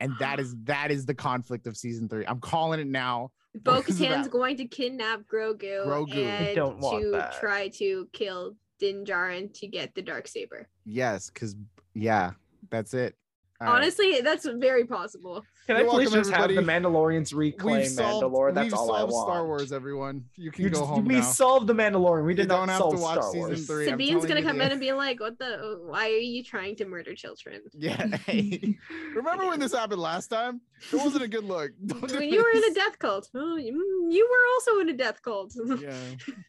Speaker 1: and that is that is the conflict of season three. I'm calling it now.
Speaker 4: Bo
Speaker 1: What is
Speaker 4: Katan's
Speaker 1: that?
Speaker 4: going to kidnap Grogu,
Speaker 1: Grogu. I
Speaker 4: and
Speaker 3: don't want
Speaker 4: to
Speaker 3: that.
Speaker 4: try to kill Din Djarin to get the dark saber.
Speaker 1: Yes, because yeah, that's it. All right.
Speaker 4: Honestly, that's very possible.
Speaker 3: Can I
Speaker 1: You're
Speaker 3: please
Speaker 1: welcome,
Speaker 3: just have the Mandalorians reclaim
Speaker 1: We've solved,
Speaker 3: Mandalore? That's
Speaker 1: we've
Speaker 3: all I
Speaker 1: solved
Speaker 3: want.
Speaker 1: Star Wars, everyone. You can
Speaker 3: You
Speaker 1: go
Speaker 3: just-
Speaker 1: home
Speaker 3: we
Speaker 1: now.
Speaker 3: solved the Mandalorian. We
Speaker 1: You
Speaker 3: did
Speaker 1: don't
Speaker 3: not
Speaker 1: have to
Speaker 3: solve
Speaker 1: watch
Speaker 3: Star
Speaker 1: season
Speaker 3: Wars.
Speaker 1: three. I'm
Speaker 4: Sabine's
Speaker 1: telling
Speaker 4: gonna
Speaker 1: you,
Speaker 4: come in
Speaker 1: dude.
Speaker 4: and be like, "What the? Why are you trying to murder children?"
Speaker 1: Yeah. Hey, remember when this happened last time? It wasn't a good look. Don't do
Speaker 4: when you were in a
Speaker 1: this.
Speaker 4: death cult, oh, you you were also in a death cult.
Speaker 1: Yeah.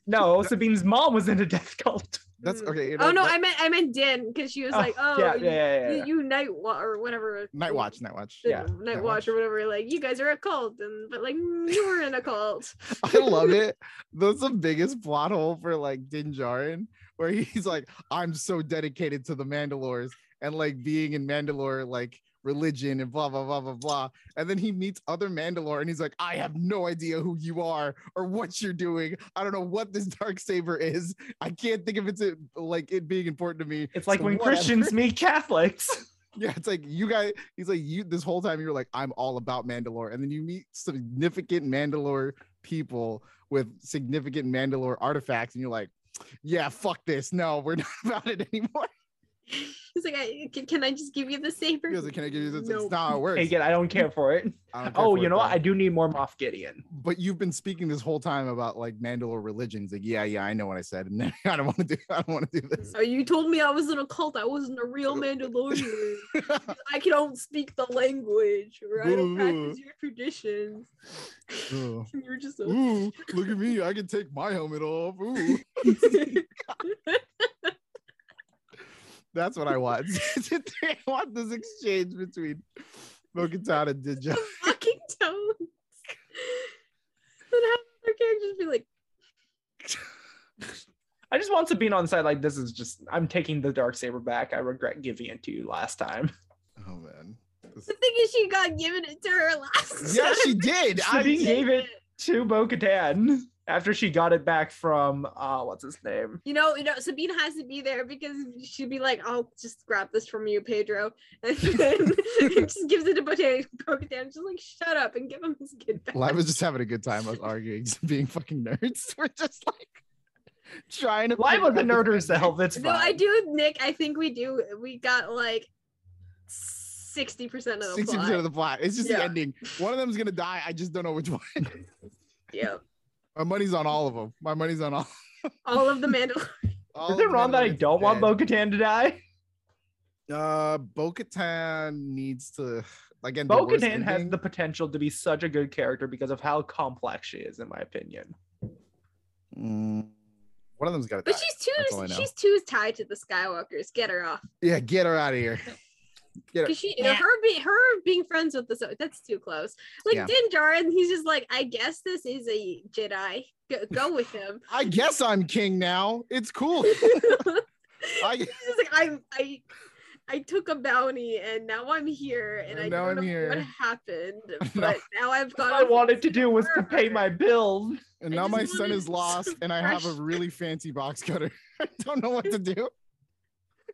Speaker 3: No, Sabine's mom was in a death cult.
Speaker 1: That's
Speaker 4: Mm.
Speaker 1: okay. you
Speaker 4: Oh
Speaker 1: know,
Speaker 4: no,
Speaker 1: that-
Speaker 4: I meant I meant Din because she was
Speaker 3: Oh,
Speaker 4: like, "Oh,
Speaker 3: yeah,
Speaker 4: you,
Speaker 3: yeah, yeah, yeah,
Speaker 4: you-
Speaker 3: yeah.
Speaker 4: you night wa- or whatever."
Speaker 1: Night Watch, Night Watch.
Speaker 4: the
Speaker 3: Yeah,
Speaker 4: night
Speaker 1: Night
Speaker 4: watch or whatever. Like you guys are a cult, and but like "Mm, you were in a cult.
Speaker 1: I love it. That's the biggest plot hole for like Din Djarin, where he's like, I'm so dedicated to the Mandalores and like being in Mandalore, like religion and blah blah blah blah blah. And then he meets other Mandalore and he's like, I have no idea who you are or what you're doing. I don't know what this dark saber is. I can't think of it's uh, like it being important to me.
Speaker 3: It's like
Speaker 1: So
Speaker 3: when
Speaker 1: whatever.
Speaker 3: Christians meet Catholics.
Speaker 1: Yeah, it's like you guys. He's like you. This whole time you were like, I'm all about Mandalore, and then you meet significant Mandalore people with significant Mandalore artifacts, and you're like, Yeah, fuck this. No, we're not about it anymore.
Speaker 4: He's like, I, can, "Can I just give you the saber?"
Speaker 1: He was like, Can I give you this?
Speaker 4: No.
Speaker 1: It's not how it works.
Speaker 3: Again, I don't care for it.
Speaker 1: I don't care
Speaker 3: Oh,
Speaker 1: for
Speaker 3: you
Speaker 1: it,
Speaker 3: know what?
Speaker 1: bro.
Speaker 3: I do need more Moff Gideon.
Speaker 1: But you've been speaking this whole time about like Mandalore religion. He's like, Yeah, yeah, I know what I said, and then I don't want to do. I don't want to do this.
Speaker 4: Oh, you told me I was in a cult. I wasn't a real Mandalorian. I don't speak the language, or I don't practice your traditions.
Speaker 1: Ooh.
Speaker 4: You're just a
Speaker 1: Ooh, look at me! I can take my helmet off. Ooh. That's what I want. I want this exchange between Mokitan and Dijon.
Speaker 4: fucking tones. Then have other characters be like,
Speaker 3: I just want Sabine on the side. Like this is just. I'm taking the dark saber back. I regret giving it to you last time.
Speaker 1: Oh man. This-
Speaker 4: the thing is, she got given it to her last.
Speaker 1: Yeah,
Speaker 4: time.
Speaker 1: she did. I
Speaker 3: Sabine
Speaker 1: did.
Speaker 3: gave it to Bo Katan after she got it back from uh, what's his name?
Speaker 4: You know, you know, Sabine has to be there because she'd be like, "I'll just grab this from you, Pedro," and then just gives it to Botan. Botan just like, "Shut up and give him his kid back."
Speaker 1: Well, I was just having a good time. I was arguing, just being fucking nerds. We're just like trying to.
Speaker 3: Live
Speaker 1: figure
Speaker 3: with the
Speaker 1: out
Speaker 3: nerd
Speaker 1: this ending.
Speaker 3: herself. It's fine.
Speaker 4: No, I do, Nick. I think we do. We got like sixty percent of the
Speaker 1: 60%
Speaker 4: plot.
Speaker 1: of the plot. It's just the
Speaker 4: Yeah.
Speaker 1: ending. One of them's gonna die. I just don't know which one.
Speaker 4: yeah,
Speaker 1: My money's on all of them. My money's on all.
Speaker 4: all of the Mandalorian.
Speaker 1: all
Speaker 3: Is
Speaker 1: of
Speaker 3: it
Speaker 1: the
Speaker 3: wrong that I
Speaker 1: Mandalorians
Speaker 3: don't
Speaker 1: dead.
Speaker 3: want Bo Katan to die?
Speaker 1: Uh, Bo-Katan needs to again. the
Speaker 3: Bo
Speaker 1: worst
Speaker 3: Katan has
Speaker 1: ending.
Speaker 3: the potential to be such a good character because of how complex she is, in my opinion.
Speaker 1: Mm, one of them's got to die.
Speaker 4: But she's too.
Speaker 1: That's all I know.
Speaker 4: She's too tied to the Skywalkers. Get her off.
Speaker 1: yeah, get her out of here. Yeah.
Speaker 4: Because she,
Speaker 5: Yeah.
Speaker 4: her, be, her being friends with the so that's too close. Like
Speaker 1: Yeah.
Speaker 4: Din Djarin, he's just like, I guess this is a Jedi. Go, go with him.
Speaker 1: I guess I'm king now. It's cool. I,
Speaker 4: he's just like, I, I, I took a bounty and now I'm here and I
Speaker 1: Now
Speaker 4: don't
Speaker 1: I'm
Speaker 4: know
Speaker 1: here.
Speaker 4: what happened, but now I've
Speaker 3: All
Speaker 4: got.
Speaker 3: I wanted to do was to pay my bills.
Speaker 1: and
Speaker 4: I
Speaker 1: now
Speaker 4: just
Speaker 1: my son
Speaker 4: wanted
Speaker 1: is lost,
Speaker 4: some
Speaker 1: and I have a
Speaker 4: fresh-
Speaker 1: really fancy box cutter. I don't know what to do.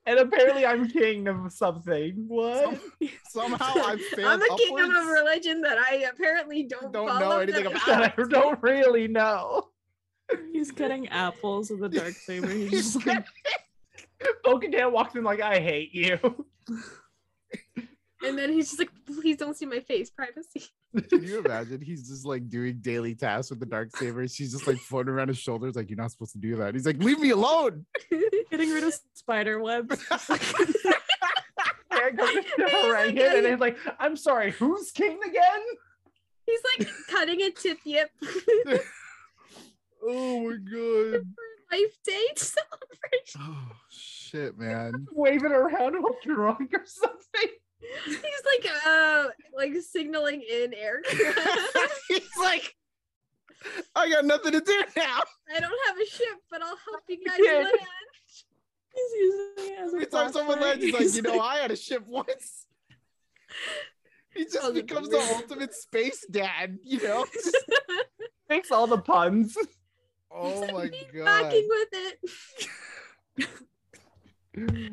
Speaker 3: And apparently I'm king of something. What?
Speaker 1: Somehow I failed.
Speaker 4: I'm a king of a
Speaker 1: upwards.
Speaker 4: religion that I apparently don't,
Speaker 1: Don't know
Speaker 4: follow
Speaker 1: anything
Speaker 4: that-
Speaker 1: about.
Speaker 3: that I don't really know.
Speaker 5: He's cutting apples with a dark saber. He's just like,
Speaker 3: But Bo Katan walks in like, I hate you.
Speaker 4: And then he's just like, please don't see my face, privacy.
Speaker 1: Can you imagine? He's just like doing daily tasks with the dark saber. She's just like floating around his shoulders, like you're not supposed to do that. He's like, leave me alone.
Speaker 5: Getting rid of spider webs.
Speaker 3: There goes Mr.
Speaker 4: He's like,
Speaker 3: Harangan, and it's like, I'm sorry, who's king again?
Speaker 4: He's like cutting a tip yip
Speaker 1: Oh my god.
Speaker 4: life date celebration.
Speaker 1: Oh shit, man.
Speaker 3: Waving around all drunk or something.
Speaker 4: He's like uh like signaling in air. I
Speaker 1: He's like, I got nothing to do now.
Speaker 4: don't have a ship, but I'll help you guys
Speaker 3: Yeah.
Speaker 4: land.
Speaker 5: He's using it as a
Speaker 1: Every time someone
Speaker 5: flashlight.
Speaker 1: lands, he's like, you know, I had a ship once. He
Speaker 4: Oh,
Speaker 1: just
Speaker 4: the
Speaker 1: becomes the
Speaker 4: delivery.
Speaker 1: ultimate space dad, you know?
Speaker 3: Makes all the puns.
Speaker 1: Oh
Speaker 4: He's
Speaker 1: my
Speaker 4: like, "Me
Speaker 1: god.
Speaker 4: Backing with it. Son of a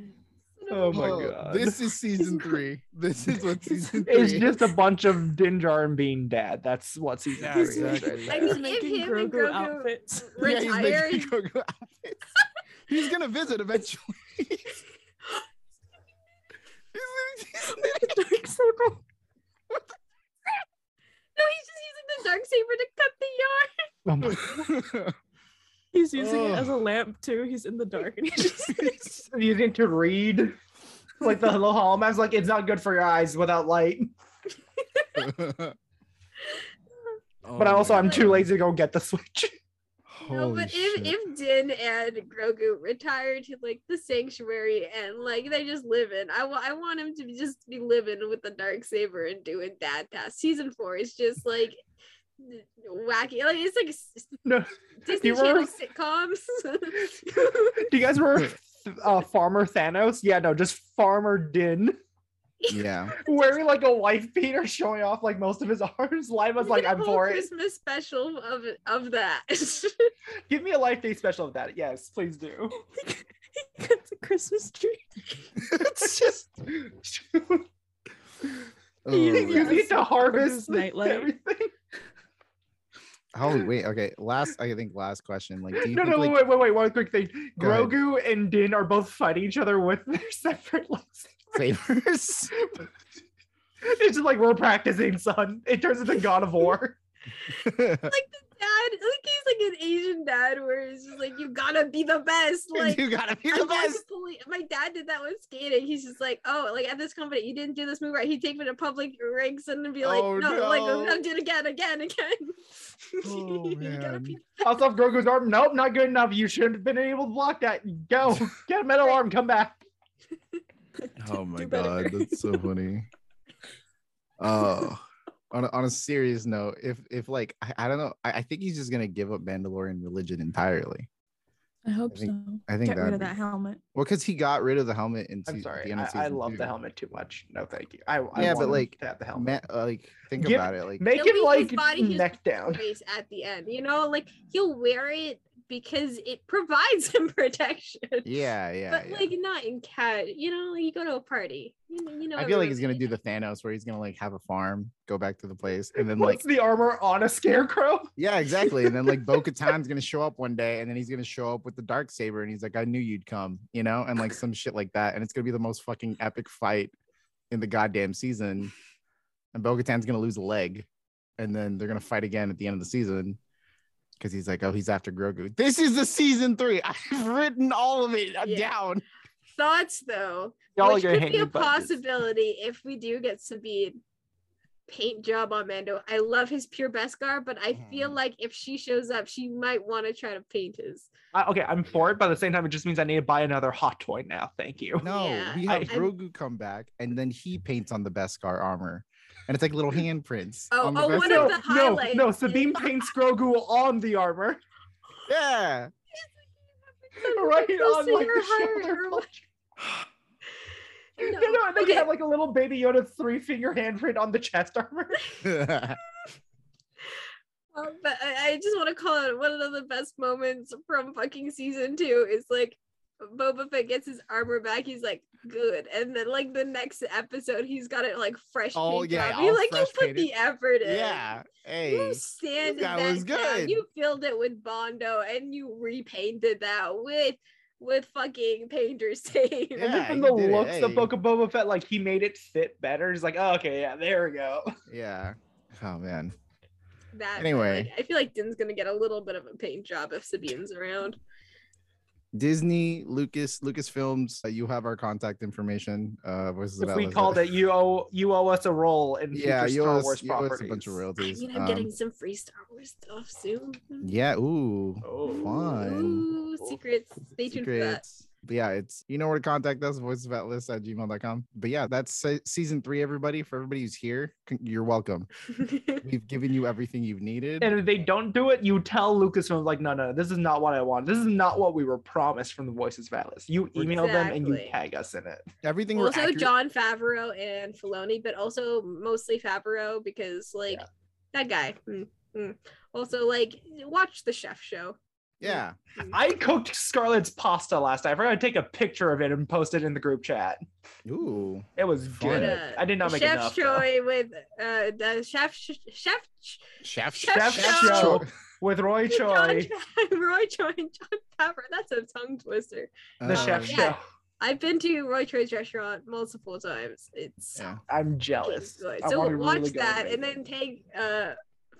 Speaker 3: Oh my
Speaker 1: Oh,
Speaker 3: god.
Speaker 1: This is season three. This is what season three
Speaker 3: It's just a bunch of Dinjar and Bean dad. That's what season
Speaker 1: Yeah,
Speaker 3: three
Speaker 5: He's
Speaker 3: is.
Speaker 1: exactly.
Speaker 3: right
Speaker 5: making-
Speaker 3: there.
Speaker 4: I mean,
Speaker 5: he's
Speaker 4: if
Speaker 5: making
Speaker 4: him
Speaker 5: Grogu,
Speaker 4: and Grogu-
Speaker 5: outfits.
Speaker 1: Yeah, he's making
Speaker 4: Retired.
Speaker 1: Grogu outfits. He's gonna visit eventually. He's- he's-
Speaker 4: No, he's just using the dark saber to cut the yarn.
Speaker 3: Oh my-
Speaker 5: He's using it
Speaker 1: Ugh.
Speaker 5: as a lamp too. He's in the dark and he's just
Speaker 3: using to read. Like the hello holomaps, like it's not good for your eyes without light. but I
Speaker 1: Oh
Speaker 3: also
Speaker 1: my
Speaker 3: I'm too
Speaker 1: God.
Speaker 3: lazy to go get the switch.
Speaker 4: No,
Speaker 1: Holy
Speaker 4: but if
Speaker 1: shit.
Speaker 4: if Din and Grogu retire to like the sanctuary and like they just live in, I wa- I want him to be- just be living with the dark saber and doing dad tasks. Season four is just like wacky. Like it's like s-
Speaker 3: No,
Speaker 4: Disney
Speaker 3: you
Speaker 4: Channel
Speaker 3: were-
Speaker 4: sitcoms.
Speaker 3: Do you guys remember uh, Farmer Thanos? Yeah, no, just Farmer Din
Speaker 1: yeah.
Speaker 3: wearing like a wife beater, showing off like most of his arms. Lima's
Speaker 4: We're
Speaker 3: like,
Speaker 4: gonna
Speaker 3: I'm
Speaker 4: pull a
Speaker 3: for it.
Speaker 4: Christmas special of of that.
Speaker 3: Give me a life day special of that. Yes, please do.
Speaker 5: he cuts a Christmas tree.
Speaker 3: it's just
Speaker 1: Oh,
Speaker 5: You-
Speaker 3: you
Speaker 5: Yeah.
Speaker 1: man.
Speaker 3: need to harvest
Speaker 5: Christmas nightlight.
Speaker 3: everything.
Speaker 1: Holy wait. Okay. Last, I think last question. Like, do you
Speaker 3: No,
Speaker 1: think,
Speaker 3: no,
Speaker 1: like,
Speaker 3: wait, wait, wait. One quick thing.
Speaker 1: Go ahead.
Speaker 3: Grogu and Din are both fighting each other with their separate lightsabers.
Speaker 1: favors?
Speaker 3: It's just like we're practicing, son. It turns into God of War.
Speaker 4: dad, like he's like an Asian dad where he's just like you gotta be the best. Like
Speaker 1: you gotta be
Speaker 4: I
Speaker 1: the
Speaker 4: was
Speaker 1: best.
Speaker 4: pulling- my dad did that with skating. He's just like, oh, like at this company, you didn't do this move right. He'd take me to public rinks and then be like,
Speaker 1: Oh,
Speaker 4: no, like
Speaker 1: no.
Speaker 4: I'm doing it again, again, again.
Speaker 1: Oh,
Speaker 4: You gotta
Speaker 1: man.
Speaker 4: be-
Speaker 3: Also, if Grogu's arm. Nope, not good enough. You shouldn't have been able to block that. Go get a metal arm. Come back.
Speaker 1: Oh my
Speaker 5: do better.
Speaker 1: god, that's so funny. Oh, on a, on a serious note, if if like I, I don't know, I, I think he's just gonna give up Mandalorian religion entirely.
Speaker 5: I hope
Speaker 1: I think-
Speaker 5: so.
Speaker 1: I think
Speaker 5: Get rid
Speaker 1: that'd
Speaker 5: of
Speaker 1: be-
Speaker 5: that helmet.
Speaker 1: Well, because he got rid of the helmet in
Speaker 3: I'm
Speaker 1: sea-
Speaker 3: sorry.
Speaker 1: the end
Speaker 3: I,
Speaker 1: of
Speaker 3: I
Speaker 1: season
Speaker 3: love
Speaker 1: two.
Speaker 3: the helmet too much. No, thank you. I, I
Speaker 1: Yeah,
Speaker 3: want
Speaker 1: but,
Speaker 3: him
Speaker 1: like,
Speaker 3: to have the helmet.
Speaker 1: Ma- uh, like think
Speaker 3: Give-
Speaker 1: about it, like
Speaker 3: Make
Speaker 4: It'll
Speaker 3: him
Speaker 4: be his
Speaker 3: like
Speaker 4: body, his
Speaker 3: neck down.
Speaker 4: Face at the end, you know, like he'll wear it because it provides him protection.
Speaker 1: yeah, yeah.
Speaker 4: but
Speaker 1: yeah.
Speaker 4: like not in cat, you know, you go to a party, you know, you know
Speaker 1: I feel like he's gonna
Speaker 4: everyone's-
Speaker 1: do the Thanos where he's gonna like have a farm, go back to the place, and then like
Speaker 3: Puts the armor on a scarecrow.
Speaker 1: yeah, exactly. And then like Bo Katan's gonna show up one day, and then he's gonna show up with the dark saber, and he's like, "I knew you'd come," you know, and like some shit like that, and it's gonna be the most fucking epic fight in the goddamn season. And Bo Katan's gonna lose a leg, and then they're gonna fight again at the end of the season because he's like, "Oh, he's after Grogu." This is the season three. I've written all of it uh,
Speaker 4: Yeah.
Speaker 1: down.
Speaker 4: thoughts though.
Speaker 3: Y'all are
Speaker 4: Which
Speaker 3: gonna
Speaker 4: could
Speaker 3: hate
Speaker 4: be a
Speaker 3: me. about this.
Speaker 4: possibility if we do get Sabine paint job on Mando. I love his pure Beskar, but I feel
Speaker 1: Mhm.
Speaker 4: like if she shows up, she might want to try to paint his.
Speaker 3: I- okay, I'm for it, but at the same time, it just means I need to buy another hot toy now. Thank you.
Speaker 1: No,
Speaker 4: Yeah,
Speaker 1: we
Speaker 3: I-
Speaker 1: have
Speaker 4: I'm-
Speaker 1: Grogu come back, and then he paints on the Beskar armor, and it's like little handprints.
Speaker 4: Oh,
Speaker 1: on the
Speaker 4: oh, one
Speaker 1: Beskar.
Speaker 3: no,
Speaker 4: of the
Speaker 3: no,
Speaker 4: highlights
Speaker 3: no.
Speaker 4: is-
Speaker 3: Sabine paints Grogu on the armor,
Speaker 1: yeah.
Speaker 3: right on
Speaker 4: Pressing
Speaker 3: like
Speaker 4: her
Speaker 3: the
Speaker 4: higher,
Speaker 3: shoulder.
Speaker 4: her
Speaker 3: blade.
Speaker 4: No,
Speaker 3: No, no, and then
Speaker 4: okay.
Speaker 3: you have like a little baby Yoda three finger handprint on the chest armor.
Speaker 4: Um, but I, I just want to call it one of the best moments from fucking season two is like Boba Fett gets his armor back. He's like, good. And then like the next episode, he's got it like fresh.
Speaker 1: Oh,
Speaker 4: paint
Speaker 1: yeah,
Speaker 4: job. You're
Speaker 1: all
Speaker 4: like, you
Speaker 1: fresh
Speaker 4: put the
Speaker 1: painted.
Speaker 4: effort in.
Speaker 1: yeah. Hey.
Speaker 4: You sanded
Speaker 1: guy
Speaker 4: that
Speaker 1: was
Speaker 4: down.
Speaker 1: good.
Speaker 4: You filled it with Bondo and you repainted that with with fucking painter's tape.
Speaker 1: Yeah,
Speaker 3: and just from
Speaker 1: he
Speaker 3: the
Speaker 1: did it,
Speaker 3: looks of
Speaker 1: hey.
Speaker 3: Book of Boba Fett, like he made it fit better. He's like, oh, okay, yeah, there we go.
Speaker 1: Yeah. Oh man.
Speaker 4: That
Speaker 1: Anyway.
Speaker 4: like, I feel like Din's gonna get a little bit of a paint job if Sabine's around.
Speaker 1: Disney, Lucas, Lucasfilms. Uh, you have our contact information. Uh, voices
Speaker 3: if
Speaker 1: about
Speaker 3: we
Speaker 1: Liz-
Speaker 3: called it, you owe you owe us a role in
Speaker 1: Yeah,
Speaker 3: future
Speaker 1: you
Speaker 3: Star
Speaker 1: owe, us,
Speaker 3: Wars
Speaker 1: you owe us
Speaker 3: properties.
Speaker 1: a bunch of
Speaker 4: I
Speaker 1: royalties.
Speaker 4: mean, I'm
Speaker 1: Um,
Speaker 4: getting some free Star Wars stuff soon.
Speaker 1: yeah. Ooh.
Speaker 3: Oh.
Speaker 1: Fun.
Speaker 4: Ooh, secrets. Stay tuned for that.
Speaker 1: Secrets. But yeah, it's you know where to contact us, voices about list at gmail.com. But yeah, that's se- season three, everybody. For everybody who's here, c- you're welcome. We've given you everything you've needed.
Speaker 3: And if they don't do it, you tell Lucasfilm like, no, no, this is not what I want. This is not what we were promised from the Voices of Atlas. You email them and you
Speaker 4: Exactly.
Speaker 3: tag us in it.
Speaker 1: everything we're
Speaker 4: also,
Speaker 1: accurate-
Speaker 4: John Favreau and Filoni, but also mostly Favreau because like that guy. Mm, mm. Also, like watch the chef show.
Speaker 1: Yeah.
Speaker 3: I cooked Scarlett's pasta last night. I forgot to take a picture of it and post it in the group chat.
Speaker 1: Ooh.
Speaker 3: It was
Speaker 1: Fun.
Speaker 3: good. I did not make
Speaker 4: uh, chef
Speaker 3: enough. though.
Speaker 4: Choi with uh the chef sh- chef ch-
Speaker 1: Chef,
Speaker 4: Chef
Speaker 3: Chef
Speaker 4: Show.
Speaker 3: Show with Roy
Speaker 4: John
Speaker 3: Choi,
Speaker 4: Fa- Roy Choi and John Favreau. That's a tongue twister.
Speaker 1: Uh,
Speaker 3: the chef
Speaker 4: Oh, yeah.
Speaker 3: show.
Speaker 4: I've been to Roy Choi's restaurant multiple times. It's
Speaker 1: Yeah.
Speaker 3: I'm
Speaker 4: fucking
Speaker 3: jealous.
Speaker 4: good.
Speaker 3: I
Speaker 4: So
Speaker 3: wanna
Speaker 4: watch
Speaker 3: really go
Speaker 4: that
Speaker 3: make
Speaker 4: and
Speaker 3: it.
Speaker 4: then take uh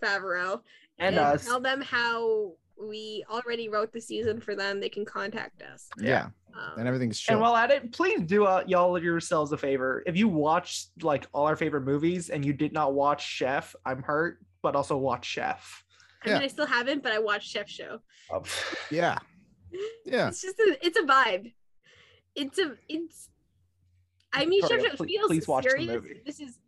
Speaker 4: Favreau
Speaker 3: and us.
Speaker 4: tell them how we already wrote the season for them. They can contact us.
Speaker 1: Yeah.
Speaker 4: Um,
Speaker 1: And everything's chill.
Speaker 3: And while at it, please do uh, y'all yourselves a favor. If you watch like all our favorite movies and you did not watch Chef, I'm hurt, but also watch Chef.
Speaker 4: I mean,
Speaker 1: yeah.
Speaker 4: I still haven't, but I watched Chef Show.
Speaker 3: Um,
Speaker 1: yeah. Yeah.
Speaker 4: It's just a, it's a vibe. It's a it's. I mean,
Speaker 3: Victoria,
Speaker 4: Chef Show
Speaker 3: please-
Speaker 4: feels
Speaker 3: please watch the
Speaker 4: serious.
Speaker 3: movie.
Speaker 4: This is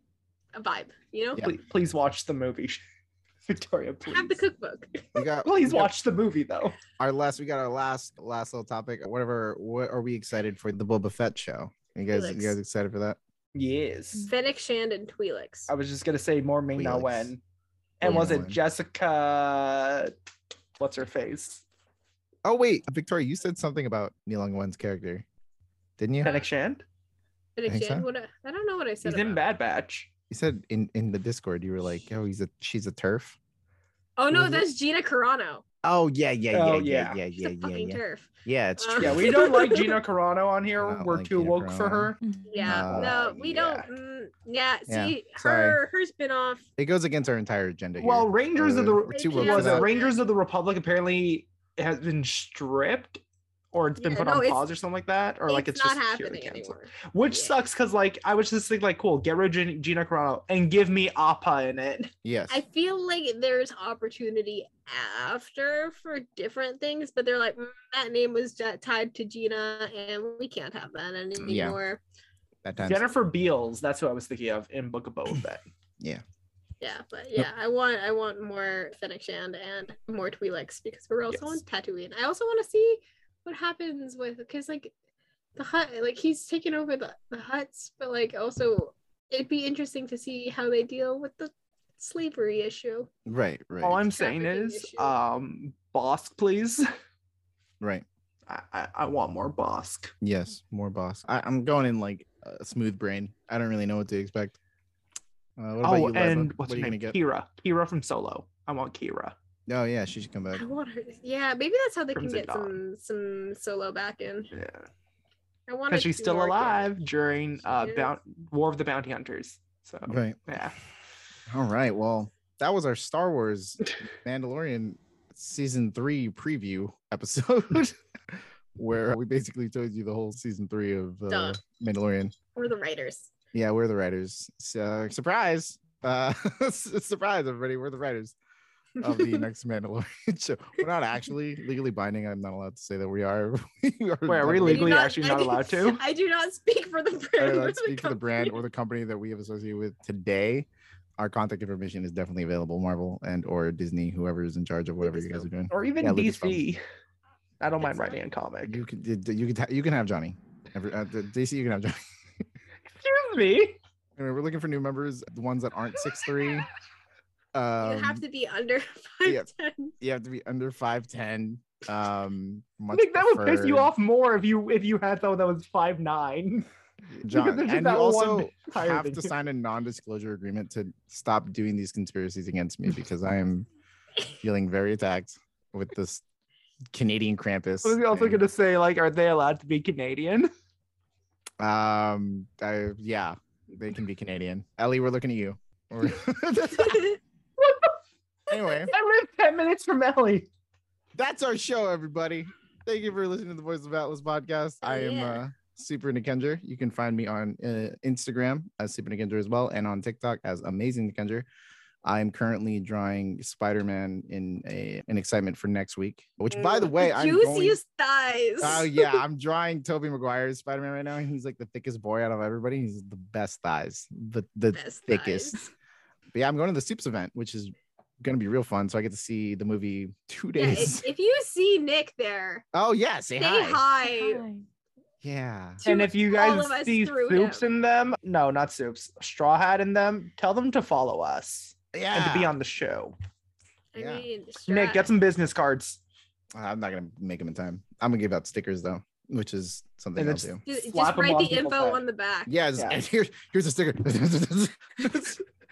Speaker 4: a vibe, you know.
Speaker 1: Yeah.
Speaker 3: please, please watch the movie, Victoria. Please,
Speaker 4: Have the cookbook.
Speaker 1: We got
Speaker 3: please
Speaker 1: we got
Speaker 3: watch the movie though.
Speaker 1: our last we got our last last little topic whatever what are we excited for the boba fett show you guys
Speaker 4: Felix.
Speaker 1: you guys excited for that
Speaker 3: Yes,
Speaker 4: Fennec Shand and Twi'leks.
Speaker 3: I was just gonna say more Ming Na
Speaker 1: Felix.
Speaker 3: Wen, and
Speaker 1: Ming-Na
Speaker 3: was it
Speaker 1: Wen.
Speaker 3: Jessica? What's her face?
Speaker 1: oh wait victoria you said something about neil Wen's character didn't you
Speaker 3: Fennec Shand.
Speaker 4: Fennec
Speaker 1: think
Speaker 4: Shand.
Speaker 1: so?
Speaker 4: What? I I don't know what I said.
Speaker 3: He's in
Speaker 4: about-
Speaker 3: Bad Batch.
Speaker 1: you said in in the discord you were like oh he's a she's a turf
Speaker 4: Oh
Speaker 1: Was
Speaker 4: no,
Speaker 1: it-
Speaker 4: that's Gina Carano.
Speaker 1: oh yeah yeah yeah
Speaker 3: Oh,
Speaker 1: yeah yeah
Speaker 4: She's
Speaker 1: yeah
Speaker 4: a
Speaker 1: yeah
Speaker 4: fucking
Speaker 1: yeah
Speaker 4: turf.
Speaker 1: yeah it's
Speaker 4: Um,
Speaker 1: true
Speaker 3: Yeah, we don't like Gina Carano on
Speaker 1: I
Speaker 3: here.
Speaker 1: don't
Speaker 3: We're
Speaker 1: like
Speaker 3: too
Speaker 1: Gina
Speaker 3: woke for
Speaker 1: Carano.
Speaker 3: her.
Speaker 5: Mm-hmm.
Speaker 4: Yeah.
Speaker 1: Uh,
Speaker 4: no, we
Speaker 3: yeah.
Speaker 4: don't. Mm, yeah.
Speaker 1: Yeah,
Speaker 4: See,
Speaker 1: sorry.
Speaker 4: her her spinoff.
Speaker 1: it goes against our entire agenda here.
Speaker 3: Well, Rangers of
Speaker 1: Uh,
Speaker 3: the
Speaker 1: we're too woke
Speaker 4: Yeah,
Speaker 1: for
Speaker 3: was it
Speaker 1: that.
Speaker 4: Ra-
Speaker 3: Rangers of the Republic apparently has been stripped or it's been
Speaker 4: Yeah,
Speaker 3: put
Speaker 4: no,
Speaker 3: on
Speaker 4: it's-
Speaker 3: pause or something like that, or like it's,
Speaker 4: not
Speaker 3: just purely
Speaker 4: happening
Speaker 3: canceled.
Speaker 4: anymore.
Speaker 3: Which
Speaker 4: Yeah.
Speaker 3: sucks because like I was just thinking like, cool, get rid of Gin- Gina Carano and give me Appa in it.
Speaker 1: yes
Speaker 4: I feel like there's opportunity after for different things, but they're like "Mm, that name was ju- tied to Gina, and we can't have that anymore.
Speaker 1: that time
Speaker 3: Jennifer Beals, that's who I was thinking of in Book of Boba Fett.
Speaker 4: Yeah, but yeah, I want I want more Fennec Shand and more Twi'leks because we're also
Speaker 1: Yes.
Speaker 4: on Tatooine. I also want to see what happens with because like the hut, like he's taking over the the huts, but like also it'd be interesting to see how they deal with the slavery issue.
Speaker 1: right right
Speaker 3: All I'm saying
Speaker 4: Trafficking
Speaker 3: is,
Speaker 4: issue.
Speaker 3: um, Bosk, please.
Speaker 1: right
Speaker 3: I, I I want more Bosk.
Speaker 1: yes more boss I, i'm going in like a smooth brain i don't really know what to expect uh, what about
Speaker 3: oh,
Speaker 1: you, Liza?
Speaker 3: and what's
Speaker 1: what are you
Speaker 3: her
Speaker 1: gonna
Speaker 3: name?
Speaker 1: get?
Speaker 3: Kira. Kira from Solo. I want Kira.
Speaker 1: Oh yeah, she should come back.
Speaker 4: I want her. Yeah, maybe that's how they
Speaker 3: Crimson
Speaker 4: can get
Speaker 3: Dawn.
Speaker 4: some some solo back in.
Speaker 3: Yeah.
Speaker 4: I want
Speaker 3: because she's still alive during
Speaker 4: She
Speaker 3: uh
Speaker 4: is.
Speaker 3: Bount- War of the Bounty Hunters. So
Speaker 1: Right.
Speaker 3: yeah,
Speaker 1: All right. Well, that was our Star Wars Mandalorian season three preview episode, where we basically told you the whole season three of uh,
Speaker 4: Duh.
Speaker 1: Mandalorian.
Speaker 4: Or the writers.
Speaker 1: Yeah, we're the writers. So, surprise! Uh, surprise, everybody. We're the writers of the next Mandalorian show. We're not actually legally binding. I'm not allowed to say that we are. we are
Speaker 3: Wait, are we
Speaker 1: definitely-
Speaker 3: legally actually
Speaker 4: I
Speaker 3: not
Speaker 4: do-
Speaker 3: allowed to?
Speaker 4: I do not speak for the brand.
Speaker 1: I don't
Speaker 4: or
Speaker 1: know,
Speaker 4: the
Speaker 1: speak for the brand
Speaker 4: company.
Speaker 1: or the company that we have associated with today. Our contact information is definitely available, Marvel and or Disney, whoever is in charge of whatever you guys are doing.
Speaker 3: Or even
Speaker 1: Yeah,
Speaker 3: DC. I don't mind
Speaker 4: That's
Speaker 3: writing a comic.
Speaker 1: You can you can you can have Johnny. Every, uh, the DC, you can have Johnny.
Speaker 3: Excuse me.
Speaker 1: Anyway, we're looking for new members, the ones that aren't six three. Um,
Speaker 4: you have to be under
Speaker 1: yeah.
Speaker 4: 5'10.
Speaker 1: be under five ten. Um,
Speaker 3: I
Speaker 1: much
Speaker 3: think that would piss
Speaker 1: preferred.
Speaker 3: you off more if you if you had someone that was five nine.
Speaker 1: John,
Speaker 3: there's
Speaker 1: and you
Speaker 3: that one
Speaker 1: also
Speaker 3: higher
Speaker 1: have
Speaker 3: than
Speaker 1: to
Speaker 3: you.
Speaker 1: sign a non-disclosure agreement to stop doing these conspiracies against me because I am feeling very attacked with this Canadian Krampus.
Speaker 3: I was also
Speaker 1: and,
Speaker 3: gonna say, like, are they allowed to be Canadian?
Speaker 1: Um, I, yeah, they can be Canadian. Ellie, we're looking at you. We're- anyway,
Speaker 3: I live ten minutes from Ellie.
Speaker 1: that's our show, everybody. Thank you for listening to the Voice of Atlas podcast. I am
Speaker 4: Oh, Yeah.
Speaker 1: uh, Super Nikendra. You can find me on uh, Instagram as Super Nikendra as well, and on TikTok as Amazing Nikendra. I'm currently drawing Spider-Man in a an excitement for next week. Which, by the way, I'm going-
Speaker 4: juiciest thighs.
Speaker 1: Oh yeah, I'm drawing Toby Maguire's Spider-Man right now. He's like the thickest boy out of everybody. He's the best thighs. The the
Speaker 4: Best
Speaker 1: thickest.
Speaker 4: thighs.
Speaker 1: But yeah, I'm going to the Soups event, which is gonna be real fun. So I get to see the movie two
Speaker 4: Yeah,
Speaker 1: days.
Speaker 4: if, if you see Nick there,
Speaker 1: oh yeah, say
Speaker 4: say
Speaker 1: hi.
Speaker 4: hi.
Speaker 1: Yeah.
Speaker 4: to
Speaker 3: And if you
Speaker 4: all
Speaker 3: guys
Speaker 4: of us
Speaker 3: see
Speaker 4: through
Speaker 3: soups
Speaker 4: him.
Speaker 3: in them, no, not soups, straw hat in them, tell them to follow us
Speaker 1: Yeah.
Speaker 3: and to be on the show.
Speaker 4: I
Speaker 1: Yeah.
Speaker 4: mean,
Speaker 3: Nick,
Speaker 4: Strahd.
Speaker 3: get some business cards.
Speaker 1: I'm not gonna make them in time. I'm gonna give out stickers though, which is something
Speaker 3: And
Speaker 1: I'll
Speaker 3: it's-
Speaker 1: do.
Speaker 4: Ju- Just,
Speaker 3: slap 'em
Speaker 4: write
Speaker 3: on
Speaker 4: the
Speaker 3: people's
Speaker 4: info
Speaker 3: head.
Speaker 4: on the back.
Speaker 1: Yeah, just,
Speaker 3: Yeah.
Speaker 1: Here, here's a sticker.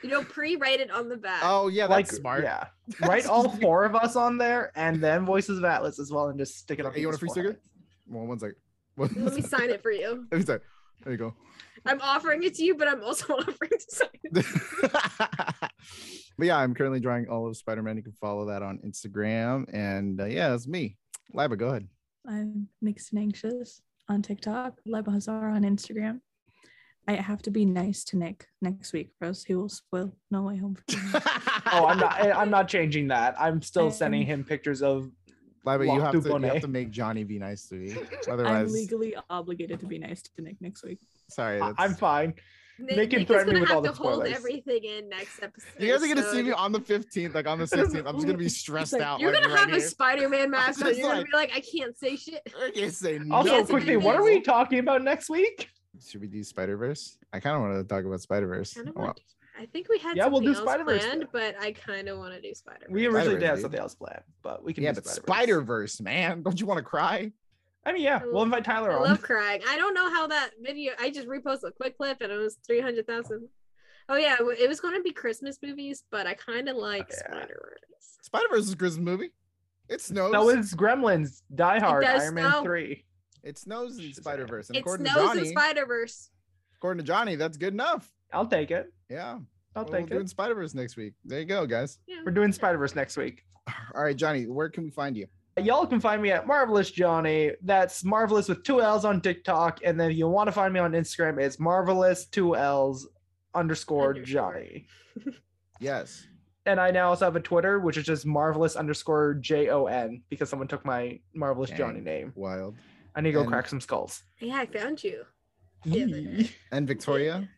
Speaker 4: You know, pre-write it on the back.
Speaker 1: oh yeah, that's
Speaker 3: like,
Speaker 1: smart.
Speaker 3: yeah,
Speaker 1: That's
Speaker 3: write all
Speaker 1: smart.
Speaker 3: four of us on there, and then Voices of Atlas as well, and just stick it on.
Speaker 1: Hey, you want a free
Speaker 3: people's
Speaker 1: sticker?
Speaker 3: foreheads.
Speaker 1: Well, one second.
Speaker 4: Let me sign it for you.
Speaker 1: Let me sign. There you go.
Speaker 4: I'm offering it to you, but I'm also offering to sign it.
Speaker 1: but yeah, I'm currently drawing all of Spider Man. You can follow that on Instagram. And uh, yeah, that's me. Liba, go ahead.
Speaker 5: I'm mixed and anxious on TikTok, Leba Hazar on Instagram. I have to be nice to Nick next week, or else he will spoil No Way Home for me.
Speaker 3: Oh, I'm not. I- I'm not changing that. I'm still sending
Speaker 5: Um,
Speaker 3: him pictures of.
Speaker 1: Liba, you
Speaker 3: Lock
Speaker 1: have, to, you
Speaker 3: Dupone.
Speaker 1: have to make Johnny be nice to me.
Speaker 5: I'm
Speaker 1: Otherwise,
Speaker 5: legally obligated to be nice to Nick next week.
Speaker 1: sorry.
Speaker 3: I-
Speaker 1: That's...
Speaker 3: I'm fine.
Speaker 4: Nick,
Speaker 3: They can
Speaker 4: Nick is
Speaker 3: threaten me
Speaker 4: gonna
Speaker 3: with
Speaker 4: have
Speaker 3: all
Speaker 4: to
Speaker 3: the
Speaker 4: hold
Speaker 3: spoilers.
Speaker 4: everything in next episode.
Speaker 1: You guys are going to
Speaker 4: so
Speaker 1: see me on the 15th, like on the 16th. I'm just going to be stressed
Speaker 5: like,
Speaker 1: out.
Speaker 4: You're
Speaker 1: like,
Speaker 4: gonna
Speaker 1: right
Speaker 4: have
Speaker 1: here.
Speaker 4: a Spider-Man mask on.
Speaker 1: just
Speaker 4: You're gonna
Speaker 1: like-
Speaker 4: be like, I can't say shit.
Speaker 1: I can't say
Speaker 3: Also,
Speaker 1: no.
Speaker 4: Yes, it
Speaker 3: quickly,
Speaker 4: is.
Speaker 3: what are we talking about next week?
Speaker 1: Should we do Spider Verse? I kind of want to talk about Oh, Spider Verse.
Speaker 4: Kind of want. to- I think we had
Speaker 3: Yeah, we'll
Speaker 4: something
Speaker 3: do
Speaker 4: else
Speaker 3: Spider-Verse
Speaker 4: planned, but I kind of want to do Spider.
Speaker 3: We originally did
Speaker 1: Spider-Verse,
Speaker 3: have
Speaker 1: dude.
Speaker 3: something else planned, but we can.
Speaker 1: Yeah,
Speaker 3: do
Speaker 1: but
Speaker 3: Spider-Verse.
Speaker 1: Spider Verse, man. Don't you want to cry?
Speaker 3: I mean, yeah,
Speaker 4: I
Speaker 3: we'll
Speaker 4: love-
Speaker 3: invite Tyler
Speaker 4: I
Speaker 3: on.
Speaker 4: love crying. I don't know how that video. I just reposted a quick clip, and it was three hundred thousand. Oh yeah, w- it was going to be Christmas movies, but I kind of like
Speaker 3: Yeah.
Speaker 4: Spider Verse.
Speaker 1: Spider Verse is a Christmas movie. It snows.
Speaker 3: So is Gremlins, Die Hard,
Speaker 4: does
Speaker 3: Iron Man
Speaker 4: snow.
Speaker 3: 3.
Speaker 1: It snows in
Speaker 3: Shazam.
Speaker 1: Spider Verse, and
Speaker 4: It
Speaker 1: according
Speaker 4: snows
Speaker 1: to Johnny,
Speaker 4: in Spider Verse.
Speaker 1: according to Johnny, that's good enough.
Speaker 3: I'll take it.
Speaker 1: Yeah,
Speaker 3: I'll
Speaker 1: we'll-
Speaker 3: take
Speaker 1: we're doing
Speaker 3: it.
Speaker 1: Spider Verse next week. There you go, guys.
Speaker 4: Yeah.
Speaker 3: We're doing Spider Verse next week.
Speaker 1: All right, Johnny, where can we find you?
Speaker 3: Y'all can find me at Marvelous Johnny. That's Marvelous with two L's on TikTok. And then if you want to find me on Instagram, it's Marvelous two L's underscore
Speaker 4: Underscore.
Speaker 3: Johnny.
Speaker 1: Yes,
Speaker 3: And I now also have a Twitter, which is just Marvelous underscore J O N because someone took my Marvelous
Speaker 1: Dang.
Speaker 3: Johnny name.
Speaker 1: Wild
Speaker 3: I need to go
Speaker 1: And-
Speaker 3: crack some skulls.
Speaker 4: Yeah, I found you. Yeah, but-
Speaker 3: Yee.
Speaker 1: and Victoria.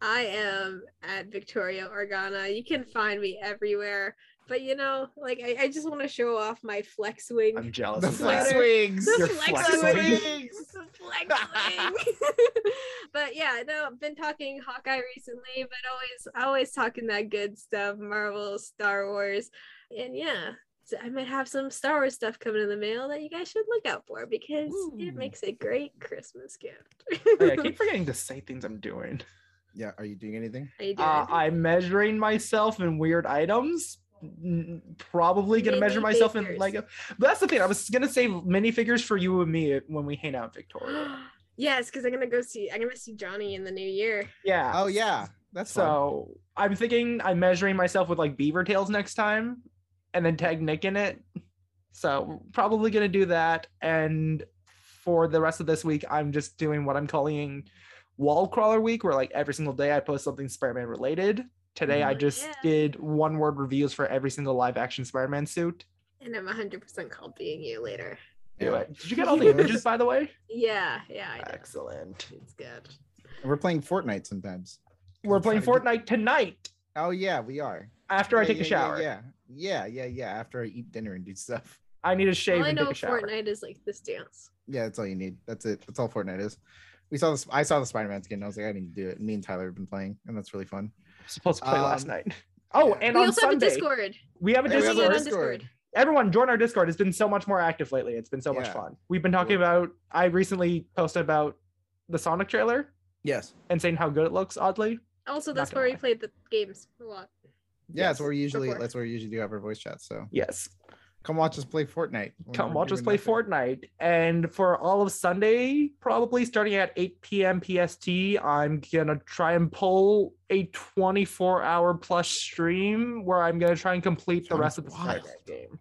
Speaker 4: I am at Victoria Organa. You can find me everywhere. But you know, like I, I just want to show off my flex wing.
Speaker 3: I'm jealous.
Speaker 1: The
Speaker 3: of
Speaker 1: flex
Speaker 3: that.
Speaker 4: Twitter.
Speaker 1: wings.
Speaker 3: Your
Speaker 4: The
Speaker 3: flex
Speaker 4: flex
Speaker 3: wing.
Speaker 4: wing. The flex wing. but yeah, no, I've been talking Hawkeye recently, but always always talking that good stuff, Marvel, Star Wars. And yeah, so I might have some Star Wars stuff coming in the mail that you guys should look out for because
Speaker 1: Ooh.
Speaker 4: it makes a great Christmas gift.
Speaker 3: Oh, yeah, I keep forgetting to say things I'm doing.
Speaker 1: Yeah, are you doing anything?
Speaker 4: How you doing?
Speaker 3: Uh, I'm measuring myself in weird items. N- Probably gonna measure myself in
Speaker 4: Minifigures.
Speaker 3: Lego. But that's the thing. I was gonna save minifigures for you and me when we hang out, in Victoria.
Speaker 4: yes, because I'm gonna go see I'm gonna see Johnny in the new year.
Speaker 3: Yeah.
Speaker 1: Oh yeah, that's so.
Speaker 3: So I'm thinking I'm measuring myself with like beaver tails next time, and then tag Nick in it. So probably gonna do that. And for the rest of this week, I'm just doing what I'm calling wall crawler week, where like every single day I post something Spider-Man related. Today I
Speaker 4: Mhm.
Speaker 3: just
Speaker 4: Yeah.
Speaker 3: did one word reviews for every single live action Spider-Man suit.
Speaker 4: And I'm 100% called being you later.
Speaker 3: Do
Speaker 1: Yeah.
Speaker 3: it. Did you get all the images by the way?
Speaker 4: Yeah, yeah, I did.
Speaker 3: Excellent.
Speaker 4: It's good.
Speaker 1: And we're playing Fortnite sometimes.
Speaker 3: We're
Speaker 1: That's
Speaker 3: playing
Speaker 1: how I do-
Speaker 3: Fortnite tonight
Speaker 1: Oh yeah, we are.
Speaker 3: after I
Speaker 1: Yeah,
Speaker 3: take a
Speaker 1: yeah, yeah,
Speaker 3: shower.
Speaker 1: Yeah, yeah, yeah, yeah. After I eat dinner and do stuff.
Speaker 3: I need to shave
Speaker 4: All I
Speaker 3: and
Speaker 4: know
Speaker 3: take
Speaker 4: of
Speaker 3: a shower.
Speaker 4: Fortnite is like this dance.
Speaker 1: Yeah, that's all you need. That's it. That's all Fortnite is. We saw this. I saw the Spider Man skin. I was like, I need to do it. Me and Tyler have been playing, and that's really fun.
Speaker 3: supposed to play last
Speaker 1: Um,
Speaker 3: night. Oh,
Speaker 1: yeah.
Speaker 3: and
Speaker 4: we
Speaker 3: on
Speaker 4: also
Speaker 3: Sunday
Speaker 4: have a Discord.
Speaker 3: we have a
Speaker 1: Hey, we have
Speaker 4: Discord.
Speaker 1: a
Speaker 3: Discord.
Speaker 4: on Discord.
Speaker 3: Everyone join our Discord. It's been so much more active lately. It's been so much
Speaker 1: Yeah.
Speaker 3: fun. We've been talking about. I recently posted about the Sonic trailer
Speaker 1: Yes.
Speaker 3: and saying how good it looks. Oddly,
Speaker 4: Also,
Speaker 3: Not
Speaker 4: that's
Speaker 3: gonna
Speaker 4: where we
Speaker 3: lie.
Speaker 4: played the games a lot.
Speaker 1: Yeah, that's
Speaker 3: Yes.
Speaker 1: where we usually
Speaker 4: Report.
Speaker 1: that's where we usually do have our voice chat. So
Speaker 3: yes.
Speaker 1: Come watch us play Fortnite. We're
Speaker 3: Come
Speaker 1: not
Speaker 3: watch us
Speaker 1: doing
Speaker 3: play
Speaker 1: nothing.
Speaker 3: Fortnite. And for all of Sunday, probably starting at 8 p.m. PST, I'm going to try and pull a 24 hour plus stream where I'm going to try and complete the
Speaker 1: Sounds
Speaker 3: rest of the
Speaker 1: wild.
Speaker 3: Skynet game.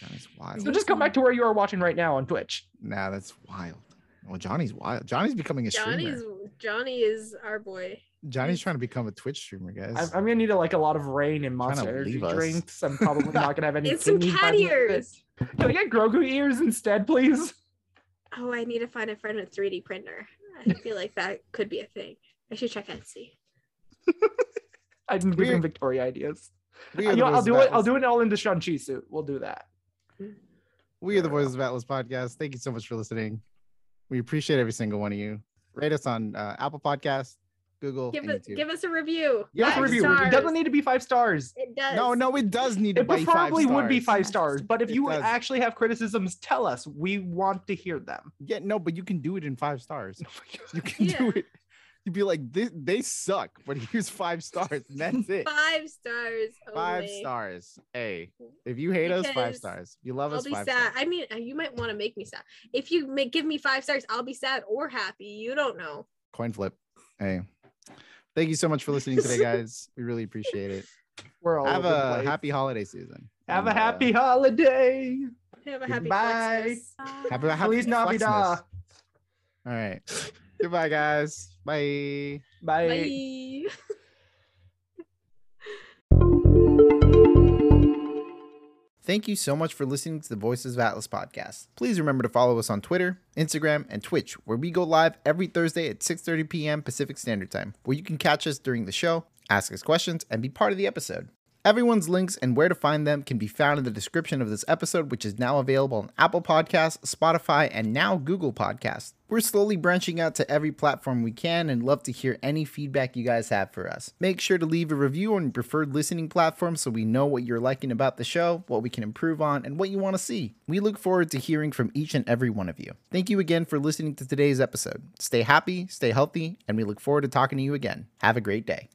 Speaker 1: Johnny's wild.
Speaker 3: So just come back to where you are watching right now on Twitch.
Speaker 1: Nah, that's wild. Well, Johnny's wild. Johnny's becoming a
Speaker 4: Johnny's
Speaker 1: streamer.
Speaker 4: Johnny is our boy.
Speaker 1: Johnny's trying to become a Twitch streamer,
Speaker 3: I'm, I'm
Speaker 1: guys.
Speaker 3: going to need a, like a lot of rain and
Speaker 1: Trying to
Speaker 3: monster energy
Speaker 1: leave us.
Speaker 3: drinks. I'm probably not going to have any.
Speaker 4: And some
Speaker 3: kidneys by
Speaker 4: cat
Speaker 3: the end of
Speaker 4: ears.
Speaker 3: this. Can I get Grogu ears instead, please?
Speaker 4: Oh, I need to find a friend with 3D printer. I feel like that could be a thing. I should check Etsy.
Speaker 3: I've been giving
Speaker 1: We're-
Speaker 3: Victoria ideas.
Speaker 1: We
Speaker 3: You
Speaker 1: are the
Speaker 3: know, I'll
Speaker 1: voices
Speaker 3: do
Speaker 1: of
Speaker 3: it. I'll
Speaker 1: Atlas.
Speaker 3: do it all into Shang Chi suit. We'll do that.
Speaker 1: We are the Voices of Atlas podcast. Thank you so much for listening. We appreciate every single one of you. Rate us on uh, Apple Podcasts,
Speaker 3: Oh,
Speaker 1: Google,
Speaker 4: Give
Speaker 1: and
Speaker 4: us
Speaker 1: YouTube.
Speaker 4: give us a review.
Speaker 1: Yeah,
Speaker 3: Yes,
Speaker 4: Five
Speaker 1: Five
Speaker 3: review. It
Speaker 4: stars.
Speaker 3: doesn't e- need to be five stars.
Speaker 4: It does.
Speaker 1: no, no, it does need to
Speaker 3: It
Speaker 1: be five
Speaker 3: preferably would be
Speaker 1: stars.
Speaker 3: five stars, but if
Speaker 1: It
Speaker 3: you
Speaker 1: does.
Speaker 3: actually have criticisms, tell us. We want to hear them.
Speaker 1: Yeah, no, but you can do it in five stars.
Speaker 3: Oh
Speaker 1: You can
Speaker 4: Yeah.
Speaker 1: do it. You'd be like, this, they suck, but here's five stars. And that's it.
Speaker 4: Five stars.
Speaker 1: Five
Speaker 4: only.
Speaker 1: stars. Hey, if you hate us, five
Speaker 4: Because
Speaker 1: stars. If you love
Speaker 4: I'll
Speaker 1: us,
Speaker 4: be
Speaker 1: five stars.
Speaker 4: sad. I mean, uh, you might want to make me sad. If you make, give me five stars, I'll be sad or happy. You don't know.
Speaker 1: Coin flip. Hey, thank you so much for listening today, guys. We really appreciate it.
Speaker 3: We're all
Speaker 1: Have
Speaker 3: over the
Speaker 1: a
Speaker 3: place.
Speaker 1: happy holiday season.
Speaker 7: Oh,
Speaker 3: have a
Speaker 1: And, uh,
Speaker 3: happy holiday.
Speaker 4: Have a happy
Speaker 3: Goodbye.
Speaker 4: Flexmas.
Speaker 1: happy, happy
Speaker 3: Feliz
Speaker 1: Flexmas.
Speaker 3: Navidad.
Speaker 1: All right. Goodbye, guys. Bye.
Speaker 3: Bye.
Speaker 4: Bye.
Speaker 7: Thank you so much for listening to the Voices of Atlas podcast. Please remember to follow us on Twitter, Instagram, and Twitch, where we go live every Thursday at 6:30 p.m. Pacific Standard Time, where you can catch us during the show, ask us questions, and be part of the episode. Everyone's links and where to find them can be found in the description of this episode, which is now available on Apple Podcasts, Spotify, and now Google Podcasts. We're slowly branching out to every platform we can and love to hear any feedback you guys have for us. Make sure to leave a review on your preferred listening platform so we know what you're liking about the show, what we can improve on, and what you want to see. We look forward to hearing from each and every one of you. Thank you again for listening to today's episode. Stay happy, stay healthy, and we look forward to talking to you again. Have a great day.